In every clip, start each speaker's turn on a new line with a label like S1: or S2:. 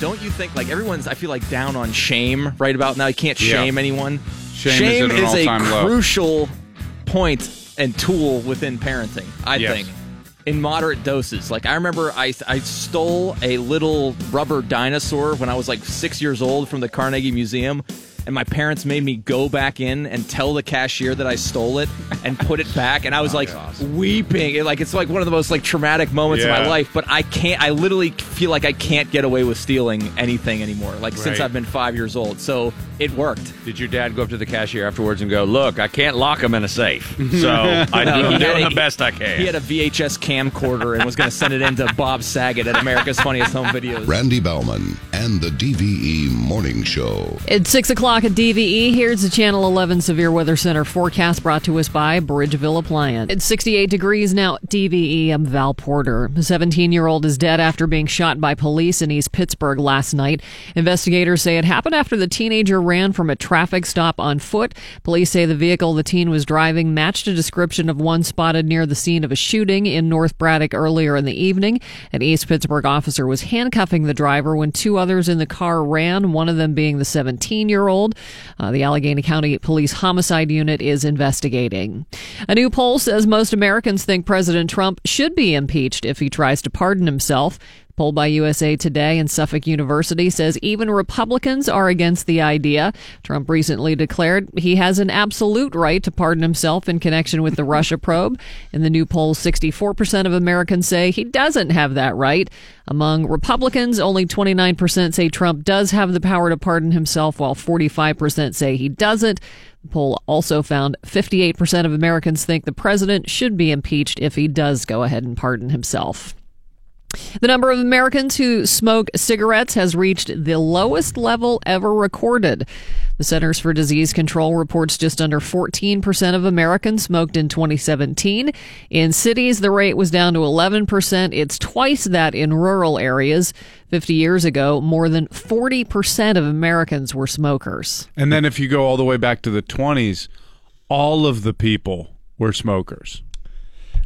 S1: don't you think like everyone's I feel like down on shame right about now. You can't shame
S2: Yeah.
S1: anyone.
S2: Shame is at an
S1: a
S2: all-time low.
S1: crucial point and tool within parenting, I
S2: Yes.
S1: think. In moderate doses. Like I remember I I stole a little rubber dinosaur when I was like 6 years old from the Carnegie Museum. And my parents made me go back in and tell the cashier that I stole it and put it back. And I
S3: Oh,
S1: was like weeping. It, like it's like one of the most like traumatic moments of my
S2: Yeah.
S1: life but I can't. I literally feel like I can't get away with stealing anything anymore. Like since
S2: Right.
S1: I've been five years old, so it worked.
S3: Did your dad go up to the cashier afterwards and go, "Look, I can't lock him in a safe, so I,
S1: he
S3: am
S1: had
S3: doing
S1: a-
S3: the best I can."
S1: He had a VHS camcorder and was going to send it in to Bob Saget at America's Funniest Home Videos.
S4: Randy Bauman and the DVE Morning Show.
S5: It's 6 o'clock at DVE. Here's the Channel 11 Severe Weather Center forecast brought to us by Bridgeville Appliance. It's 68 degrees now at DVE. I'm Val Porter. A 17 year old is dead after being shot by police in East Pittsburgh last night. Investigators say it happened after the teenager ran from a traffic stop on foot. Police say the vehicle the teen was driving matched a description of one spotted near the scene of a shooting in North Braddock earlier in the evening. An East Pittsburgh officer was handcuffing the driver when two others in the car ran, one of them being the 17 year old. the Allegheny County Police Homicide Unit is investigating. A new poll says most Americans think President Trump should be impeached if he tries to pardon himself. Poll by USA Today and Suffolk University says even Republicans are against the idea. Trump recently declared he has an absolute right to pardon himself in connection with the Russia probe. In the new poll, 64% of Americans say he doesn't have that right. Among Republicans, only 29% say Trump does have the power to pardon himself, while 45% say he doesn't. The poll also found 58% of Americans think the president should be impeached if he does go ahead and pardon himself. The number of Americans who smoke cigarettes has reached the lowest level ever recorded. The Centers for Disease Control reports just under 14% of Americans smoked in 2017. In cities, the rate was down to 11%. It's twice that in rural areas. 50 years ago, more than 40% of Americans were smokers.
S2: And then if you go all the way back to the 20s, all of the people were smokers.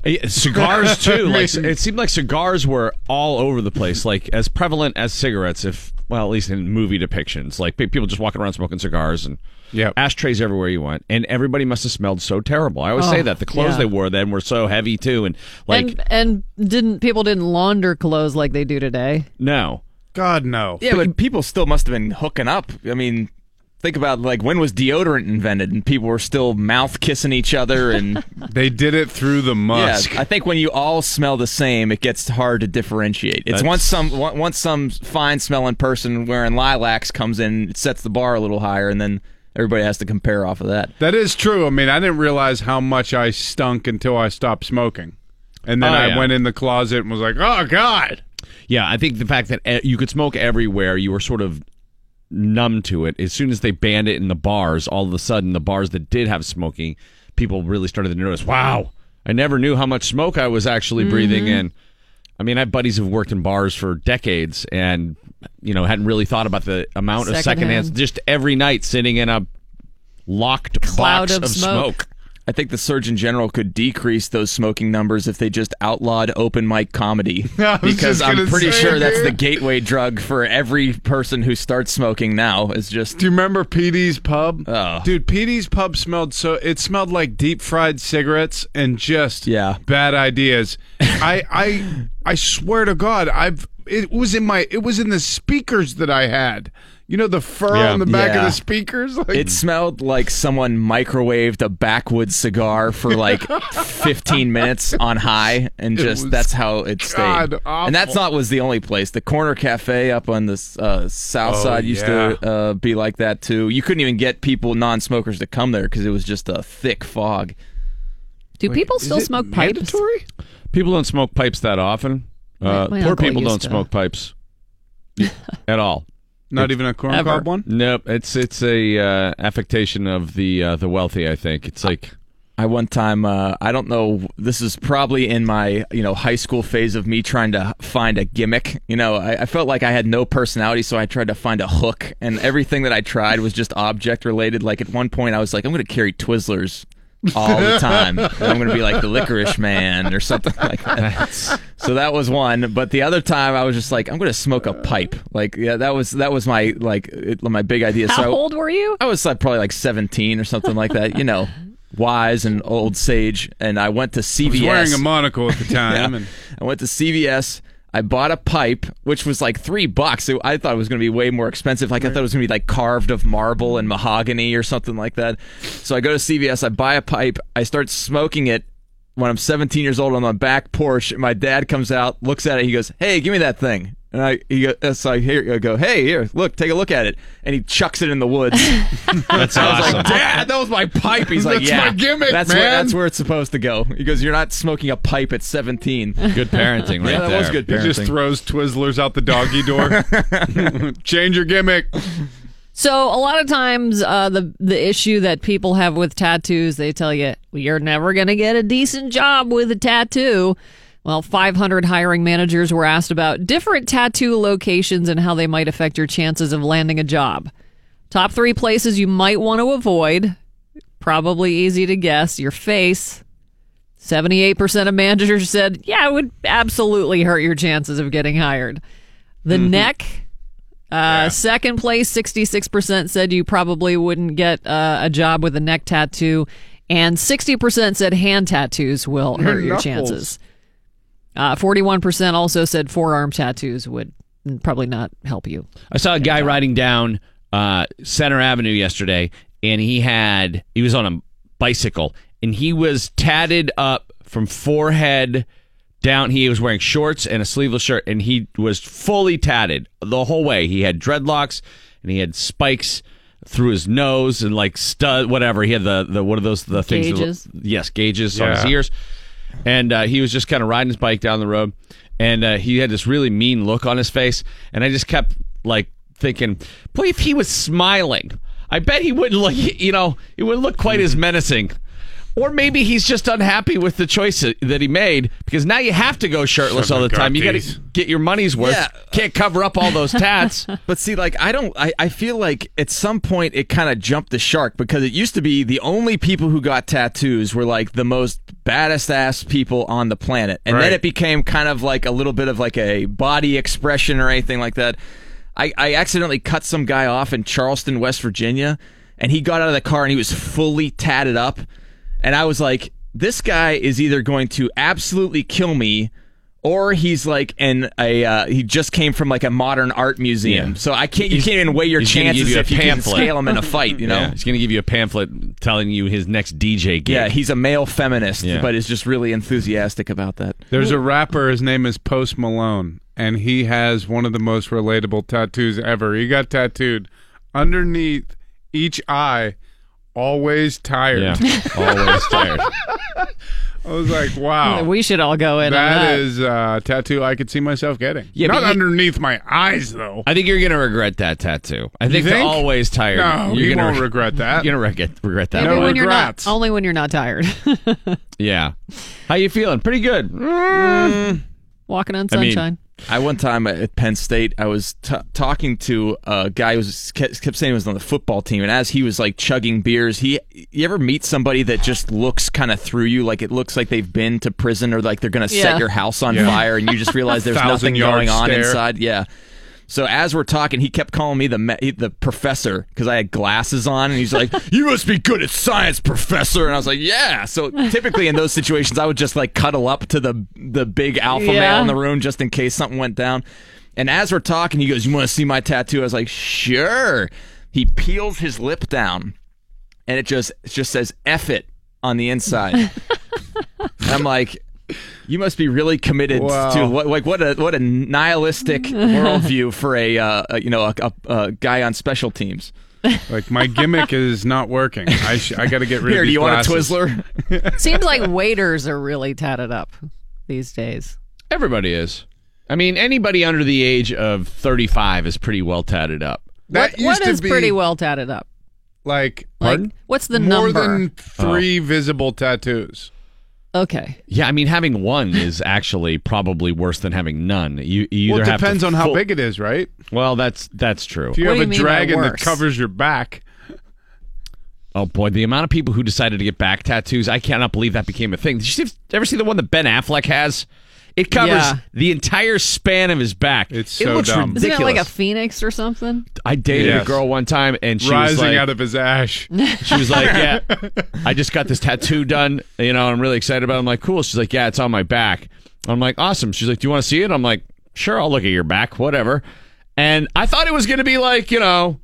S6: Uh, Yeah, cigars too.
S2: I
S6: Like
S2: mean-
S6: it seemed like cigars were all over the place, like as prevalent as cigarettes. If well, at least in movie depictions, like pe- people just walking around smoking cigars and
S2: Yep.
S6: ashtrays everywhere you went. And everybody must have smelled so terrible. I always
S5: Oh,
S6: say that the clothes
S5: yeah.
S6: they wore then were so heavy too, and like
S5: and and didn't people didn't launder clothes like they do today?
S6: no,
S2: God, no.
S1: Yeah, but people still must have been hooking up. I mean, think about like when was deodorant invented, and people were still mouth kissing each other and.
S2: They did it through the
S1: Yeah,
S2: musk.
S1: I think when you all smell the same, it gets hard to differentiate. It's once some on- once some fine smelling person wearing lilacs comes in, it sets the bar a little higher, and then everybody has to compare off of that.
S2: That is true. I mean, I didn't realize how much I stunk until I stopped smoking. And then
S6: Oh,
S2: I
S6: yeah.
S2: went in the closet and was like, oh, God.
S6: yeah. I think the fact that eh, you could smoke everywhere, you were sort of numb to it. As soon as they banned it in the bars, all of a sudden the bars that did have smoking, people really started to notice. Wow, I never knew how much smoke I was actually
S5: Mm-hmm.
S6: breathing in. I mean, I have buddies who've worked in bars for decades, and you know hadn't really thought about the amount of
S5: Secondhand.
S6: secondhand. Just every night sitting in a locked
S5: Cloud
S6: box
S5: of smoke.
S1: I think the Surgeon General could decrease those smoking numbers if they just outlawed open mic comedy.
S2: I was
S1: because
S2: just
S1: I'm
S2: gonna
S1: pretty
S2: say,
S1: sure that's
S2: dude.
S1: the gateway drug for every person who starts smoking now is just
S2: Do you remember PD's pub?
S1: Oh.
S2: Dude, PD's pub smelled so it smelled like deep fried cigarettes and just
S1: Yeah.
S2: bad ideas. I I I swear to God, I've it was in my it was in the speakers that I had. You know the fur
S6: Yeah.
S2: on the back of
S1: Yeah.
S2: the speakers? Like,
S1: It smelled like someone microwaved a backwoods cigar for like 15 minutes on high, and
S2: It
S1: just
S2: was
S1: that's how it stayed.
S2: god awful.
S1: And that's not was the only place. The corner cafe up on the uh, south
S2: Oh,
S1: side used to
S2: yeah.
S1: uh, be like that too. You couldn't even get people, non-smokers, to come there because it was just a thick fog.
S5: Do people still
S2: it
S5: smoke pipes?
S2: mandatory?
S6: People don't smoke pipes that often. Uh,
S5: My- my
S6: poor
S5: uncle
S6: people
S5: used
S6: don't
S5: to.
S6: smoke pipes at all.
S2: Not even a corn
S5: Ever.
S2: cob one?
S6: Nope, it's it's a uh, affectation of the uh, the wealthy. I think it's like
S1: I one time, uh, I don't know. This is probably in my you know high school phase of me trying to find a gimmick. You know, I, I felt like I had no personality, so I tried to find a hook, and everything that I tried was just object related. Like at one point, I was like, I'm going to carry Twizzlers all the time. And I'm going to be like the licorice man or something like that. So that was one. But the other time, I was just like, I'm going to smoke a pipe. Like, yeah, that was that was my like it, my big idea.
S5: How
S1: so I-
S5: old were you?
S1: I was like probably like 17 or something like that. You know, wise and old sage. And I went to CVS.
S2: He's wearing a monocle at the time. and
S1: I went to CVS. I bought a pipe, which was like three bucks. It- I thought it was going to be way more expensive. Like I thought it was going to be like carved of marble and mahogany or something like that. So I go to CVS. I buy a pipe. I start smoking it when I'm 17 years old on my back porch. And my dad comes out, looks at it. He goes, "Hey, give me that thing." And I, he go, and so I, hear, I go, "Hey, here, look, take a look at it." And he chucks it in the woods.
S6: That's awesome.
S1: Dad, that was my pipe. He's like,
S2: That's
S1: "Yeah,
S2: my gimmick,
S1: that's Where,
S2: man."
S1: that's where it's supposed to go." He goes, "You're not smoking a pipe at 17."
S6: Good parenting, right
S1: yeah, that
S6: there.
S1: was good
S2: he
S1: parenting.
S2: just throws Twizzlers out the doggy door. Change your gimmick.
S5: So a lot of times, uh, the the issue that people have with tattoos, they tell you well, you're never going to get a decent job with a tattoo. Well, 500 hiring managers were asked about different tattoo locations and how they might affect your chances of landing a job. Top three places you might want to avoid. Probably easy to guess. Your face. 78% of managers said, yeah, it would absolutely hurt your chances of getting hired. The neck, uh, Second place, 66% said you probably wouldn't get uh, a job with a neck tattoo. And 60% said hand tattoos will hurt your
S2: knuckles.
S5: chances. Uh, 41% also said forearm tattoos would probably not help you.
S6: I saw a guy riding down uh, Center Avenue yesterday, and he had he was on a bicycle, and he was tatted up from forehead down. He was wearing shorts and a sleeveless shirt, and he was fully tatted the whole way. He had dreadlocks and he had spikes through his nose and like stud whatever. He had the the what are those the things? that-
S5: Gauges.
S6: yes, gauges on his ears. And uh, he was just kind of riding his bike down the road, and uh, he had this really mean look on his face. And I just kept like thinking, boy, if he was smiling, I bet he wouldn't look. You know, it wouldn't look quite
S2: Mm-hmm.
S6: as menacing. Or maybe he's just unhappy with the choice that he made because now you have to go shirtless all the time. You got
S2: McCarthy's.
S6: to get your money's worth.
S1: Yeah.
S6: Can't cover up all those tats.
S1: But see, like I don't, I, I feel like at some point it kind of jumped the shark because it used to be the only people who got tattoos were like the most baddest ass people on the planet, and then
S2: Right.
S1: it became kind of like a little bit of like a body expression or anything like that. I, I accidentally cut some guy off in Charleston, West Virginia, and he got out of the car and he was fully tatted up, and I was like, this guy is either going to absolutely kill me or he's like in a uh, he just came from like a modern art museum. So I can't you can't even weigh your
S6: he's gonna give
S1: chances
S6: you a
S1: if you can
S6: pamphlet.
S1: scale him in a fight. You know,
S6: Yeah,
S1: yeah,
S6: he's going to give you a pamphlet telling you his next DJ gig.
S1: he's a male feminist,
S6: Yeah.
S1: but is just really enthusiastic about that.
S2: There's a rapper. His name is Post Malone, and he has one of the most relatable tattoos ever. He got tattooed underneath each eye, always tired.
S6: yeah, always tired.
S2: I was like, wow.
S5: We should all go in on
S2: that
S5: that.
S2: is a tattoo I could see myself getting.
S6: Yeah,
S2: Not
S6: but you-
S2: underneath my eyes, though.
S6: I think you're gonna regret that tattoo. I think,
S2: think?
S6: the always tired.
S2: No,
S6: you're
S2: you
S6: gonna
S2: won't regret that.
S6: You're gonna regret regret that.
S5: Only
S2: No
S6: one.
S5: Uh, when you're not,
S2: regrets.
S5: only when you're not tired.
S6: Yeah. How you feeling? Pretty good.
S2: Mm.
S5: Walking on
S6: I mean-
S5: sunshine.
S1: I one time at Penn State, I was t- talking to a guy who was, kept, kept saying he was on the football team, and as he was like chugging beers, he you ever meet somebody that just looks kind of through you, like it looks like they've been to prison or like they're gonna
S5: Yeah.
S1: set your house on fire, and you just realize there's
S2: Thousand
S1: nothing
S2: yard
S1: going on
S2: stare.
S1: inside. Yeah. So as we're talking, he kept calling me the me- the professor because I had glasses on, and he's like, "You must be good at science, professor." And I was like, "Yeah." So typically in those situations, I would just like cuddle up to the the big alpha
S5: Yeah.
S1: male in the room just in case something went down. And as we're talking, he goes, "You want to see my tattoo?" I was like, "Sure." He peels his lip down, and it just it just says "F it" on the inside. And I'm like. You must be really committed
S2: Wow.
S1: to what, like what a what a nihilistic worldview for a, uh, a you know a, a, a guy on special teams.
S2: like my gimmick is not working. I sh- I got to get rid
S1: Here, do
S2: of these
S1: you
S2: glasses.
S1: want a Twizzler?
S5: Seems like waiters are really tatted up these days.
S6: Everybody is. I mean, anybody under the age of 35 is pretty well tatted up.
S2: That
S5: what
S2: used
S5: what
S2: to
S5: is
S2: be
S5: pretty well tatted up?
S2: like
S5: Like, what's the
S2: more
S5: number?
S2: than
S6: Oh.
S2: three visible tattoos.
S5: okay.
S6: Yeah, I mean, having one is actually probably worse than having none. You, you
S2: Well,
S6: either
S2: it
S6: have to
S2: depends on how
S6: full-
S2: big it is, right?
S6: Well, that's that's true.
S2: If you
S5: What do
S2: have
S5: you
S2: a
S5: mean by
S2: dragon that
S5: worse?
S2: covers your back,
S6: Oh boy, the amount of people who decided to get back tattoos, I cannot believe that became a thing. Did you see- ever see the one that Ben Affleck has? It covers
S5: Yeah.
S6: the entire span of his back.
S2: It's
S6: it
S2: so
S6: looks
S2: dumb.
S5: Isn't
S6: ridiculous.
S5: it like a phoenix or something?
S6: I dated
S2: Yes.
S6: a girl one time, and she
S2: rising
S6: was like,
S2: out of his ash.
S6: she was like, "Yeah, I just got this tattoo done. You know, I'm really excited about. it. I'm like, cool. She's like, yeah, it's on my back. I'm like, awesome. She's like, do you want to see it? I'm like, sure. I'll look at your back, whatever. And I thought it was gonna be like, you know,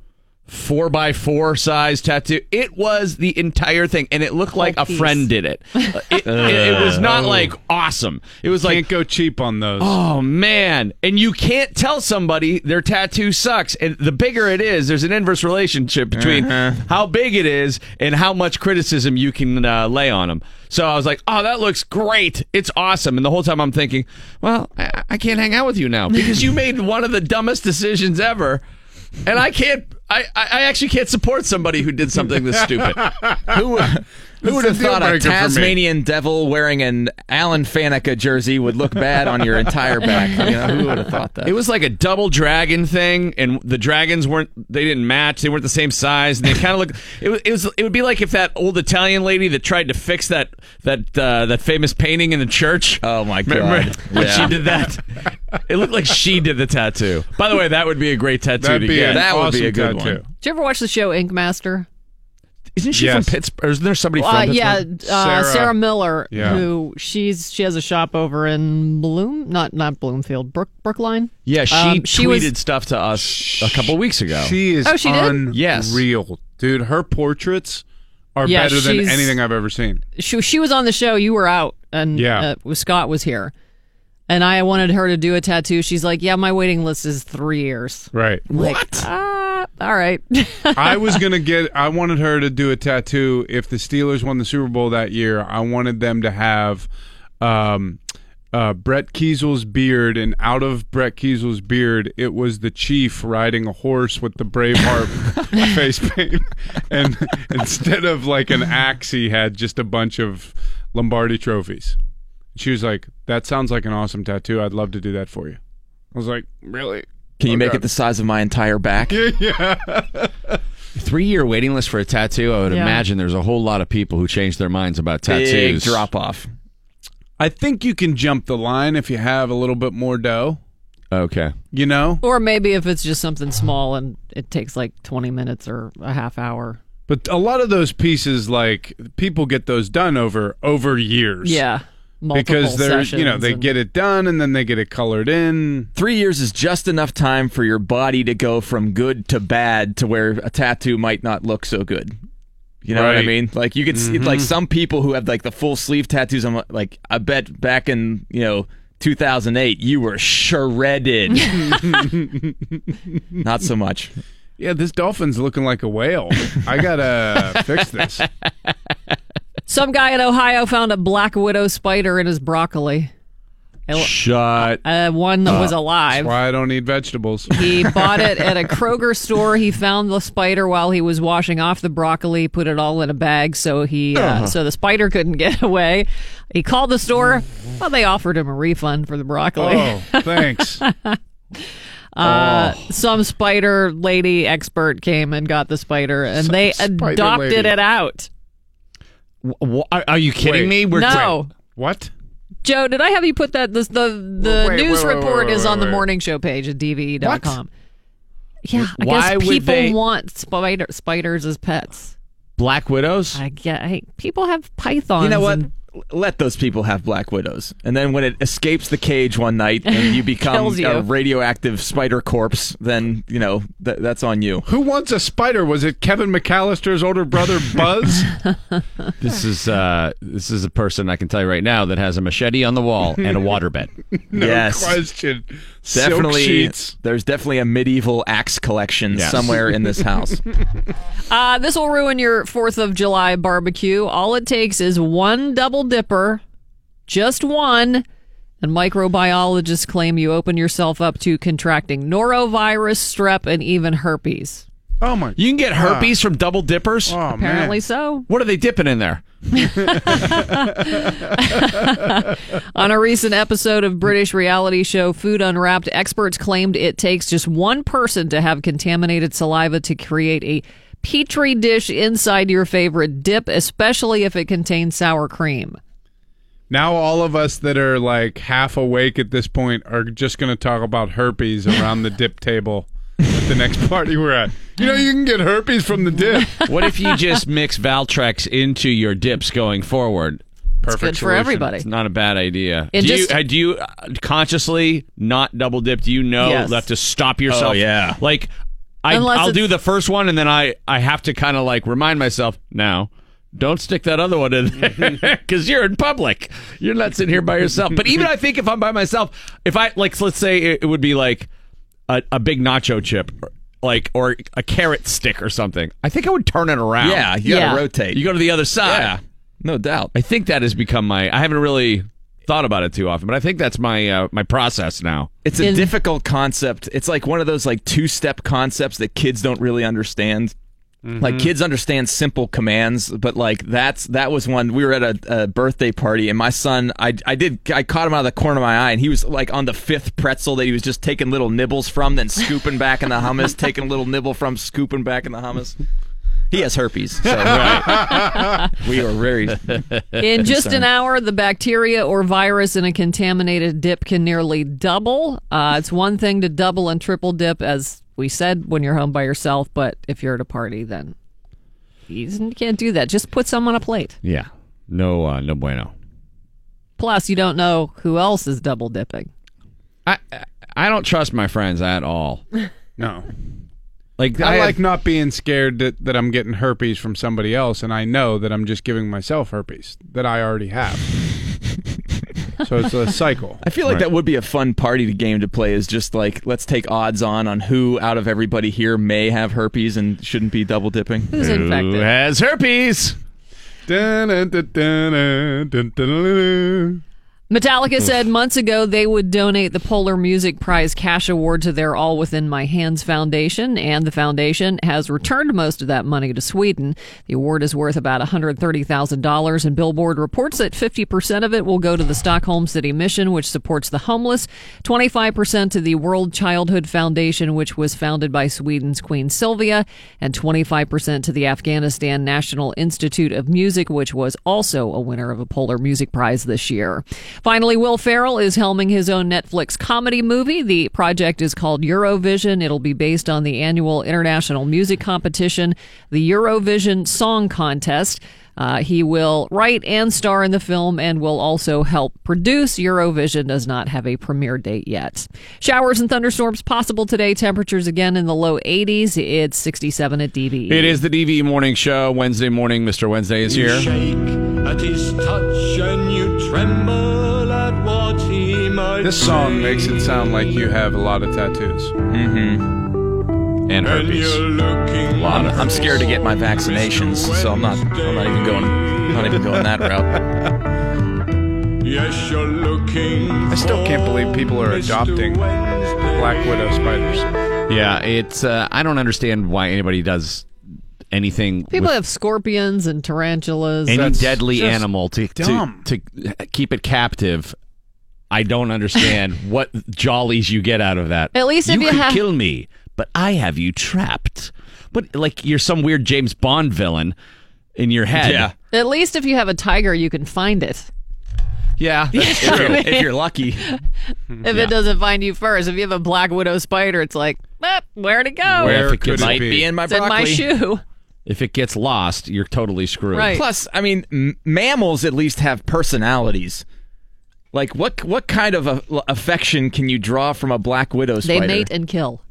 S6: four by four size tattoo. It was the entire thing, and it looked like a
S5: piece.
S6: friend did it. It, it- it was
S2: Oh.
S6: not like awesome. It was like
S2: Can't go cheap on those.
S6: Oh man! And you can't tell somebody their tattoo sucks. And the bigger it is, there's an inverse relationship between
S1: Uh-huh.
S6: how big it is and how much criticism you can uh, lay on them. So I was like, "Oh, that looks great! It's awesome!" And the whole time I'm thinking, "Well, I, I can't hang out with you now because you made one of the dumbest decisions ever, and I can't. I, I I actually can't support somebody who did something this stupid.
S1: Who, who would have
S2: deal
S1: thought a
S2: breaker for me.
S1: Tasmanian devil wearing an Alan Faneca jersey would look bad on your entire back? You know, who would have thought that?
S6: It was like a double dragon thing, and the dragons weren't. They didn't match. They weren't the same size, and they kind of look. It was, it was. It would be like if that old Italian lady that tried to fix that that uh, that famous painting in the church.
S1: Oh, my
S6: Remember
S1: God.
S6: when
S1: Yeah.
S6: she did that? It looked like she did the tattoo. By the way, that would be a great tattoo
S2: That'd
S6: to
S2: be
S6: get.
S2: an
S1: That would be
S2: awesome
S1: a good
S2: tattoo.
S1: one.
S5: Did you ever watch the show Ink Master?
S6: Isn't she
S2: Yes.
S6: from Pittsburgh? Or isn't there somebody
S5: Uh,
S6: from
S5: yeah,
S6: Pittsburgh?
S5: uh, Sarah.
S2: Sarah
S5: Miller,
S2: Yeah.
S5: who she's she has a shop over in Bloom, not not Bloomfield, Brook Brookline.
S6: Yeah, she
S5: Um, she was-
S6: tweeted stuff to us a couple weeks ago.
S2: She is
S5: Oh, she did?
S2: unreal.
S6: Yes.
S2: Dude, her portraits are
S5: Yeah,
S2: better than
S5: she's-
S2: anything I've ever seen.
S5: She she was on the show. You were out, and
S2: Yeah.
S5: uh, Scott was here, and I wanted her to do a tattoo. She's like, "Yeah, my waiting list is three years."
S2: Right.
S5: What? Uh, all right.
S2: I was gonna get. I wanted her to do a tattoo. If the Steelers won the Super Bowl that year, I wanted them to have um, uh, Brett Kiesel's beard, and out of Brett Kiesel's beard, it was the chief riding a horse with the Braveheart face paint, and instead of like an axe, he had just a bunch of Lombardi trophies. She was like, "That sounds like an awesome tattoo. I'd love to do that for you." I was like, "Really?" Oh,
S1: Can you make it the size of my entire back?
S6: Three year waiting list for a tattoo. I would
S5: Yeah.
S6: imagine there's a whole lot of people who change their minds about tattoos.
S1: Big drop off.
S2: I think you can jump the line if you have a little bit more dough.
S6: Okay.
S2: You know,
S5: or maybe if it's just something small and it takes like twenty minutes or a half hour.
S2: But a lot of those pieces, like people get those done over over years.
S5: Yeah, multiple
S2: because they're you know
S5: sessions
S2: they
S5: and-
S2: get it done and then they get it colored in.
S1: Three years is just enough time for your body to go from good to bad to where a tattoo might not look so good. You know what I
S2: Right. Mm-hmm.
S1: mean? Like you could see like some people who have like the full sleeve tattoos. I'm like, I bet back in you know 2008, you were shredded. not so much.
S2: Yeah, this dolphin's looking like a whale. I gotta fix this.
S5: Some guy in Ohio found a black widow spider in his broccoli.
S6: Shut.
S5: Uh, one that was alive.
S2: Why I don't eat vegetables?
S5: He bought it at a Kroger store. He found the spider while he was washing off the broccoli, put it all in a bag so he uh, so the spider couldn't get away. He called the store. Well, they offered him a refund for the broccoli.
S2: Oh, thanks. Oh.
S5: Uh, Some spider lady expert came and got the spider, and they
S2: spider
S5: adopted
S2: lady.
S5: it out.
S6: are, are you kidding
S2: Wait.
S6: me? We're
S5: no,
S2: What?
S5: Joe, did I have you put that? This, the the
S2: Wait,
S5: news
S2: wait, wait,
S5: report
S2: wait,
S5: is
S2: wait,
S5: on the
S2: wait.
S5: morning show page at dve.com. Yeah, I
S6: Why would
S5: guess people
S6: they-
S5: want spider spiders as pets.
S6: Black Widows.
S5: I get hey, people have pythons.
S1: You know what?
S5: and
S1: Let those people have black widows, and then when it escapes the cage one night and you become
S5: Kills you.
S1: a radioactive spider corpse, then you know th- that's on you.
S2: Who wants a spider? Was it Kevin McAllister's older brother Buzz?
S6: This is uh, this is a person I can tell you right now that has a machete on the wall and a waterbed.
S2: No
S1: Yes.
S2: question. Silk
S1: Definitely,
S2: sheets.
S1: there's definitely a medieval axe collection
S6: Yes.
S1: somewhere in this house.
S5: Uh, this will ruin your Fourth of July barbecue. All it takes is one double dipper, just one. And microbiologists claim you open yourself up to contracting norovirus, strep, and even herpes.
S2: Oh my.
S6: You can get herpes from double dippers.
S2: Oh
S5: Apparently
S2: man.
S5: so.
S6: What are they dipping in there?
S5: On a recent episode of British reality show Food Unwrapped, experts claimed it takes just one person to have contaminated saliva to create a petri dish inside your favorite dip, especially if it contains sour cream.
S2: Now all of us that are like half awake at this point are just going to talk about herpes around the dip table at the next party we're at. You know, you can get herpes from the dip.
S6: What if you just mix Valtrex into your dips going forward?
S2: Perfect.
S5: Good for
S2: solution.
S5: everybody.
S6: It's not a bad idea.
S5: And
S6: do,
S5: just-
S6: you, uh, do you uh, consciously not double dip? Do you know
S5: Yes.
S6: you have to stop yourself?
S3: Oh, yeah.
S6: Like, I,
S5: Unless
S6: I'll
S5: it's-
S6: do the first one and then I, I have to kind of like remind myself now. Don't stick that other one in there because you're in public. You're not sitting here by yourself. But even I think if I'm by myself, if I like, let's say it, it would be like a, a big nacho chip, or- like or a carrot stick or something. I think I would turn it around.
S1: Yeah, you gotta
S5: Yeah.
S1: rotate.
S6: you go to the other side.
S1: yeah, no doubt.
S6: I think that has become my. I haven't really thought about it too often, but I think that's my uh, my process now.
S1: It's a
S5: In-
S1: difficult concept. It's like one of those like two-step concepts that kids don't really understand. Like kids understand simple commands, but like that's that was one. We were at a, a birthday party, and my son, I I did I caught him out of the corner of my eye, and he was like on the fifth pretzel that he was just taking little nibbles from, then scooping back in the hummus, taking a little nibble from, scooping back in the hummus. He has herpes, so we are very
S5: In just an hour, the bacteria or virus in a contaminated dip can nearly double. Uh, it's one thing to double and triple dip, as we said, when you're home by yourself, but if you're at a party, then you just can't do that. Just put some on a plate.
S6: Yeah. No. Uh, no bueno.
S5: Plus, you don't know who else is double dipping.
S6: I I- I don't trust my friends at all.
S2: No.
S6: Like
S2: I,
S6: I,
S2: like not being scared that, that I'm getting herpes from somebody else, and I know that I'm just giving myself herpes that I already have. so it's a cycle.
S1: I feel like that would be a fun party to game to play. Is just like let's take odds on on who out of everybody here may have herpes and shouldn't be double dipping.
S5: Who's
S6: Who
S5: infected?
S6: has herpes?
S2: Dun-dun-dun-dun-dun-dun-dun.
S5: Metallica said months ago they would donate the Polar Music Prize cash award to their All Within My Hands Foundation, and the foundation has returned most of that money to Sweden. The award is worth about $130,000, and Billboard reports that 50% of it will go to the Stockholm City Mission, which supports the homeless, 25% to the World Childhood Foundation, which was founded by Sweden's Queen Sylvia, and 25% to the Afghanistan National Institute of Music, which was also a winner of a Polar Music Prize this year. Finally, Will Ferrell is helming his own Netflix comedy movie. The project is called Eurovision. It'll be based on the annual international music competition, the Eurovision Song Contest. Uh, he will write and star in the film and will also help produce. Eurovision does not have a premiere date yet. Showers and thunderstorms possible today. Temperatures again in the low 80s. It's 67 at E. DVE.
S6: It is the DV Morning Show. Wednesday morning, Mr. Wednesday is here.
S2: This song makes it sound like you have a lot of tattoos. Mm-hmm.
S6: And herpes.
S1: I'm, I'm scared to get my vaccinations, so I'm not. I'm not even going. I'm not even going that route.
S2: I still can't believe people are adopting black widow spiders.
S6: Yeah. It's. Uh, I don't understand why anybody does anything.
S5: People
S6: with
S5: have scorpions and tarantulas.
S6: any
S2: That's
S6: deadly
S2: just
S6: animal to,
S2: dumb.
S6: to to keep it captive. I don't understand what jollies you get out of that.
S5: At least if you
S6: could
S5: have-
S6: kill me, but I have you trapped. But like you're some weird James Bond villain in your head.
S1: Yeah.
S5: At least if you have a tiger, you can find it.
S6: yeah. that's
S1: If
S6: true.
S1: you're, if you're lucky,
S6: Mm-hmm.
S5: If it doesn't find you first, if you have a black widow spider, it's like, eh, where'd it
S6: Where-
S5: go?
S2: Where
S6: If it
S2: could
S6: gets-
S2: it
S1: might
S2: be?
S1: be in my
S5: It's in
S1: broccoli.
S5: my shoe.
S6: If it gets lost, you're totally screwed.
S5: Right.
S1: Plus, I mean, m- mammals at least have personalities. Like what? What kind of a, affection can you draw from a black widow
S5: They
S1: spider?
S5: mate and kill.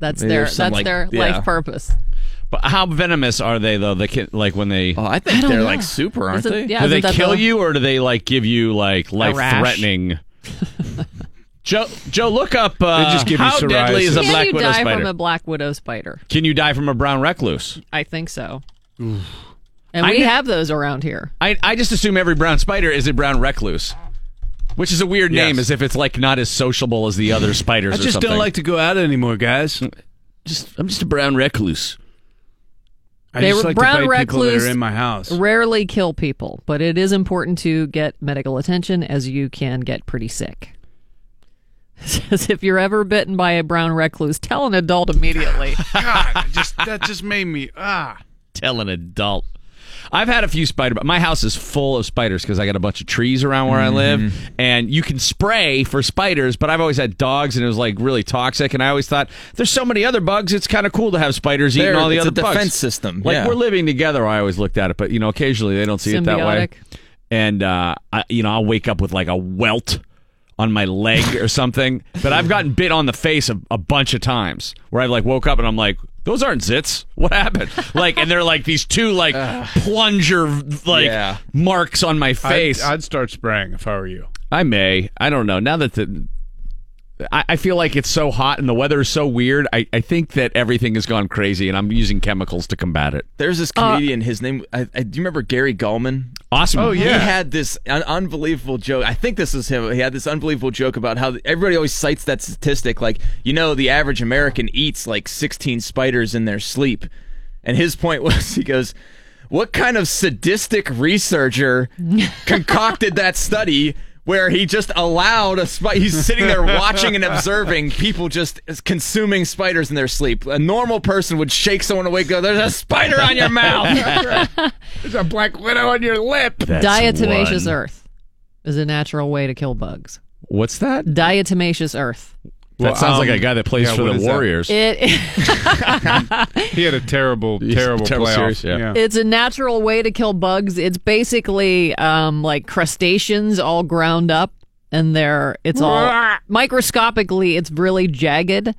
S5: That's
S1: Maybe
S5: their
S1: there's
S5: that's
S1: some, like-
S5: their
S1: yeah.
S5: life purpose.
S6: But how venomous are they though? They can, like when they
S1: Oh, I think
S5: don't
S1: they're
S5: know.
S1: like super, aren't
S5: Is
S1: they?
S5: it- yeah,
S6: do
S5: isn't
S6: they
S5: that
S6: kill
S5: the-
S6: you or do they like give you like life threatening? Joe, Joe, look up. Uh,
S2: They just give you
S6: how deadly is a
S2: psoriasis.
S5: Can
S6: black
S5: you
S6: widow
S5: die
S6: spider?
S5: from a black widow spider?
S6: Can you die from a brown recluse?
S5: I think so. And
S6: I
S5: we
S6: kn-
S5: have those around here.
S6: I, I just assume every brown spider is a brown recluse, which is a weird
S2: Yes.
S6: name, as if it's like not as sociable as the other spiders. or
S2: I just
S6: something.
S2: don't like to go out anymore, guys.
S6: Just I'm just a brown recluse.
S2: I
S5: They
S2: just
S5: were
S2: like
S5: brown
S2: to bite people that
S5: recluse.
S2: are in my house.
S5: Rarely kill people, but it is important to get medical attention as you can get pretty sick. says if you're ever bitten by a brown recluse, tell an adult immediately.
S2: God, just that just made me ah.
S6: tell an adult. I've had a few spider. My house is full of spiders because I got a bunch of trees around where I live, and you can spray for spiders. But I've always had dogs, and it was like really toxic. And I always thought there's so many other bugs. It's kind of cool to have spiders
S1: There,
S6: eating all the
S1: it's a
S6: other bugs.
S1: defense system,
S6: Like
S1: yeah.
S6: we're living together. I always looked at it, but you know, occasionally they don't see it that way.
S5: Symbiotic.
S6: And uh, I, you know, I'll wake up with like a welt on my leg or something. But I've gotten bit on the face a, a bunch of times where I've like woke up and I'm like, those aren't zits. What happened? Like, and they're like these two like plunger like
S1: Yeah.
S6: marks on my face.
S2: I'd, I'd start spraying if I were you.
S6: I may. I don't know. Now that the. I I feel like it's so hot and the weather is so weird. I, I think that everything has gone crazy and I'm using chemicals to combat it.
S1: There's this comedian. his name. I, I, do you remember Gary Gulman?
S6: Awesome.
S2: Oh, yeah.
S1: He had this un- unbelievable joke. I think this is him. He had this unbelievable joke about how th- everybody always cites that statistic, like you know, the average American eats like 16 spiders in their sleep. And his point was, he goes, "What kind of sadistic researcher concocted that study?" Where he just allowed a spider, he's sitting there watching and observing people just consuming spiders in their sleep. A normal person would shake someone awake, and go, "There's a spider on your mouth."
S2: There's a black widow on your lip.
S5: Diatomaceous earth is a natural way to kill bugs.
S6: What's that?
S5: Diatomaceous earth.
S2: Well,
S6: that sounds like
S2: um,
S6: a guy that plays
S2: yeah,
S6: for
S2: what
S6: the
S2: is that?
S6: Warriors.
S5: It
S2: He had a terrible,
S6: He's
S2: terrible,
S6: terrible
S2: playoff.
S6: series, yeah.
S5: it's a natural way to kill bugs. It's basically um, like crustaceans all ground up, and they're it's all microscopically it's really jagged.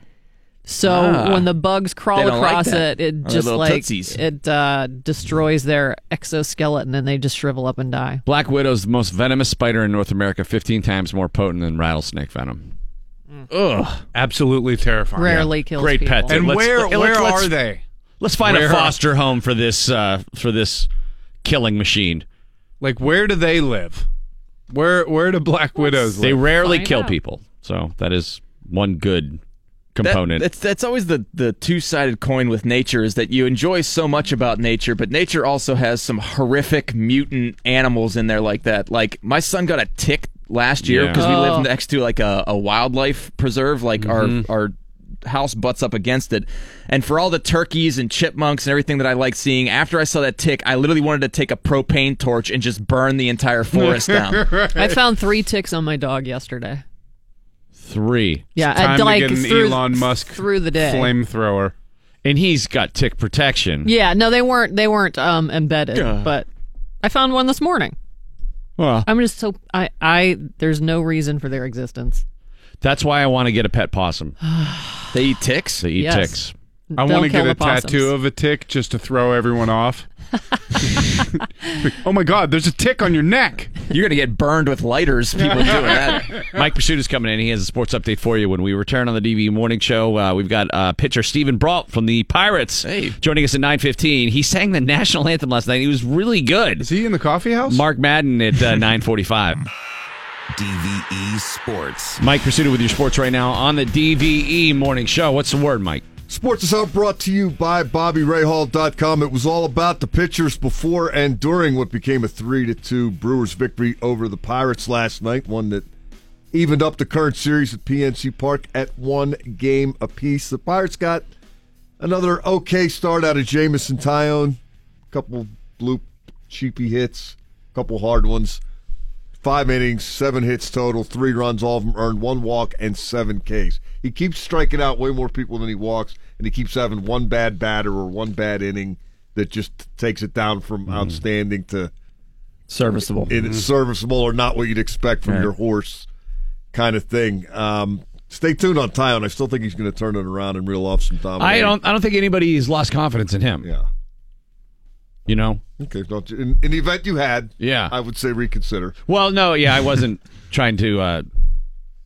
S5: So when the bugs crawl
S1: Ah. They don't like
S5: across
S1: that.
S5: it, it
S1: Oh, they're
S5: just
S1: little
S5: like
S1: tootsies.
S5: it uh, destroys their exoskeleton, and they just shrivel up and die.
S6: Black Widow's the most venomous spider in North America, 15 times more potent than rattlesnake venom.
S2: Absolutely terrifying.
S5: Rarely kills
S6: Great
S5: people.
S6: pet.
S2: And
S6: Let's-
S2: where
S6: let's-
S2: where
S6: let's-
S2: are they?
S6: Let's find
S2: Where-
S6: a foster home for this uh, for this killing machine.
S2: Like where do they live? Where where do black widows
S6: They
S2: live?
S6: rarely
S5: find
S6: kill
S5: out.
S6: people, so that is one good
S1: That-
S6: component.
S1: that's that's always the the two sided coin with nature is that you enjoy so much about nature, but nature also has some horrific mutant animals in there like that. Like my son got a tick last year
S6: Yeah.
S1: because we
S5: Oh.
S1: lived next to like a, a wildlife preserve. Like our our house butts up against it and for all the turkeys and chipmunks and everything that i like seeing after i saw that tick i literally wanted to take a propane torch and just burn the entire forest down
S5: I found three ticks on my dog yesterday.
S6: Three,
S5: Yeah,
S2: Time
S5: at,
S2: to
S5: like
S2: get an
S5: through,
S2: Elon Musk
S5: through the day.
S2: flamethrower.
S6: and he's got tick
S1: Hmm.
S6: protection.
S5: Yeah, no, they weren't. They weren't um, embedded, but I found one this morning.
S6: Well,
S5: I'm just so I I there's no reason for their existence.
S6: that's why I want to get a pet possum.
S1: they eat ticks
S6: They eat
S5: Yes.
S6: ticks.
S2: I
S5: They'll
S2: want to
S5: kill
S2: get a
S5: the possums.
S2: tattoo of a tick just to throw everyone off. oh my god, there's a tick on your neck.
S1: you're gonna get burned with lighters people doing that
S6: Mike Pursuit is coming in. He has a sports update for you when we return on the DV Morning Show. Uh, we've got uh, pitcher Stephen Brault from the Pirates
S1: Hey.
S6: joining us at 9.15. He sang the national anthem last night. He was really good.
S2: Is he in the coffee house?
S6: Mark Madden at uh, 9.45.
S7: DVE Sports.
S6: Mike Pursuit with your sports right now on the DVE Morning Show. What's the word, Mike?
S8: Sports is out brought to you by BobbyRayHall.com. It was all about the pitchers before and during what became a 3 to 2 Brewers victory over the Pirates last night, one that evened up the current series at PNC Park at one game apiece. The Pirates got another okay start out of Jamison Tyone, a couple bloop cheapy hits, a couple hard ones. Five innings, seven hits total, three runs, all of them earned, one walk, and seven Ks. He keeps striking out way more people than he walks, and he keeps having one bad batter or one bad inning that just takes it down from outstanding to
S1: serviceable
S8: it is serviceable or not what you'd expect from your horse kind of thing. Um, stay tuned on Tyon. I still think he's going to turn it around and reel off some domination.
S6: I don't I don't think anybody's lost confidence in him.
S8: Yeah.
S6: You know?
S8: Okay. Don't you, in, in the event you had,
S6: Yeah.
S8: I would say reconsider.
S6: Well, no, yeah, I wasn't trying to uh,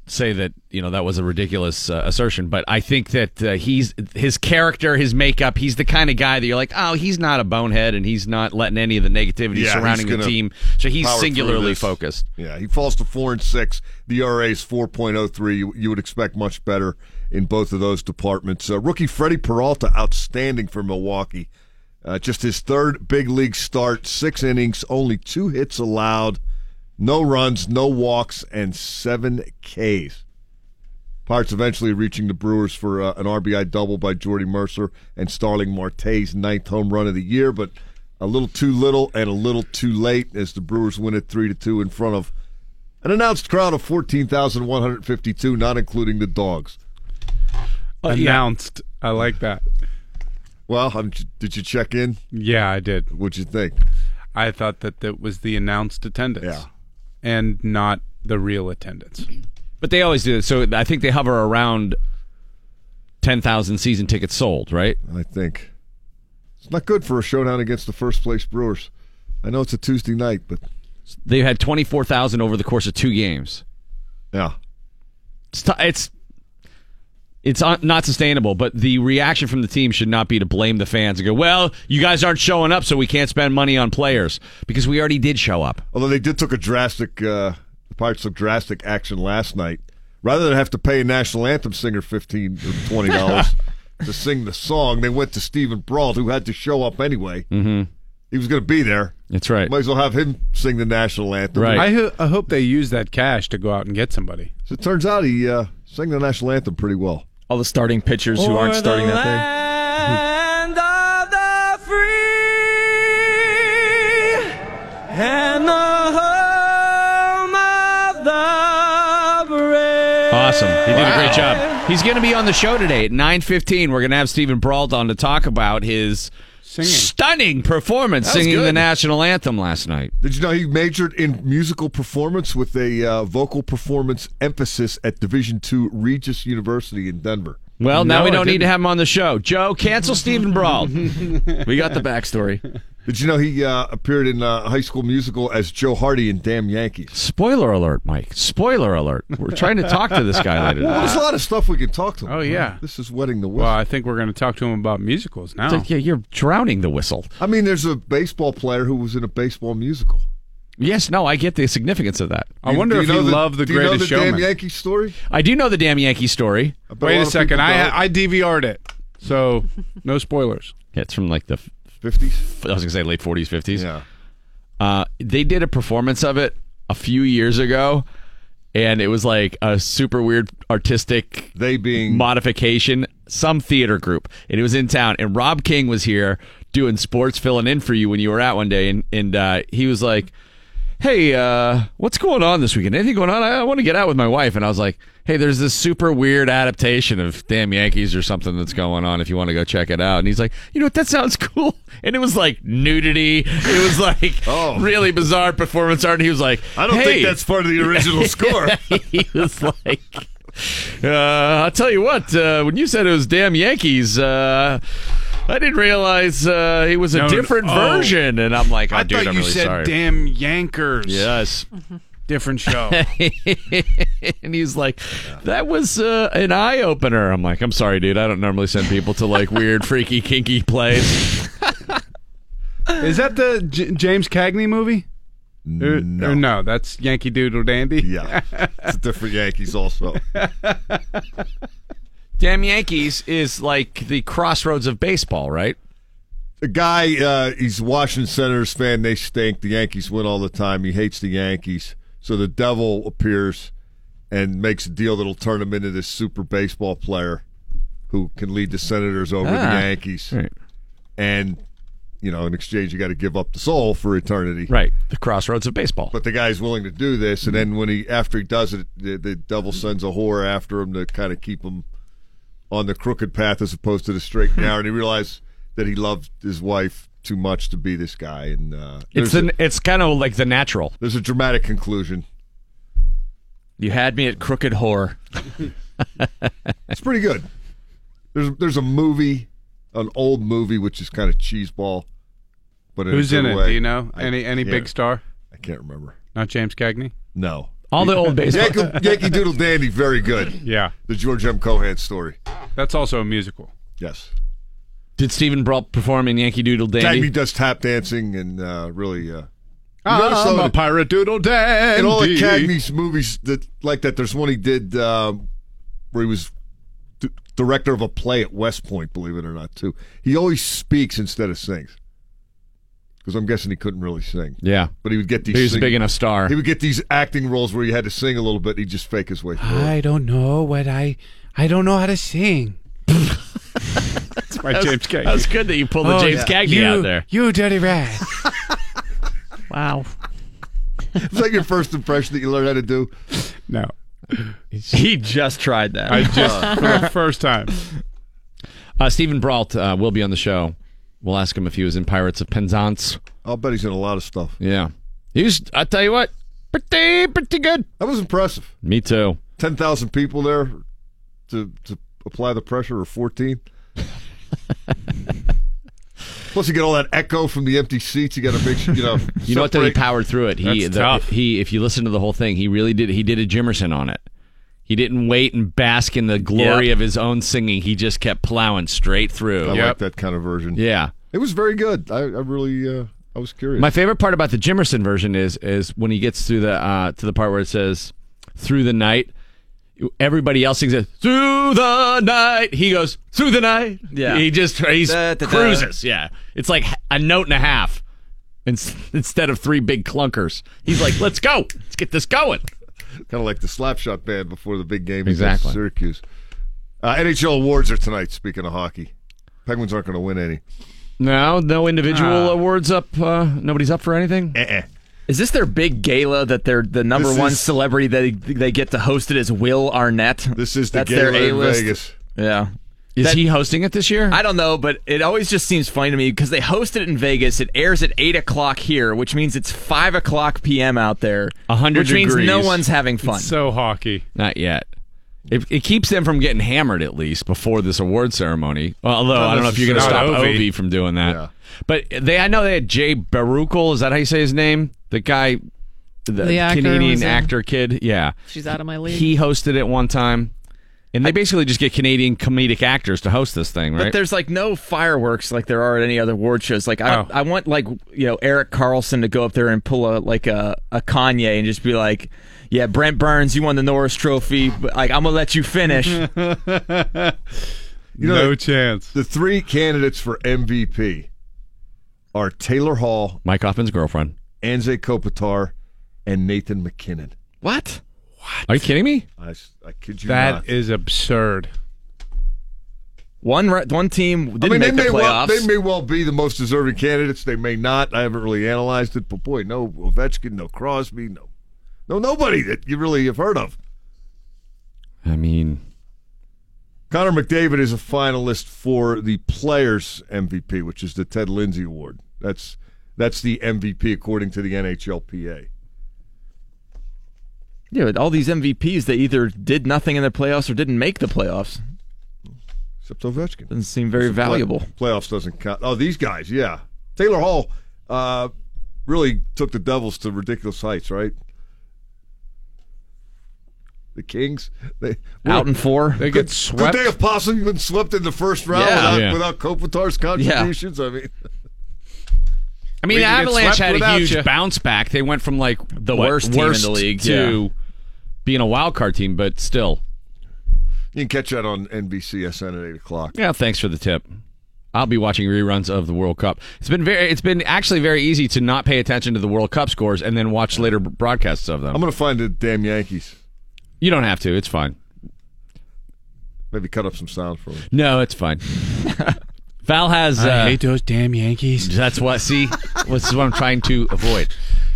S6: say that you know that was a ridiculous uh, assertion, but I think that uh, he's his character, his makeup, he's the kind of guy that you're like, oh, he's not a bonehead, and he's not letting any of the negativity
S8: Yeah,
S6: surrounding
S8: he's
S6: the
S8: gonna
S6: team. So he's
S8: power through
S6: singularly
S8: this.
S6: focused.
S8: Yeah, he falls to four and six. The ERA is four point oh three. You, you would expect much better in both of those departments. Uh, rookie Freddie Peralta, outstanding for Milwaukee. Uh, just his third big league start, six innings, only two hits allowed, no runs, no walks, and seven Ks. Pirates eventually reaching the Brewers for uh, an RBI double by Jordy Mercer and Starling Marte's ninth home run of the year, but a little too little and a little too late as the Brewers win it three to two in front of an announced crowd of fourteen thousand one hundred fifty-two, not including the dogs.
S2: announced. I like that.
S8: Well, how did you, did you check in?
S2: Yeah, I did.
S8: What'd you think?
S2: I thought that that was the announced attendance.
S8: Yeah.
S2: And not the real attendance.
S6: But they always do it. So I think they hover around 10,000 season tickets sold, right?
S8: I think it's not good for a showdown against the first place Brewers. I know it's a Tuesday night, but
S6: They had 24,000 over the course of two games.
S8: yeah,
S6: It's t- it's it's un- not sustainable, but the reaction from the team should not be to blame the fans and go, "Well, you guys aren't showing up, so we can't spend money on players because we already did show up."
S8: Although they did took a drastic, uh, the Pirates took drastic action last night. Rather than have to pay a national anthem singer fifteen or twenty dollars to sing the song, they went to Stephen Brault, who had to show up anyway. Mm-hmm. He was going to be there.
S6: That's right.
S8: Might as well have him sing the national anthem.
S6: Right.
S2: I, ho- I hope they use that cash to go out and get somebody.
S8: So it turns out he uh, sang the national anthem pretty well.
S1: All the starting pitchers who aren't starting that day.
S3: Land of the free and the home of the brave.
S6: Awesome. He did a great job. He's going to be on the show today at 9:15. We're going to have Stephen Brault on to talk about his stunning performance singing the national anthem last night.
S8: Did you know he majored in musical performance with a uh, vocal performance emphasis at Division Two Regis University in Denver?
S6: Well, now we don't need to have him on the show. Joe, cancel Stephen Brault.
S1: We got the backstory.
S8: Did you know he uh, appeared in uh, High School Musical as Joe Hardy in Damn Yankees?
S6: Spoiler alert, Mike. Spoiler alert. We're trying to talk to this guy later.
S8: Well, there's a lot of stuff we could talk to. Him.
S2: Uh, Oh, yeah.
S8: this is wedding the
S2: Well,
S8: whistle.
S2: I think we're going to talk to him about musicals now.
S6: Yeah, you're drowning the whistle.
S8: I mean, there's a baseball player who was in a baseball musical.
S6: Yes, no, Oh, I get the significance of that.
S2: I wonder
S8: do
S2: if
S8: you
S2: he
S8: know
S2: loved the
S8: do you know
S2: greatest
S8: the
S2: showman.
S8: Damn Yankee story.
S6: I do know the damn Yankee story.
S8: I bet
S2: Wait
S8: lot
S2: a
S8: of
S2: second.
S8: people
S2: I
S8: don't.
S2: I DVR'd it, so no spoilers.
S6: It's from like the f-
S8: 50s.
S6: I was gonna say late 40s, 50s.
S8: Yeah,
S6: Uh, they did a performance of it a few years ago, and it was like a super weird artistic
S8: they being
S6: modification, some theater group, and it was in town. And Rob King was here doing sports, filling in for you when you were out one day, and and uh, he was like, "Hey, uh, what's going on this weekend? Anything going on? I, I want to get out with my wife." And I was like, "Hey, there's this super weird adaptation of Damn Yankees or something that's going on. If you want to go check it out." And he's like, "You know what? That sounds cool." And it was like nudity. It was like
S8: Oh.
S6: really bizarre performance art. And he was like,
S8: I don't
S6: "Hey."
S8: think that's part of the original score.
S6: he was like, uh, I'll tell you what, uh, when you said it was damn Yankees, uh, I didn't realize uh, it was a
S2: No,
S6: different
S2: no. Oh.
S6: version. And I'm like, oh,
S2: I
S6: dude,
S2: thought
S6: I'm
S2: you
S6: really
S2: said
S6: sorry.
S2: "damn Yankers."
S6: Yes.
S2: different show.
S6: and he's like, that was uh, an eye opener. I'm like, I'm sorry, dude. I don't normally send people to like weird, freaky, kinky plays.
S2: Is that the J- James Cagney movie? Or- or
S8: no.
S2: Uh, no, that's Yankee Doodle Dandy.
S8: Yeah, it's a different Yankees also.
S6: Damn Yankees is like the crossroads of baseball, right?
S8: The guy, uh, he's a Washington Senators fan. They stink. The Yankees win all the time. He hates the Yankees. So the devil appears and makes a deal that'll turn him into this super baseball player who can lead the Senators over
S6: Ah.
S8: the Yankees. And, you know, in exchange, you got to give up the soul for eternity.
S6: Right. The crossroads of baseball.
S8: But the guy's willing to do this. And then when he, after he does it, the, the devil sends a whore after him to kind of keep him on the crooked path as opposed to the straight and narrow. And he realized that he loved his wife too much to be this guy. And uh,
S6: it's
S8: there's,
S6: an,
S8: a,
S6: it's kind of like the natural.
S8: there's a dramatic conclusion.
S1: You had me at crooked whore.
S8: It's pretty good. There's there's a movie, an old movie which is kind of cheeseball, but in
S2: Who's
S8: a
S2: in
S8: good
S2: it?
S8: way.
S2: Do you know
S8: I
S2: any any big
S8: can't-
S2: star?
S8: I can't remember.
S2: Not James Cagney.
S8: No.
S6: All the old baseball.
S8: Yankee, Yankee Doodle Dandy, very good.
S2: Yeah,
S8: The George M. Cohan story.
S2: that's also a musical.
S8: Yes.
S6: Did Stephen Brault perform in Yankee Doodle
S8: Cagney
S6: Dandy?
S8: does tap dancing and uh, really. Uh, notice
S2: Ah, I'm
S8: though
S2: a
S8: that-
S2: pirate doodle dandy.
S8: in all of Cagney's movies that like that, there's one he did um where he was d- director of a play at West Point. Believe it or not, too. He always speaks instead of sings. because I'm guessing he couldn't really sing.
S6: Yeah.
S8: But he would get these.
S6: He was a
S8: sing-
S6: big enough star.
S8: He would get these acting roles where he had to sing a little bit. He'd just fake his way through. it.
S2: I don't know what I. I don't know how to sing. That's my James K.
S6: That's good that you pulled the James Cagney out there.
S2: Oh, You dirty rat.
S5: Wow.
S8: Is that your first impression that you learned how to do?
S2: No,
S1: He just tried that.
S2: I just for the first time.
S6: Uh, Stephen Brault uh, will be on the show. We'll ask him if he was in Pirates of Penzance.
S8: I'll bet he's in a lot of stuff.
S6: Yeah. He was, I tell you what, pretty, pretty good.
S8: That was impressive.
S6: Me too.
S8: Ten thousand people there to to apply the pressure, or fourteen. Plus, you get all that echo from the empty seats. You got to make sure you know.
S6: You know what? Though he
S8: separate-
S6: powered through it. He,
S2: That's
S6: the-
S2: tough.
S6: He, if you listen to the whole thing, he really did. He did a Jimerson on it. He didn't wait and bask in the glory
S3: Yep.
S6: of his own singing. He just kept plowing straight through.
S8: I
S6: Yeah.
S8: like that kind of version.
S6: Yeah.
S8: It was very good. I, I really, uh, I was curious.
S6: My favorite part about the Jimerson version is is when he gets through the uh, to the part where it says through the night. Everybody else sings it through the night. He goes through the night.
S1: Yeah.
S6: he just he's
S1: Da, da, da.
S6: cruises. Yeah, it's like a note and a half in- instead of three big clunkers. He's like, let's go, let's get this going.
S8: kind of like the slapshot band before the big game against
S6: Exactly.
S8: Syracuse. Uh, NHL awards are tonight. Speaking of hockey, Penguins aren't going to win any.
S6: No, no
S1: Ah.
S6: individual uh, awards up. Uh, nobody's up for anything.
S8: Uh-uh.
S1: Is this their big gala that they're the number
S8: This
S1: one
S8: is-
S1: celebrity that they, they get to host it is Will Arnett?
S8: This is the
S1: That's
S8: gala
S1: their A-list.
S8: in Vegas.
S1: Yeah.
S6: Is
S1: That-
S6: he hosting it this year?
S1: I don't know, but it always just seems funny to me because they host it in Vegas. It airs at eight o'clock here, which means it's five o'clock p.m. out there.
S6: 100
S1: which means no
S6: degrees.
S1: one's having fun.
S2: So hockey.
S6: Not yet. It, it keeps them from getting hammered at least before this award ceremony. Well, although I don't know if you're going to
S2: Not
S6: stop
S2: Ovi.
S6: Ovi from doing that.
S8: Yeah.
S6: But they, I know they had Jay Baruchel. Is that how you say his name? The guy, the,
S5: The actor was
S6: Canadian
S5: in-
S6: actor kid. Yeah,
S5: She's out of my league.
S6: he hosted it one time, and they basically just get Canadian comedic actors to host this thing,
S1: but
S6: right?
S1: there's like no fireworks like there are at any other award shows. Like I,
S2: Oh.
S1: I want like you know Eric Carlson to go up there and pull a like a, a Kanye and just be like, yeah, Brent Burns, you won the Norris Trophy, but like I'm gonna let you finish.
S8: know-
S2: no chance.
S8: The three candidates for MVP are Taylor Hall,
S6: Mike Hoffman's girlfriend.
S8: Anze Kopitar, and Nathan McKinnon.
S1: what?
S6: Are you kidding me?
S8: I, s- I kid you
S2: That
S8: not.
S2: is absurd.
S1: One re- one team didn't
S8: I mean, they
S1: make
S8: may,
S1: the
S8: well,
S1: playoffs.
S8: they may well be the most deserving candidates. They may not. I haven't really analyzed it, but boy, no Ovechkin, no Crosby, no, no nobody that you really have heard of.
S6: I mean,
S8: Connor McDavid is a finalist for the Players MVP, which is the Ted Lindsay Award. That's that's the MVP according to the NHLPA.
S1: Yeah, but all these MVPs that either did nothing in the playoffs or didn't make the playoffs
S8: Except Ovechkin.
S1: doesn't seem very valuable.
S8: Play- playoffs doesn't count. Oh, these guys, yeah. Taylor Hall uh, really took the Devils to ridiculous heights, right? The Kings, they
S1: Out in four.
S2: They get swept.
S8: Could they have possibly been swept in the first round
S1: Yeah.
S8: without,
S6: Yeah.
S8: without Kopitar's contributions? I mean,
S6: I mean,
S2: We
S6: the
S2: can get
S6: Avalanche
S2: swept
S6: had a
S2: without
S6: huge
S2: you.
S6: bounce back. They went from like the what,
S1: worst team in the league,
S6: to being a wild card team, but still.
S8: you can catch that on NBCSN at eight o'clock.
S6: Yeah, thanks for the tip. I'll be watching reruns of the World Cup. It's been very, it's been actually very easy to not pay attention to the World Cup scores and then watch later b- broadcasts of them.
S8: I'm going to find the damn Yankees.
S6: you don't have to. It's fine.
S8: Maybe cut up some sound for them.
S6: No, it's fine. Val has.
S2: I
S6: Uh,
S2: hate those damn Yankees.
S6: that's what. See, this is what I'm trying to avoid.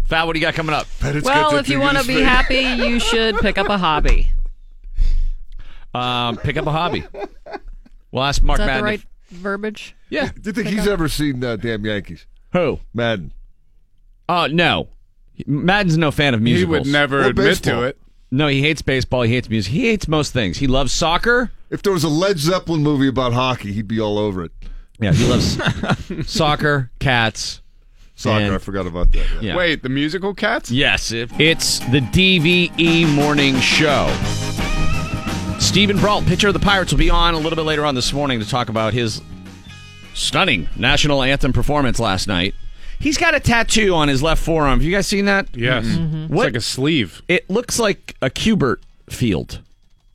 S6: Val, what do you got coming up?
S5: well, if you want to be happy, you should pick up a hobby.
S6: Um, pick up a hobby. We'll ask Mark
S5: Is that
S6: Madden.
S5: the right
S6: if-
S5: verbiage?
S6: yeah.
S8: Do you think he's ever seen uh, damn Yankees?
S6: Who?
S8: Madden.
S6: Uh, no. Madden's no fan of
S2: He
S6: musicals.
S2: would never
S8: Or
S2: admit
S8: baseball.
S2: to it.
S6: No, he hates baseball. He hates music. He hates most things. He loves soccer.
S8: If there was a Led Zeppelin movie about hockey, he'd be all over it.
S6: Yeah, he loves soccer, cats.
S8: Soccer,
S6: And-
S8: I forgot about that. Yeah.
S6: Yeah.
S2: Wait, the musical Cats?
S6: Yes, if- it's the DVE Morning Show. Stephen Brault, pitcher of the Pirates, will be on a little bit later on this morning to talk about his stunning national anthem performance last night. He's got a tattoo on his left forearm. Have you guys seen that?
S2: Yes. It's
S6: What?
S2: like a sleeve.
S6: It looks like a Cubert field.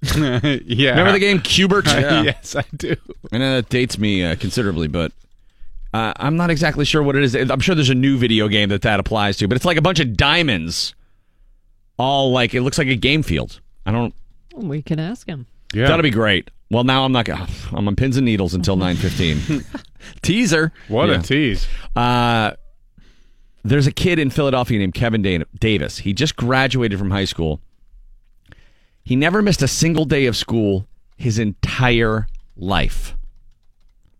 S2: yeah.
S6: Remember the game Cubert?
S2: Yes, I do.
S6: I know that dates me uh, considerably, but Uh, I'm not exactly sure what it is. I'm sure there's a new video game that that applies to, but it's like a bunch of diamonds, all like it looks like a game field. I don't.
S5: We can ask him.
S2: Yeah.
S6: That'll be great. Well, now I'm not. gonna- I'm on pins and needles until 9:15.
S1: Teaser.
S2: What
S6: Yeah.
S2: a tease.
S6: Uh, there's a kid in Philadelphia named Kevin Dan- Davis. He just graduated from high school. He never missed a single day of school his entire life.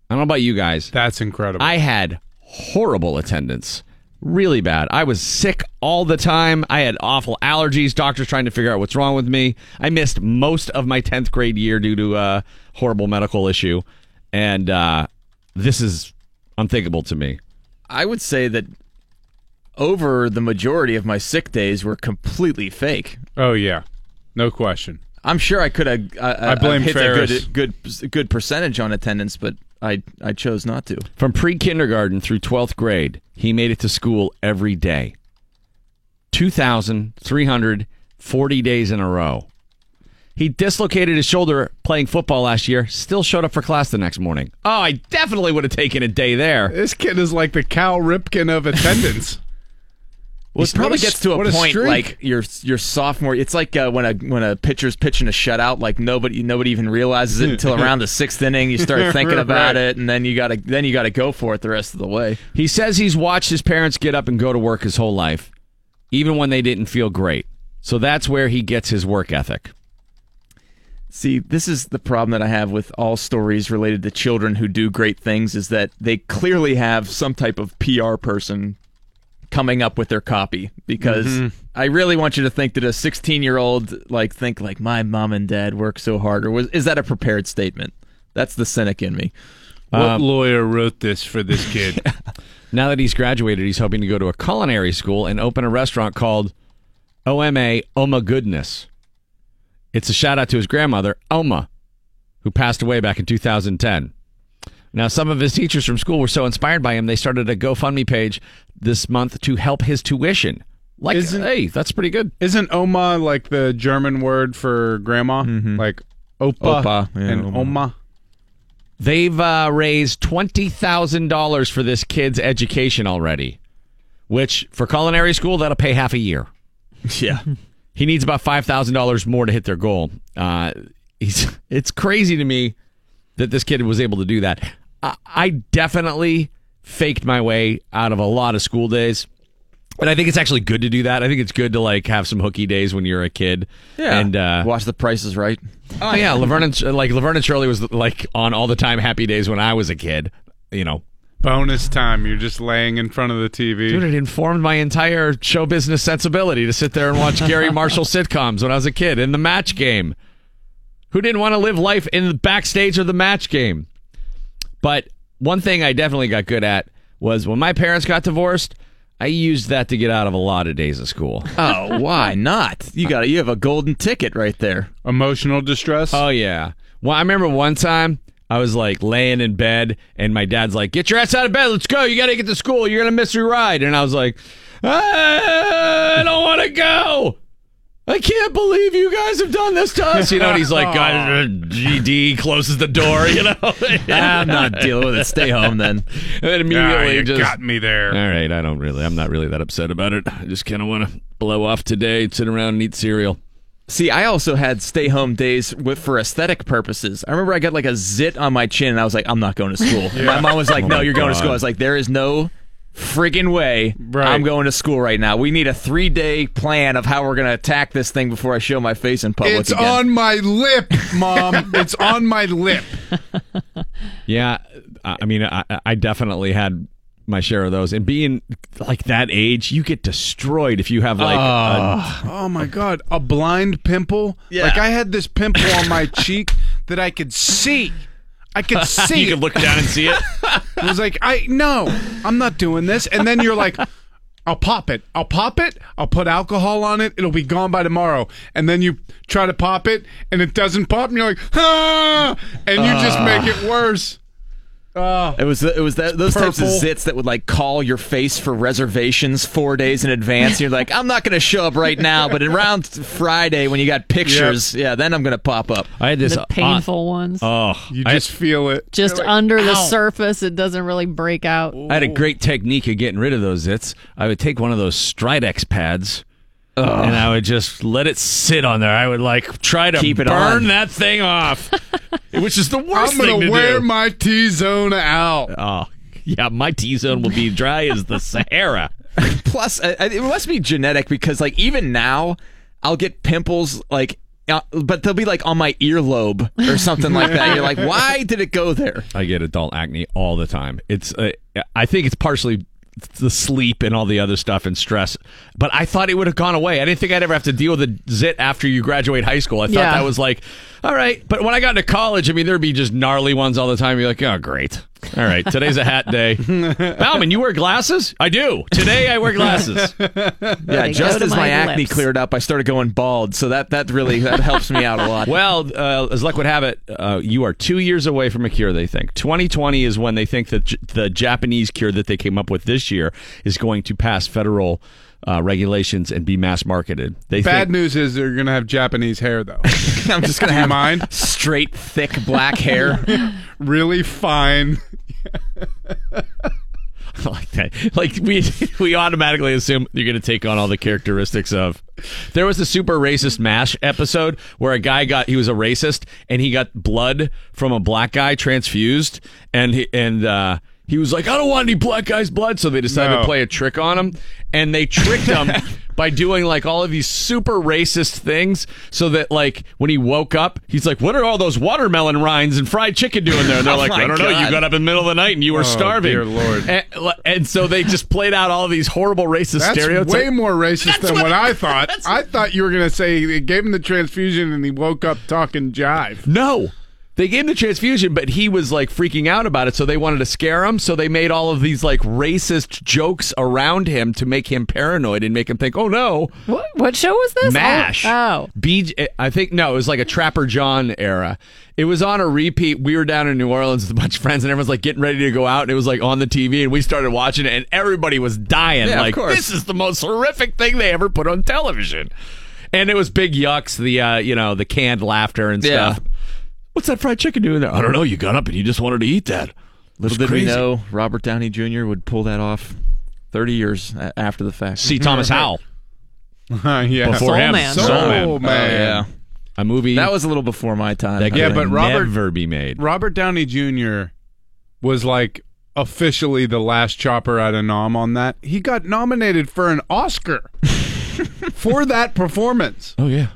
S6: I don't know about you guys.
S2: That's incredible.
S6: I had horrible attendance. Really bad. I was sick all the time. I had awful allergies. Doctors trying to figure out what's wrong with me. I missed most of my 10th grade year due to a horrible medical issue. And uh, this is unthinkable to me.
S1: I would say that over the majority of my sick days were completely fake.
S2: oh yeah, no question.
S1: I'm sure I could have. Uh,
S2: I blame
S1: hit
S2: Ferris.
S1: a good, good, good percentage on attendance, but I, I chose not to.
S6: From pre kindergarten through 12th grade, he made it to school every day. 2,340 days in a row. He dislocated his shoulder playing football last year, still showed up for class the next morning. Oh, I definitely would have taken a day there.
S2: This kid is like the Cal Ripken of attendance.
S1: Well,
S2: He's-
S1: it probably
S2: what a
S1: gets to
S2: s-
S1: a
S2: what a
S1: point
S2: streak.
S1: like your your sophomore. It's like uh, when a when a pitcher's pitching a shutout, like nobody nobody even realizes it until around the sixth inning. You start thinking about
S2: Right.
S1: it, and then you gotta then you gotta go for it the rest of the way.
S6: He says he's watched his parents get up and go to work his whole life, even when they didn't feel great. So that's where he gets his work ethic.
S1: See, this is the problem that I have with all stories related to children who do great things is that they clearly have some type of PR person coming up with their copy because I really want you to think that a 16-year-old like think like my mom and dad work so hard or was is that a prepared statement? That's the cynic in me.
S2: what
S6: um,
S2: lawyer wrote this for this kid?
S6: Now that he's graduated, he's hoping to go to a culinary school and open a restaurant called OMA Oma Goodness. It's a shout out to his grandmother, Oma, who passed away back in 2010. Now, some of his teachers from school were so inspired by him, they started a GoFundMe page this month to help his tuition. Like,
S2: Isn't-
S6: hey, that's pretty good.
S2: Isn't Oma like the German word for grandma?
S6: Mm-hmm.
S2: Like Opa,
S1: Opa, yeah,
S2: and
S1: Oma.
S2: Oma.
S6: They've uh, raised twenty thousand dollars for this kid's education already, which for culinary school that'll pay half a year.
S1: Yeah.
S6: He needs about five thousand dollars more to hit their goal. Uh, he's it's crazy to me that this kid was able to do that. I, I definitely faked my way out of a lot of school days. And I think it's actually good to do that. I think it's good to like have some hooky days when you're a kid. And uh,
S1: watch the prices right.
S6: Oh yeah, Laverne and like Laverne and Shirley was like on all the time happy days when I was a kid. You know,
S2: Bonus time. You're just laying in front of the TV.
S6: dude, it informed my entire show business sensibility to sit there and watch Gary Marshall sitcoms when I was a kid in the Match Game. Who didn't want to live life in the backstage of the Match Game? But one thing I definitely got good at was when my parents got divorced. I used that to get out of a lot of days of school.
S1: Oh, why not? You got you have a golden ticket right there.
S2: Emotional distress.
S6: Oh yeah. Well, I remember one time I was like laying in bed, and my dad's like, "Get your ass out of bed. Let's go. You gotta get to school. You're gonna miss your ride." And I was like, "Ah, "I don't want to go. I can't believe you guys have done this to us." You know, and he's like, uh, "GD closes the door." You know,
S1: I'm not dealing with it. Stay home then.
S6: and then
S2: Ah,
S6: immediately
S2: you
S6: just
S2: got me there.
S6: all right, I don't really. I'm not really that upset about it. I just kind of want to blow off today, sit around and eat cereal.
S1: See, I also had stay home days with for aesthetic purposes. I remember I got like a zit on my chin and I was like, I'm not going to school. My mom was
S2: Oh
S1: like, No, you're going to school. I was like, There is no friggin' way
S2: Right.
S1: I'm going to school right now. We need a three day plan of how we're going to attack this thing before I show my face in public
S2: It's
S1: again.
S2: on my lip, mom. it's on my lip.
S6: Yeah, I I mean, I, I definitely had my share of those. And being like that age, you get destroyed if you have like. a-
S2: Oh my god, a blind pimple?
S1: Yeah.
S2: Like I had this pimple on my cheek that I could see. I could see.
S6: you can look down and see it.
S2: It was like, I no, I'm not doing this. And then you're like, I'll pop it. I'll pop it. I'll put alcohol on it. It'll be gone by tomorrow. And then you try to pop it, and it doesn't pop. And you're like, ah! and you just make it worse.
S1: It was it was that those types of
S2: Purple.
S1: zits that would like call your face for reservations four days in advance. You're like, I'm not going to show up right now, but around Friday when you got pictures, yeah, then I'm going to pop up.
S6: I had this
S5: the painful ones.
S6: Oh,
S2: You
S6: I-
S2: just feel it.
S5: just under the surface, it doesn't really break out.
S6: I had a great technique of getting rid of those zits. I would take one of those Stridex pads. And I would just let it sit on there. I would like try to
S1: Keep it
S6: burn
S1: on.
S6: that thing off, which is the worst
S2: I'm gonna
S6: thing to
S2: wear
S6: do.
S2: my T zone out.
S6: oh, yeah, my T zone will be dry as the Sahara.
S1: Plus, I, I- it must be genetic because like even now, I'll get pimples like. Uh, but they'll be like on my earlobe or something like that. You're like, why did it go there?
S6: I get adult acne all the time. It's uh, I think it's partially the sleep and all the other stuff and stress. But I thought it would have gone away. I didn't think I'd ever have to deal with a zit after you graduate high school. I thought
S5: Yeah.
S6: that was like, all right. But when I got into college, I mean, there'd be just gnarly ones all the time. You're like, oh, great. All right, today's a hat day. Bauman, you wear glasses? I do. Today I wear glasses.
S1: Yeah,
S5: They go
S1: just
S5: to
S1: as my,
S5: my
S1: acne
S5: lips.
S1: cleared up, I started going bald. So that that really that helps me out a lot.
S6: Well, uh, as luck would have it, uh, you are two years away from a cure. They think 2020 is when they think that J- the Japanese cure that they came up with this year is going to pass federal uh, regulations and be mass marketed. They
S2: Bad
S6: think,
S2: news is they're gonna have Japanese hair though.
S1: I'm just gonna
S2: Do you
S1: have
S2: mind?
S1: straight, thick black hair.
S2: really fine.
S6: like that. Like we we automatically assume you're going to take on all the characteristics of. There was a super racist mash episode where a guy got he was a racist and he got blood from a black guy transfused and he, and uh, he was like I don't want any black guy's blood so they decided
S2: No.
S6: to play a trick on him and they tricked him by doing like all of these super racist things so that like when he woke up he's like what are all those watermelon rinds and fried chicken doing there and they're
S1: Oh
S6: like
S1: my
S6: I don't know you
S1: God.
S6: got up in the middle of the night and you were starving
S2: Oh, dear Lord.
S6: and, and so they just played out all of these horrible racist
S2: That's
S6: stereotypes.
S2: way more racist than what, I thought. I thought you were gonna say they gave him the transfusion and he woke up talking jive.
S6: no. They gave him the transfusion, but he was like freaking out about it, so they wanted to scare him. So they made all of these like racist jokes around him to make him paranoid and make him think, "Oh no,
S5: What, what show was this?
S6: Mash.
S5: Oh,
S6: BJ, I think no, it was like a Trapper John era. It was on a repeat. We were down in New Orleans with a bunch of friends, and everyone's like getting ready to go out, and it was like on the TV, and we started watching it, and everybody was dying.
S1: Yeah, of
S6: like
S1: course.
S6: this is the most horrific thing they ever put on television, and it was big yucks. The uh, you know the canned laughter and
S1: Yeah.
S6: stuff. What's that fried chicken doing there? I don't know. You got up and you just wanted to eat that. Little
S1: Did we know Robert Downey Jr. would pull that off 30 years a- after the fact?
S6: See Thomas Howell
S2: yeah.
S6: before
S5: Soul
S6: him.
S5: Man.
S2: Soul
S5: Soul
S2: Man.
S6: Man. Oh, A movie
S1: Oh, That was a little before my time.
S6: that
S1: I
S2: Yeah,
S6: could
S1: think.
S2: but Robert-
S6: never be made.
S2: Robert Downey Jr. was like officially the last chopper at a nom on that. He got nominated for an Oscar for that performance.
S6: Oh yeah,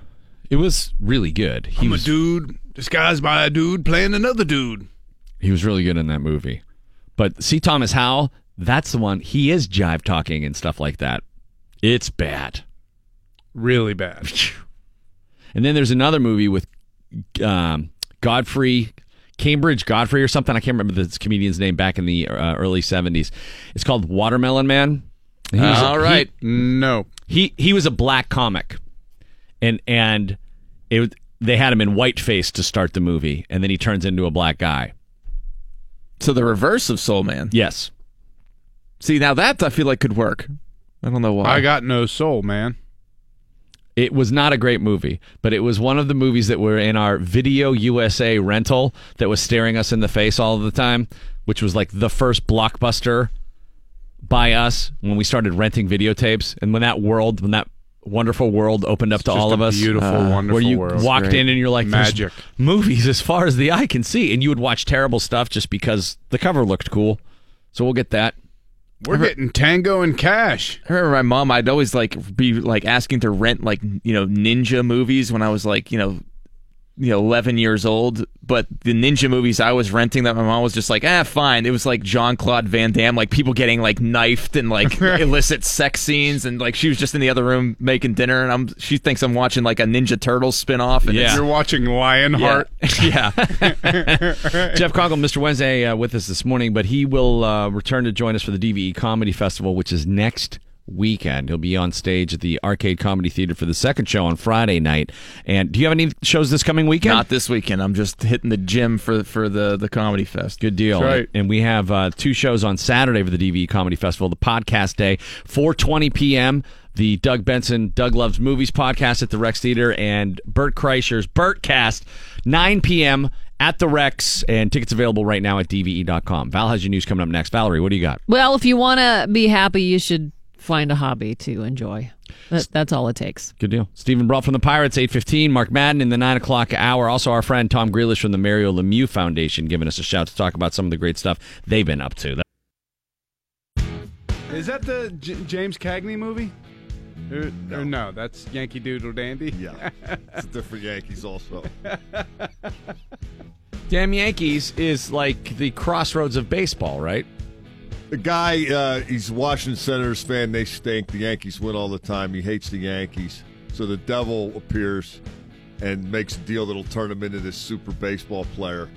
S6: it was really good. He
S2: I'm a
S6: was
S2: dude disguised by a dude playing another dude.
S6: he was really good in that movie. But see Thomas Howell, that's the one. He is jive talking and stuff like that. It's bad.
S2: Really bad.
S6: And then there's another movie with um, Godfrey, Cambridge Godfrey or something. I can't remember this comedian's name back in the uh, early 70s. It's called Watermelon Man. He was-
S1: All right.
S2: No.
S6: he he was a black comic, and and it was- they had him in whiteface to start the movie, and then he turns into a black guy.
S1: So the reverse of Soul Man.
S6: Yes.
S1: See, now that I feel like could work. I don't know why.
S2: I got no soul, man.
S6: It was not a great movie, but it was one of the movies that were in our Video USA rental that was staring us in the face all the time, which was like the first blockbuster by us when we started renting videotapes. And when that world, when that wonderful world opened up to all
S2: Just
S6: of
S2: a
S6: us,
S2: Beautiful,
S6: where
S2: wonderful
S6: you
S2: world.
S6: walked in and you're like, "There's
S2: Magic.
S6: movies as far as the eye can see. And you would watch terrible stuff just because the cover looked cool. So we'll get that.
S2: We're getting tango and cash.
S1: I remember my mom. I'd always like be like asking to rent like you know ninja movies when I was like you know you know eleven years old. But the ninja movies I was renting that my mom was just like ah fine. It was like Jean Claude Van Damme, like people getting like knifed and like illicit sex scenes, and like she was just in the other room making dinner, and I'm she thinks I'm watching like a Ninja Turtles spinoff. And
S6: Yeah.
S1: it's-
S2: You're watching Lionheart.
S6: Yeah. Jeff Conkle, Mr. Wednesday, uh, with us this morning, but he will uh, return to join us for the DVE Comedy Festival, E which is next weekend. He'll be on stage at the Arcade Comedy Theater for the second show on Friday night. And do you have any shows this coming weekend?
S1: Not this weekend. I'm just hitting the gym for for the the comedy fest.
S6: Good deal.
S2: That's right.
S6: And we have uh, two shows on Saturday for the DVE Comedy Festival, the podcast day, 4.20 p.m., the Doug Benson, Doug Loves Movies podcast at the Rex Theater, and Bert Kreischer's Bertcast, 9 p.m. at the Rex, and tickets available right now at DVE.com. Val has your news coming up next. Valerie, what do you got?
S5: Well, if you want to be happy, you should find a hobby to enjoy. That, that's all it takes.
S6: Good deal. Stephen Brought from the Pirates, 8.15. Mark Madden in the 9 o'clock hour. Also our friend Tom Grealish from the Mario Lemieux Foundation giving us a shout to talk about some of the great stuff they've been up to.
S2: Is that the J- James Cagney movie? Or, no. or no, that's Yankee Doodle Dandy.
S8: Yeah, it's a different Yankees also.
S6: Damn Yankees is like the crossroads of baseball, right?
S8: The guy, uh, he's a Washington Senators fan. They stink. The Yankees win all the time. He hates the Yankees. So the devil appears and makes a deal that'll turn him into this super baseball player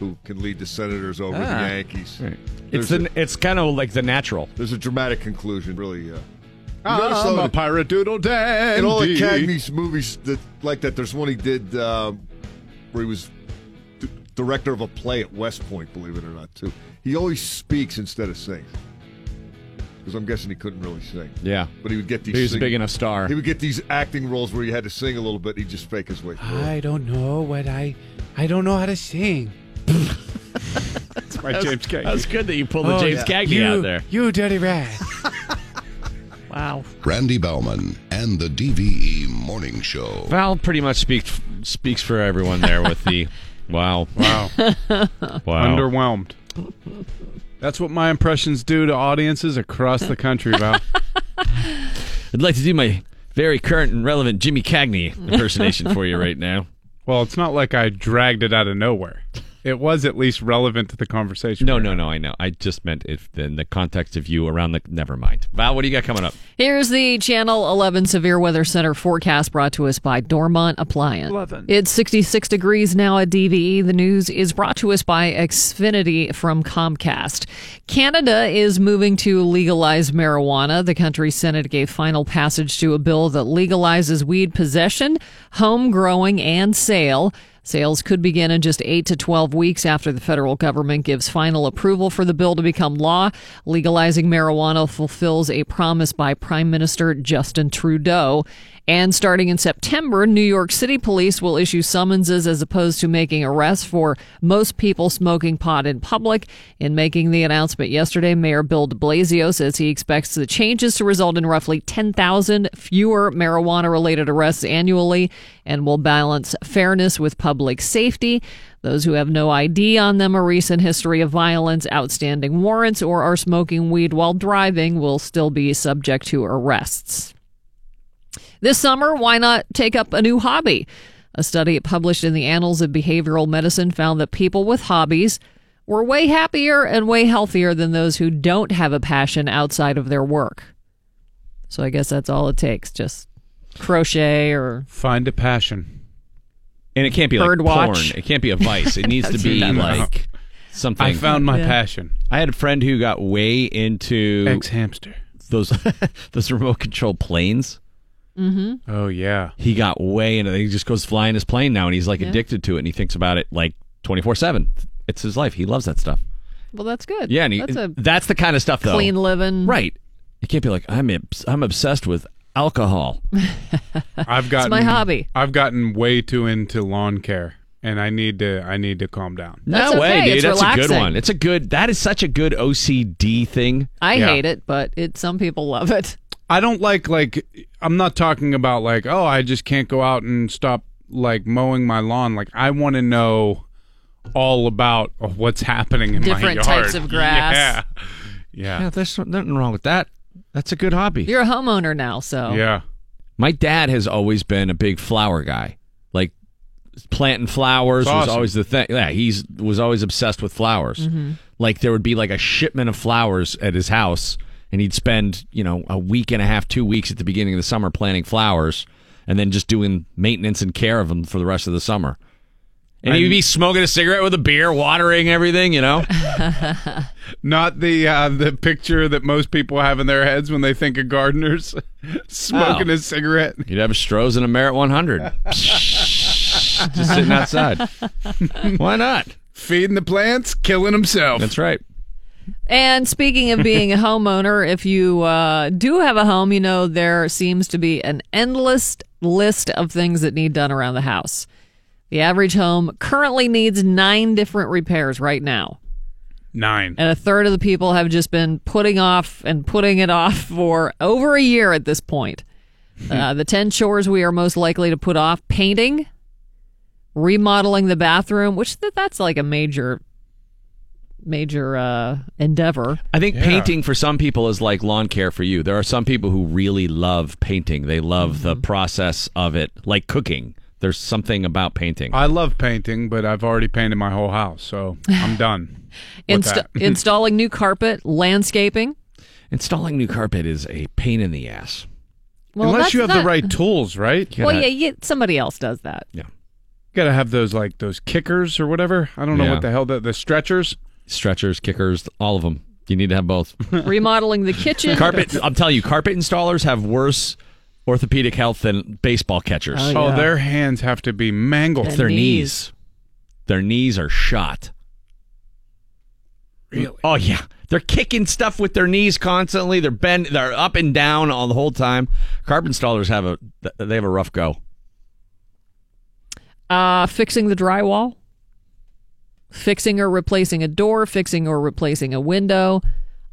S8: who can lead the Senators over
S1: Ah.
S8: the Yankees.
S6: It's
S8: There's,
S6: the,
S8: a,
S6: it's kind of like the natural.
S8: there's a dramatic conclusion, really. Uh,
S2: I'm a pirate doodle dandy.
S8: in all the Cagney's movies that like that, there's one he did uh, where he was d- director of a play at West Point. Believe it or not, too. He always speaks instead of sings because I'm guessing he couldn't really sing.
S6: Yeah.
S8: But he would get these.
S6: He was a
S8: sing-
S6: big enough star.
S8: He would get these acting roles where he had to sing a little bit. He'd just fake his way through. it.
S2: I don't know what I. I don't know how to sing. That's my James Cagney.
S6: That's good that you pulled the James Cagney out there.
S2: Oh, You dirty rat.
S5: Wow.
S4: Randy Bauman and the DVE Morning Show.
S6: Val pretty much speaks speaks for everyone there with the wow,
S2: Wow.
S6: wow.
S2: Underwhelmed. That's what my impressions do to audiences across the country, Val.
S6: I'd like to do my very current and relevant Jimmy Cagney impersonation for you right now.
S2: well, it's not like I dragged it out of nowhere. It was at least relevant to the conversation.
S6: No, no, no. I know. I just meant if in the context of you around the. Never mind. Val, what do you got coming up?
S5: Here's the Channel 11 Severe Weather Center forecast brought to us by Dormont Appliance.
S1: 11.
S5: It's 66 degrees now at DVE. The news is brought to us by Xfinity from Comcast. Canada is moving to legalize marijuana. The country's Senate gave final passage to a bill that legalizes weed possession, home growing, and sale. Sales could begin in just 8 to 12 weeks after the federal government gives final approval for the bill to become law. Legalizing marijuana fulfills a promise by Prime Minister Justin Trudeau. And starting in September, New York City police will issue summonses as opposed to making arrests for most people smoking pot in public. In making the announcement yesterday, Mayor Bill de Blasio says he expects the changes to result in roughly 10,000 fewer marijuana related arrests annually and will balance fairness with public safety. Those who have no ID on them, a recent history of violence, outstanding warrants, or are smoking weed while driving will still be subject to arrests. This summer, why not take up a new hobby? A study published in the Annals of Behavioral Medicine found that people with hobbies were way happier and way healthier than those who don't have a passion outside of their work. So I guess that's all it takes just crochet or
S2: Find a passion.
S6: And it can't be like
S5: Birdwatch.
S6: porn. It can't be a vice. It needs to be
S2: No.
S6: like something.
S2: I found my passion.
S6: I had a friend who got way into
S2: Ex hamster.
S6: those those remote control planes.
S5: Mm-hmm.
S2: Oh yeah.
S6: He got way into. He just goes flying his plane now, and he's like addicted to it, and he thinks about it like twenty four seven. It's his life. He loves that stuff.
S5: well that's good.
S6: Yeah, and he,
S5: that's a
S6: that's the kind of stuff though.
S5: clean living.
S6: right? It can't be like I'm obs- I'm obsessed with alcohol.
S2: I've gotten
S5: my hobby.
S2: I've gotten way too into lawn care, and I need to I need to calm down.
S6: No
S5: That's
S6: way,
S5: okay.
S6: dude.
S5: It's
S6: that's a
S5: relaxing.
S6: good one. It's a good. That is such a good OCD thing.
S5: I
S2: Yeah.
S5: hate it, but it some people love it.
S2: I don't like like I'm not talking about like oh I just can't go out and stop like mowing my lawn. Like I want to know all about what's happening in my yard.
S5: Different types of grass.
S2: Yeah. Yeah.
S6: Yeah, there's nothing wrong with that. That's a good hobby.
S5: You're a homeowner now, so
S2: Yeah.
S6: My dad has always been a big flower guy. Like planting flowers
S2: That's
S6: was
S2: awesome.
S6: always the thing. Yeah, he's was always obsessed with flowers. Like there would be like a shipment of flowers at his house, and he'd spend you know a week and a half, two weeks at the beginning of the summer planting flowers, and then just doing maintenance and care of them for the rest of the summer. And he'd be smoking a cigarette with a beer, watering everything, you know.
S2: Not the uh, the picture that most people have in their heads when they think of gardeners smoking
S6: Oh.
S2: a cigarette.
S6: You'd have Strohs and a Merit 100. Just sitting outside. Why not?
S2: feeding the plants, killing himself.
S6: That's right.
S5: And speaking of being a homeowner, if you uh, do have a home, you know there seems to be an endless list of things that need done around the house. The average home currently needs nine different repairs right now.
S2: Nine.
S5: And a third of the people have just been putting off and putting it off for over a year at this point. Uh, the 10 chores we are most likely to put off painting, remodeling the bathroom, which th- that's like a major, major uh, endeavor.
S6: I think painting for some people is like lawn care for you. There are some people who really love painting. They love
S2: Mm-hmm.
S6: the process of it, like cooking. There's something about painting.
S2: I love painting, but I've already painted my whole house, so I'm done. with
S5: Insta-
S2: that.
S5: installing new carpet, landscaping.
S6: Installing new carpet is a pain in the ass.
S5: Well,
S2: Unless
S5: that's
S2: you have
S5: not-
S2: the right tools, right? You
S5: Well, yeah, yeah, somebody else does that.
S2: gotta have those like those kickers or whatever. I don't know
S6: Yeah.
S2: what the hell that the stretchers.
S6: Stretchers, kickers, all of them. You need to have both.
S5: Remodeling the kitchen.
S6: carpet, I'm telling you, carpet installers have worse orthopedic health than baseball catchers.
S5: Oh, yeah.
S2: Oh, their hands have to be mangled.
S5: And
S6: Their
S5: knees.
S6: knees. Their knees are shot.
S2: Really?
S6: Oh yeah. They're kicking stuff with their knees constantly. They're bend they're up and down all the whole time. Carpet installers have a th- they have a rough go.
S5: Uh, fixing the drywall, fixing or replacing a door, fixing or replacing a window,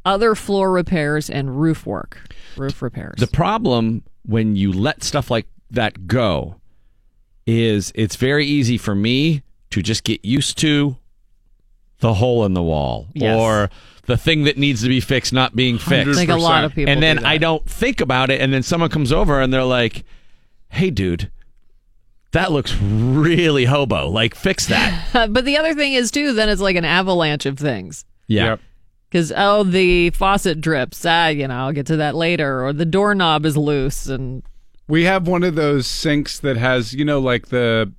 S5: other floor repairs, and roof work. Roof repairs.
S6: The problem when you let stuff like that go is it's very easy for me to just get used to the hole in the wall
S5: Yes.
S6: or the thing that needs to be fixed not being
S5: I
S6: fixed.
S5: think a lot of people.
S6: and then
S5: do that.
S6: I don't think about it. And then someone comes over and they're like, "Hey, dude, that looks really hobo. Like, fix that."
S5: but the other thing is too. Then it's like an avalanche of things.
S6: yeah.
S2: Yep.
S5: Because oh, the faucet drips. Ah, you know, I'll get to that later. Or the doorknob is loose, and
S2: We have one of those sinks that has, you know, like the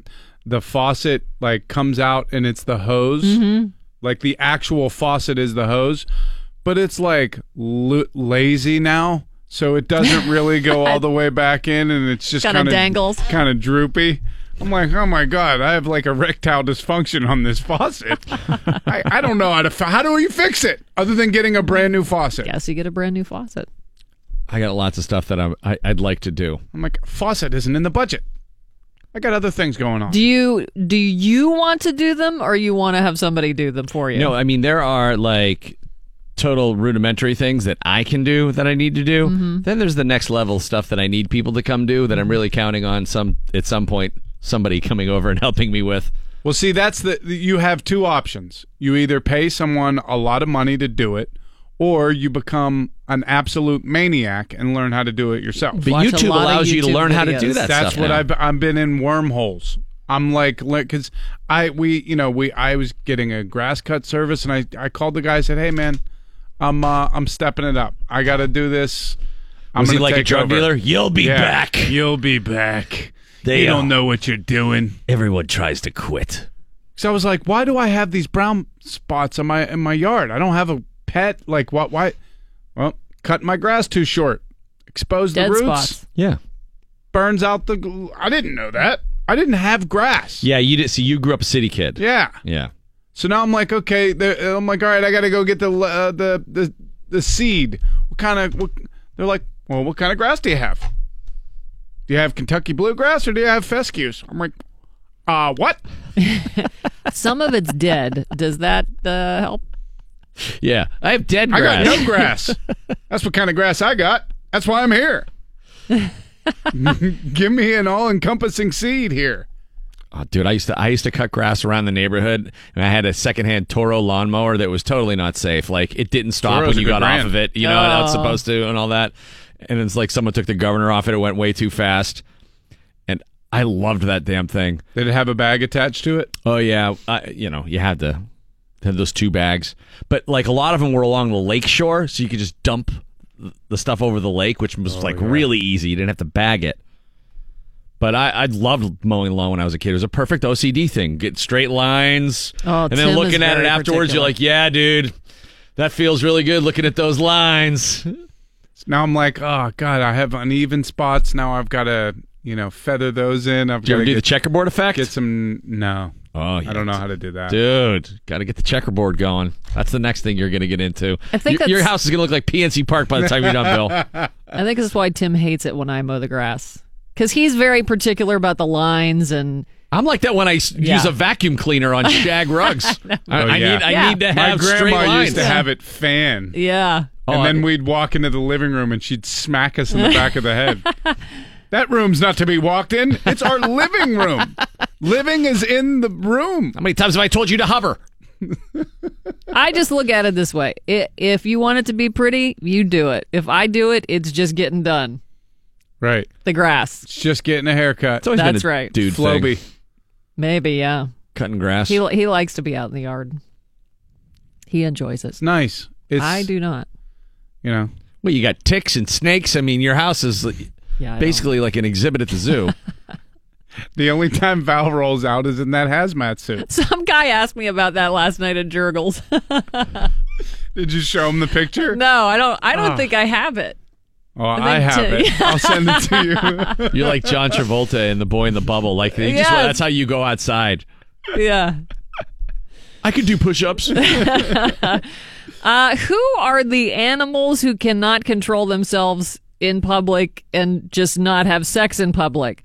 S2: the faucet like comes out and it's the hose.
S5: Mm-hmm.
S2: Like the actual faucet is the hose, but it's like l- lazy now, so it doesn't really go all the way back in, and it's just
S5: Kinda
S2: kind of
S5: dangles.
S2: kind of droopy. I'm like, oh my god, I have like erectile dysfunction on this faucet. I, I don't know how to. F- how do you fix it other than getting a brand new faucet?
S5: yes, you get a brand new faucet.
S6: I got lots of stuff that I'm, I, I'd like to do.
S2: I'm like, faucet isn't in the budget. I got other things going on.
S5: Do you do you want to do them, or you want to have somebody do them for you?
S6: No, I mean there are like total rudimentary things that I can do that I need to do.
S5: Mm-hmm.
S6: Then there's the next level stuff that I need people to come do that I'm really counting on some at some point somebody coming over and helping me with.
S2: Well, see, that's the you have two options. You either pay someone a lot of money to do it, or you become an absolute maniac and learn how to do it yourself.
S6: But
S5: Watch a
S6: YouTube
S5: lot of
S6: allows you to
S5: YouTube
S6: learn how to do
S5: videos.
S6: that.
S2: that's
S6: stuff
S2: what
S6: now.
S2: I've I've been in wormholes. I'm like because I we you know we I was getting a grass cut service and I I called the guy I said hey man I'm uh, I'm stepping it up I got to do this. I'm
S6: Was he
S2: gonna
S6: like a
S2: take
S6: drug
S2: over."
S6: dealer? You'll be
S2: Yeah.
S6: back.
S2: You'll be back.
S6: They
S2: you
S6: are.
S2: don't know what you're doing.
S6: Everyone tries to quit.
S2: So I was like, why do I have these brown spots on my in my yard? I don't have a pet. Like what? Why? Well, cut my grass too short, exposed
S5: dead
S2: the roots,
S5: spots.
S6: Yeah.
S2: burns out the. gl- I didn't know that. I didn't have grass.
S6: Yeah, you did see you grew up a city kid.
S2: Yeah.
S6: Yeah.
S2: So now I'm like, okay. the- I'm like, all right. I got to go get the uh, the the the seed. What kind of? What, they're like, well, what kind of grass do you have? Do you have Kentucky bluegrass or do you have fescues? I'm like, uh, what?
S5: Some of it's dead. Does that uh, help?
S6: Yeah. I have dead
S2: I got
S6: grass.
S2: no grass. That's what kind of grass I got. That's why I'm here. Give me an all-encompassing seed here.
S6: Oh, dude, I used to I used to cut grass around the neighborhood, and I had a secondhand Toro lawnmower that was totally not safe. Like it didn't stop
S2: Toro's
S6: when
S2: a
S6: you
S2: good
S6: got off
S2: brand.
S6: of it, you know, and it's supposed to, and all that. And it's like someone took the governor off it; it went way too fast. And I loved that damn thing.
S2: Did it have a bag attached to it?
S6: Oh yeah, I, you know, you had to have those two bags, but like a lot of them were along the lake shore, so you could just dump
S2: Oh,
S6: the stuff over the lake, which was like really easy. You didn't have to bag it. But I, I loved mowing the lawn when I was a kid. It was a perfect OCD thing. Get straight lines,
S5: Oh,
S6: and then
S5: Tim is
S6: looking at it
S5: very
S6: afterwards,
S5: particular.
S6: you're like, "Yeah, dude, that feels really good." Looking at those lines,
S2: Now I'm like, oh god, I have uneven spots. Now I've got to, you know, feather those in. I've
S6: do you
S2: got
S6: ever
S2: to
S6: do the
S2: get,
S6: checkerboard effect?
S2: get some. No,
S6: oh, yeah.
S2: I don't know how to do that.
S6: Dude, got to get the checkerboard going. That's the next thing you're going to get into.
S5: I think
S6: your, your
S5: that's-
S6: house is going to look like PNC Park by the time you're done, Bill.
S5: I think that's why Tim hates it when I mow the grass because he's very particular about the lines and
S6: I'm like that when I s-
S5: Yeah.
S6: use a vacuum cleaner on shag rugs. I, I
S2: Oh, yeah.
S6: need I
S5: Yeah.
S6: need to
S2: My
S6: have straight
S2: grandma
S6: lines.
S2: used to have it fan,
S5: yeah.
S6: Oh,
S2: and then
S6: I-
S2: we'd walk into the living room, and she'd smack us in the back of the head. That room's not to be walked in. It's our living room. Living is in the room.
S6: How many times have I told you to hover?
S5: I just look at it this way: I if you want it to be pretty, you do it. If I do it, it's just getting done.
S2: Right.
S5: The grass,
S2: It's just getting a haircut.
S6: always
S5: That's right.
S6: dude. thing.
S2: Floby.
S5: maybe yeah.
S6: cutting grass.
S5: He he likes to be out in the yard. He enjoys it.
S2: It's nice. It's
S5: I do not.
S2: You know.
S6: well, you got ticks and snakes. I mean, your house is
S5: Yeah, I don't.
S6: basically like an exhibit at the zoo.
S2: The only time Val rolls out is in that hazmat suit.
S5: Some guy asked me about that last night at Jurgles.
S2: Did you show him the picture?
S5: no, I don't. I don't think I have it.
S2: Oh, I,
S5: think
S2: have
S5: to-
S2: it. I'll send it to you.
S6: You're like John Travolta in The Boy in the Bubble. Like they just,
S5: Yes.
S6: that's how you go outside.
S5: Yeah.
S6: I could do push-ups.
S5: Uh, who are the animals who cannot control themselves in public and just not have sex in public?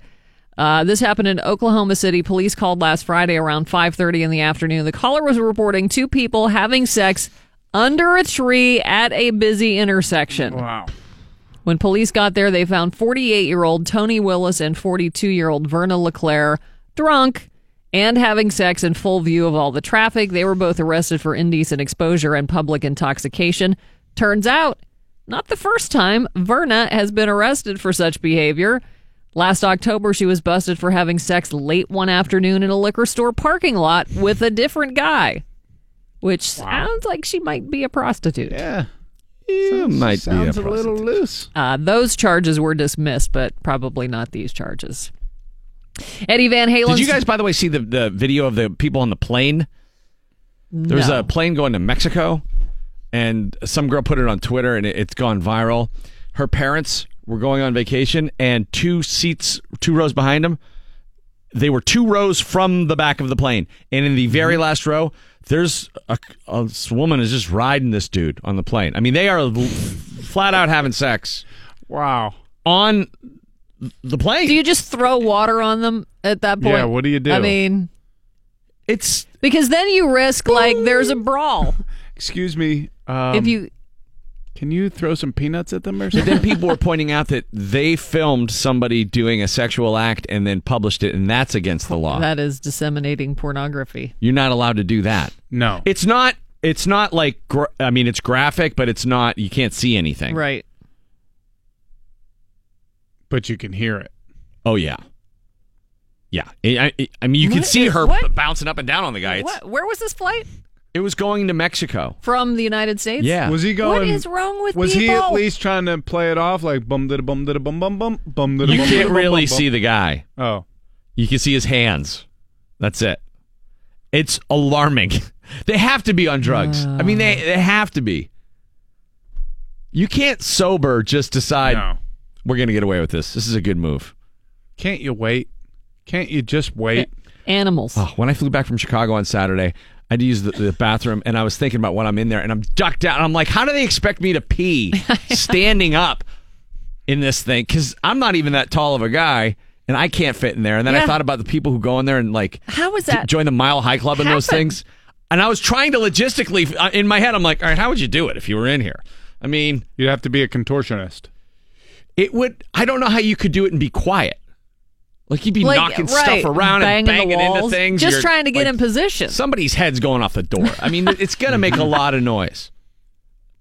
S5: Uh, this happened in Oklahoma City. Police called last Friday around 5:30 in the afternoon. The caller was reporting two people having sex under a tree at a busy intersection.
S2: wow.
S5: When police got there, they found 48 year old Tony Willis and 42 year old Verna LeClaire drunk and having sex in full view of all the traffic. They were both arrested for indecent exposure and public intoxication. Turns out, not the first time Verna has been arrested for such behavior. Last October, she was busted for having sex late one afternoon in a liquor store parking lot with a different guy, which sounds like she might be a prostitute.
S6: you might
S2: Sounds a, little loose.
S5: Uh, those charges were dismissed, but probably not these charges. Eddie Van Halen.
S6: Did you guys, by the way, see the, the video of the people on the plane? There was a plane going to Mexico, and some girl put it on Twitter, and it, it's gone viral. Her parents were going on vacation, and two seats, two rows behind them, they were two rows from the back of the plane. And in the very last row, there's a, a- this woman is just riding this dude on the plane. I mean, they are l- flat out having sex
S2: Wow.
S6: on the plane.
S5: Do you just throw water on them at that point?
S2: Yeah, what do you do?
S5: I mean,
S6: it's
S5: because then you risk like there's a brawl
S2: Excuse me. Um,
S5: if you.
S2: can you throw some peanuts at them or
S6: But
S2: something?
S6: then people were pointing out that they filmed somebody doing a sexual act and then published it, and that's against the
S2: Ah.
S6: law.
S5: That is disseminating pornography.
S6: You're not allowed to do that.
S2: no.
S6: It's not. It's not like. Gra- I mean, it's graphic, but it's not. You can't see anything.
S5: Right.
S2: but you can hear it.
S6: Oh yeah. Yeah. I, I, I mean, you can
S5: What
S6: see
S5: is-
S6: her
S5: what?
S6: bouncing up and down on the guy. It's-
S5: What? Where was this flight
S6: It was going to Mexico.
S5: from the United States?
S6: Yeah.
S2: Was he going?
S5: What is wrong with
S2: was
S5: people?
S2: he at least trying to play it off like bum da bum da bum bum bum bum da
S6: you can't really see the guy.
S2: Oh,
S6: You can see his hands. That's it. It's alarming. They have to be on drugs. I mean, they, they have to be. You can't sober just decide
S2: no.
S6: we're going to get away with this. This is a good move.
S2: Can't you wait? Can't you just wait?
S5: Animals.
S6: Oh, when I flew back from Chicago on Saturday, I had to use the, the bathroom and I was thinking about when I'm in there and I'm ducked out. I'm like, how do they expect me to pee standing up in this thing? Because I'm not even that tall of a guy and I can't fit in there. And then I
S5: Yeah.
S6: thought about the people who go in there and like,
S5: How was
S6: to
S5: that?
S6: join the mile high club and those
S5: happen?
S6: things and i was trying to logistically uh, in my head i'm like all right how would you do it if you were in here i mean
S2: You'd have to be a contortionist.
S6: it would i don't know how you could do it and be quiet like you'd be
S5: Like,
S6: knocking
S5: right,
S6: stuff around
S5: banging,
S6: and banging
S5: the walls,
S6: into things
S5: Just
S6: You're,
S5: trying to get
S6: like,
S5: in position.
S6: somebody's head's going off the door i mean it's gonna make a lot of noise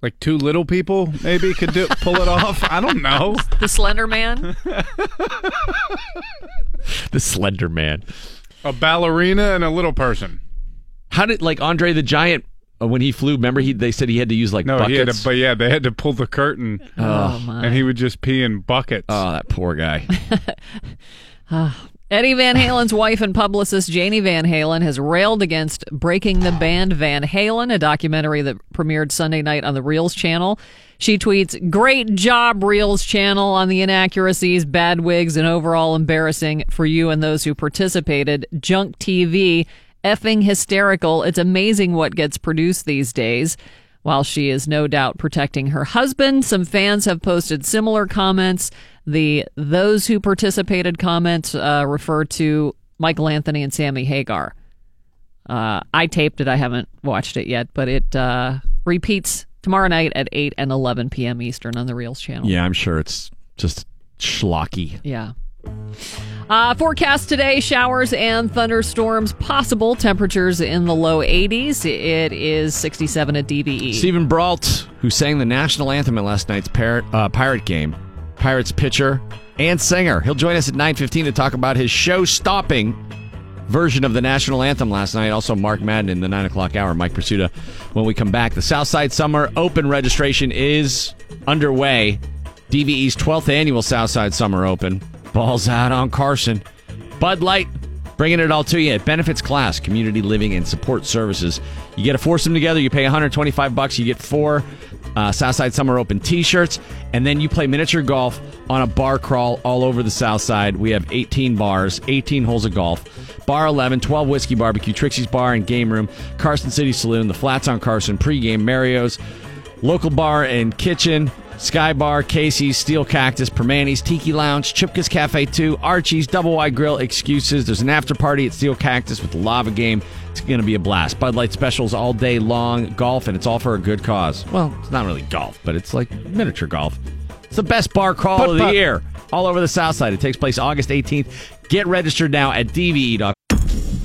S2: Like two little people maybe could do pull it off. I don't know.
S5: the Slender Man.
S6: the slender man
S2: A ballerina and a little person.
S6: how did like andre the giant uh, when he flew remember he they said he had to use like
S2: No,
S6: buckets
S2: he had to, but yeah, they had to pull the curtain,
S5: oh my.
S2: and he would just pee in buckets.
S6: oh that poor guy
S5: Eddie Van Halen's wife and publicist Janie Van Halen has railed against breaking the band Van Halen, a documentary that premiered Sunday night on the Reels channel. She tweets, Great job, Reels channel, on the inaccuracies, bad wigs, and overall embarrassing for you and those who participated. Junk TV, effing hysterical. It's amazing what gets produced these days. While she is no doubt protecting her husband, some fans have posted similar comments. The those who participated comments uh, refer to Michael Anthony and Sammy Hagar. Uh, I taped it. I haven't watched it yet, but it uh, repeats tomorrow night at 8 and 11 p.m. Eastern on the Reels channel.
S6: Yeah, I'm sure it's just schlocky.
S5: Yeah. Uh, forecast today showers and thunderstorms possible. Temperatures in the low 80s. It is 67 at E. DVE.
S6: Stephen Brault, who sang the national anthem at last night's Pirate, uh, Pirate game, Pirates pitcher and singer. He'll join us at 9.15 to talk about his show-stopping version of the national anthem last night. Also, Mark Madden in the 9 o'clock hour. Mike Pursuta when we come back. The Southside Summer Open registration is underway. DVE's 12th annual Southside Summer Open. Balls out on Carson. Bud Light bringing it all to you. It benefits class, community living, and support services. You get to force them together. You pay 125 bucks. You get four uh, Southside Summer Open T-shirts, and then you play miniature golf on a bar crawl all over the South Side. We have 18 bars, 18 holes of golf, Bar 11, 12 Whiskey Barbecue, Trixie's Bar and Game Room, Carson City Saloon, the Flats on Carson, pregame Mario's, local bar and kitchen. Sky Bar, Casey's, Steel Cactus, Permanis, Tiki Lounge, Chipka's Cafe 2, Archie's, Double Wide Grill, Excuses. There's an after party at Steel Cactus with the Lava Game. It's going to be a blast. Bud Light specials all day long, golf, and it's all for a good cause. Well, it's not really golf, but it's like miniature golf. It's the best bar crawl of the year all over the South Side. It takes place August 18th. Get registered now at E DVE.com.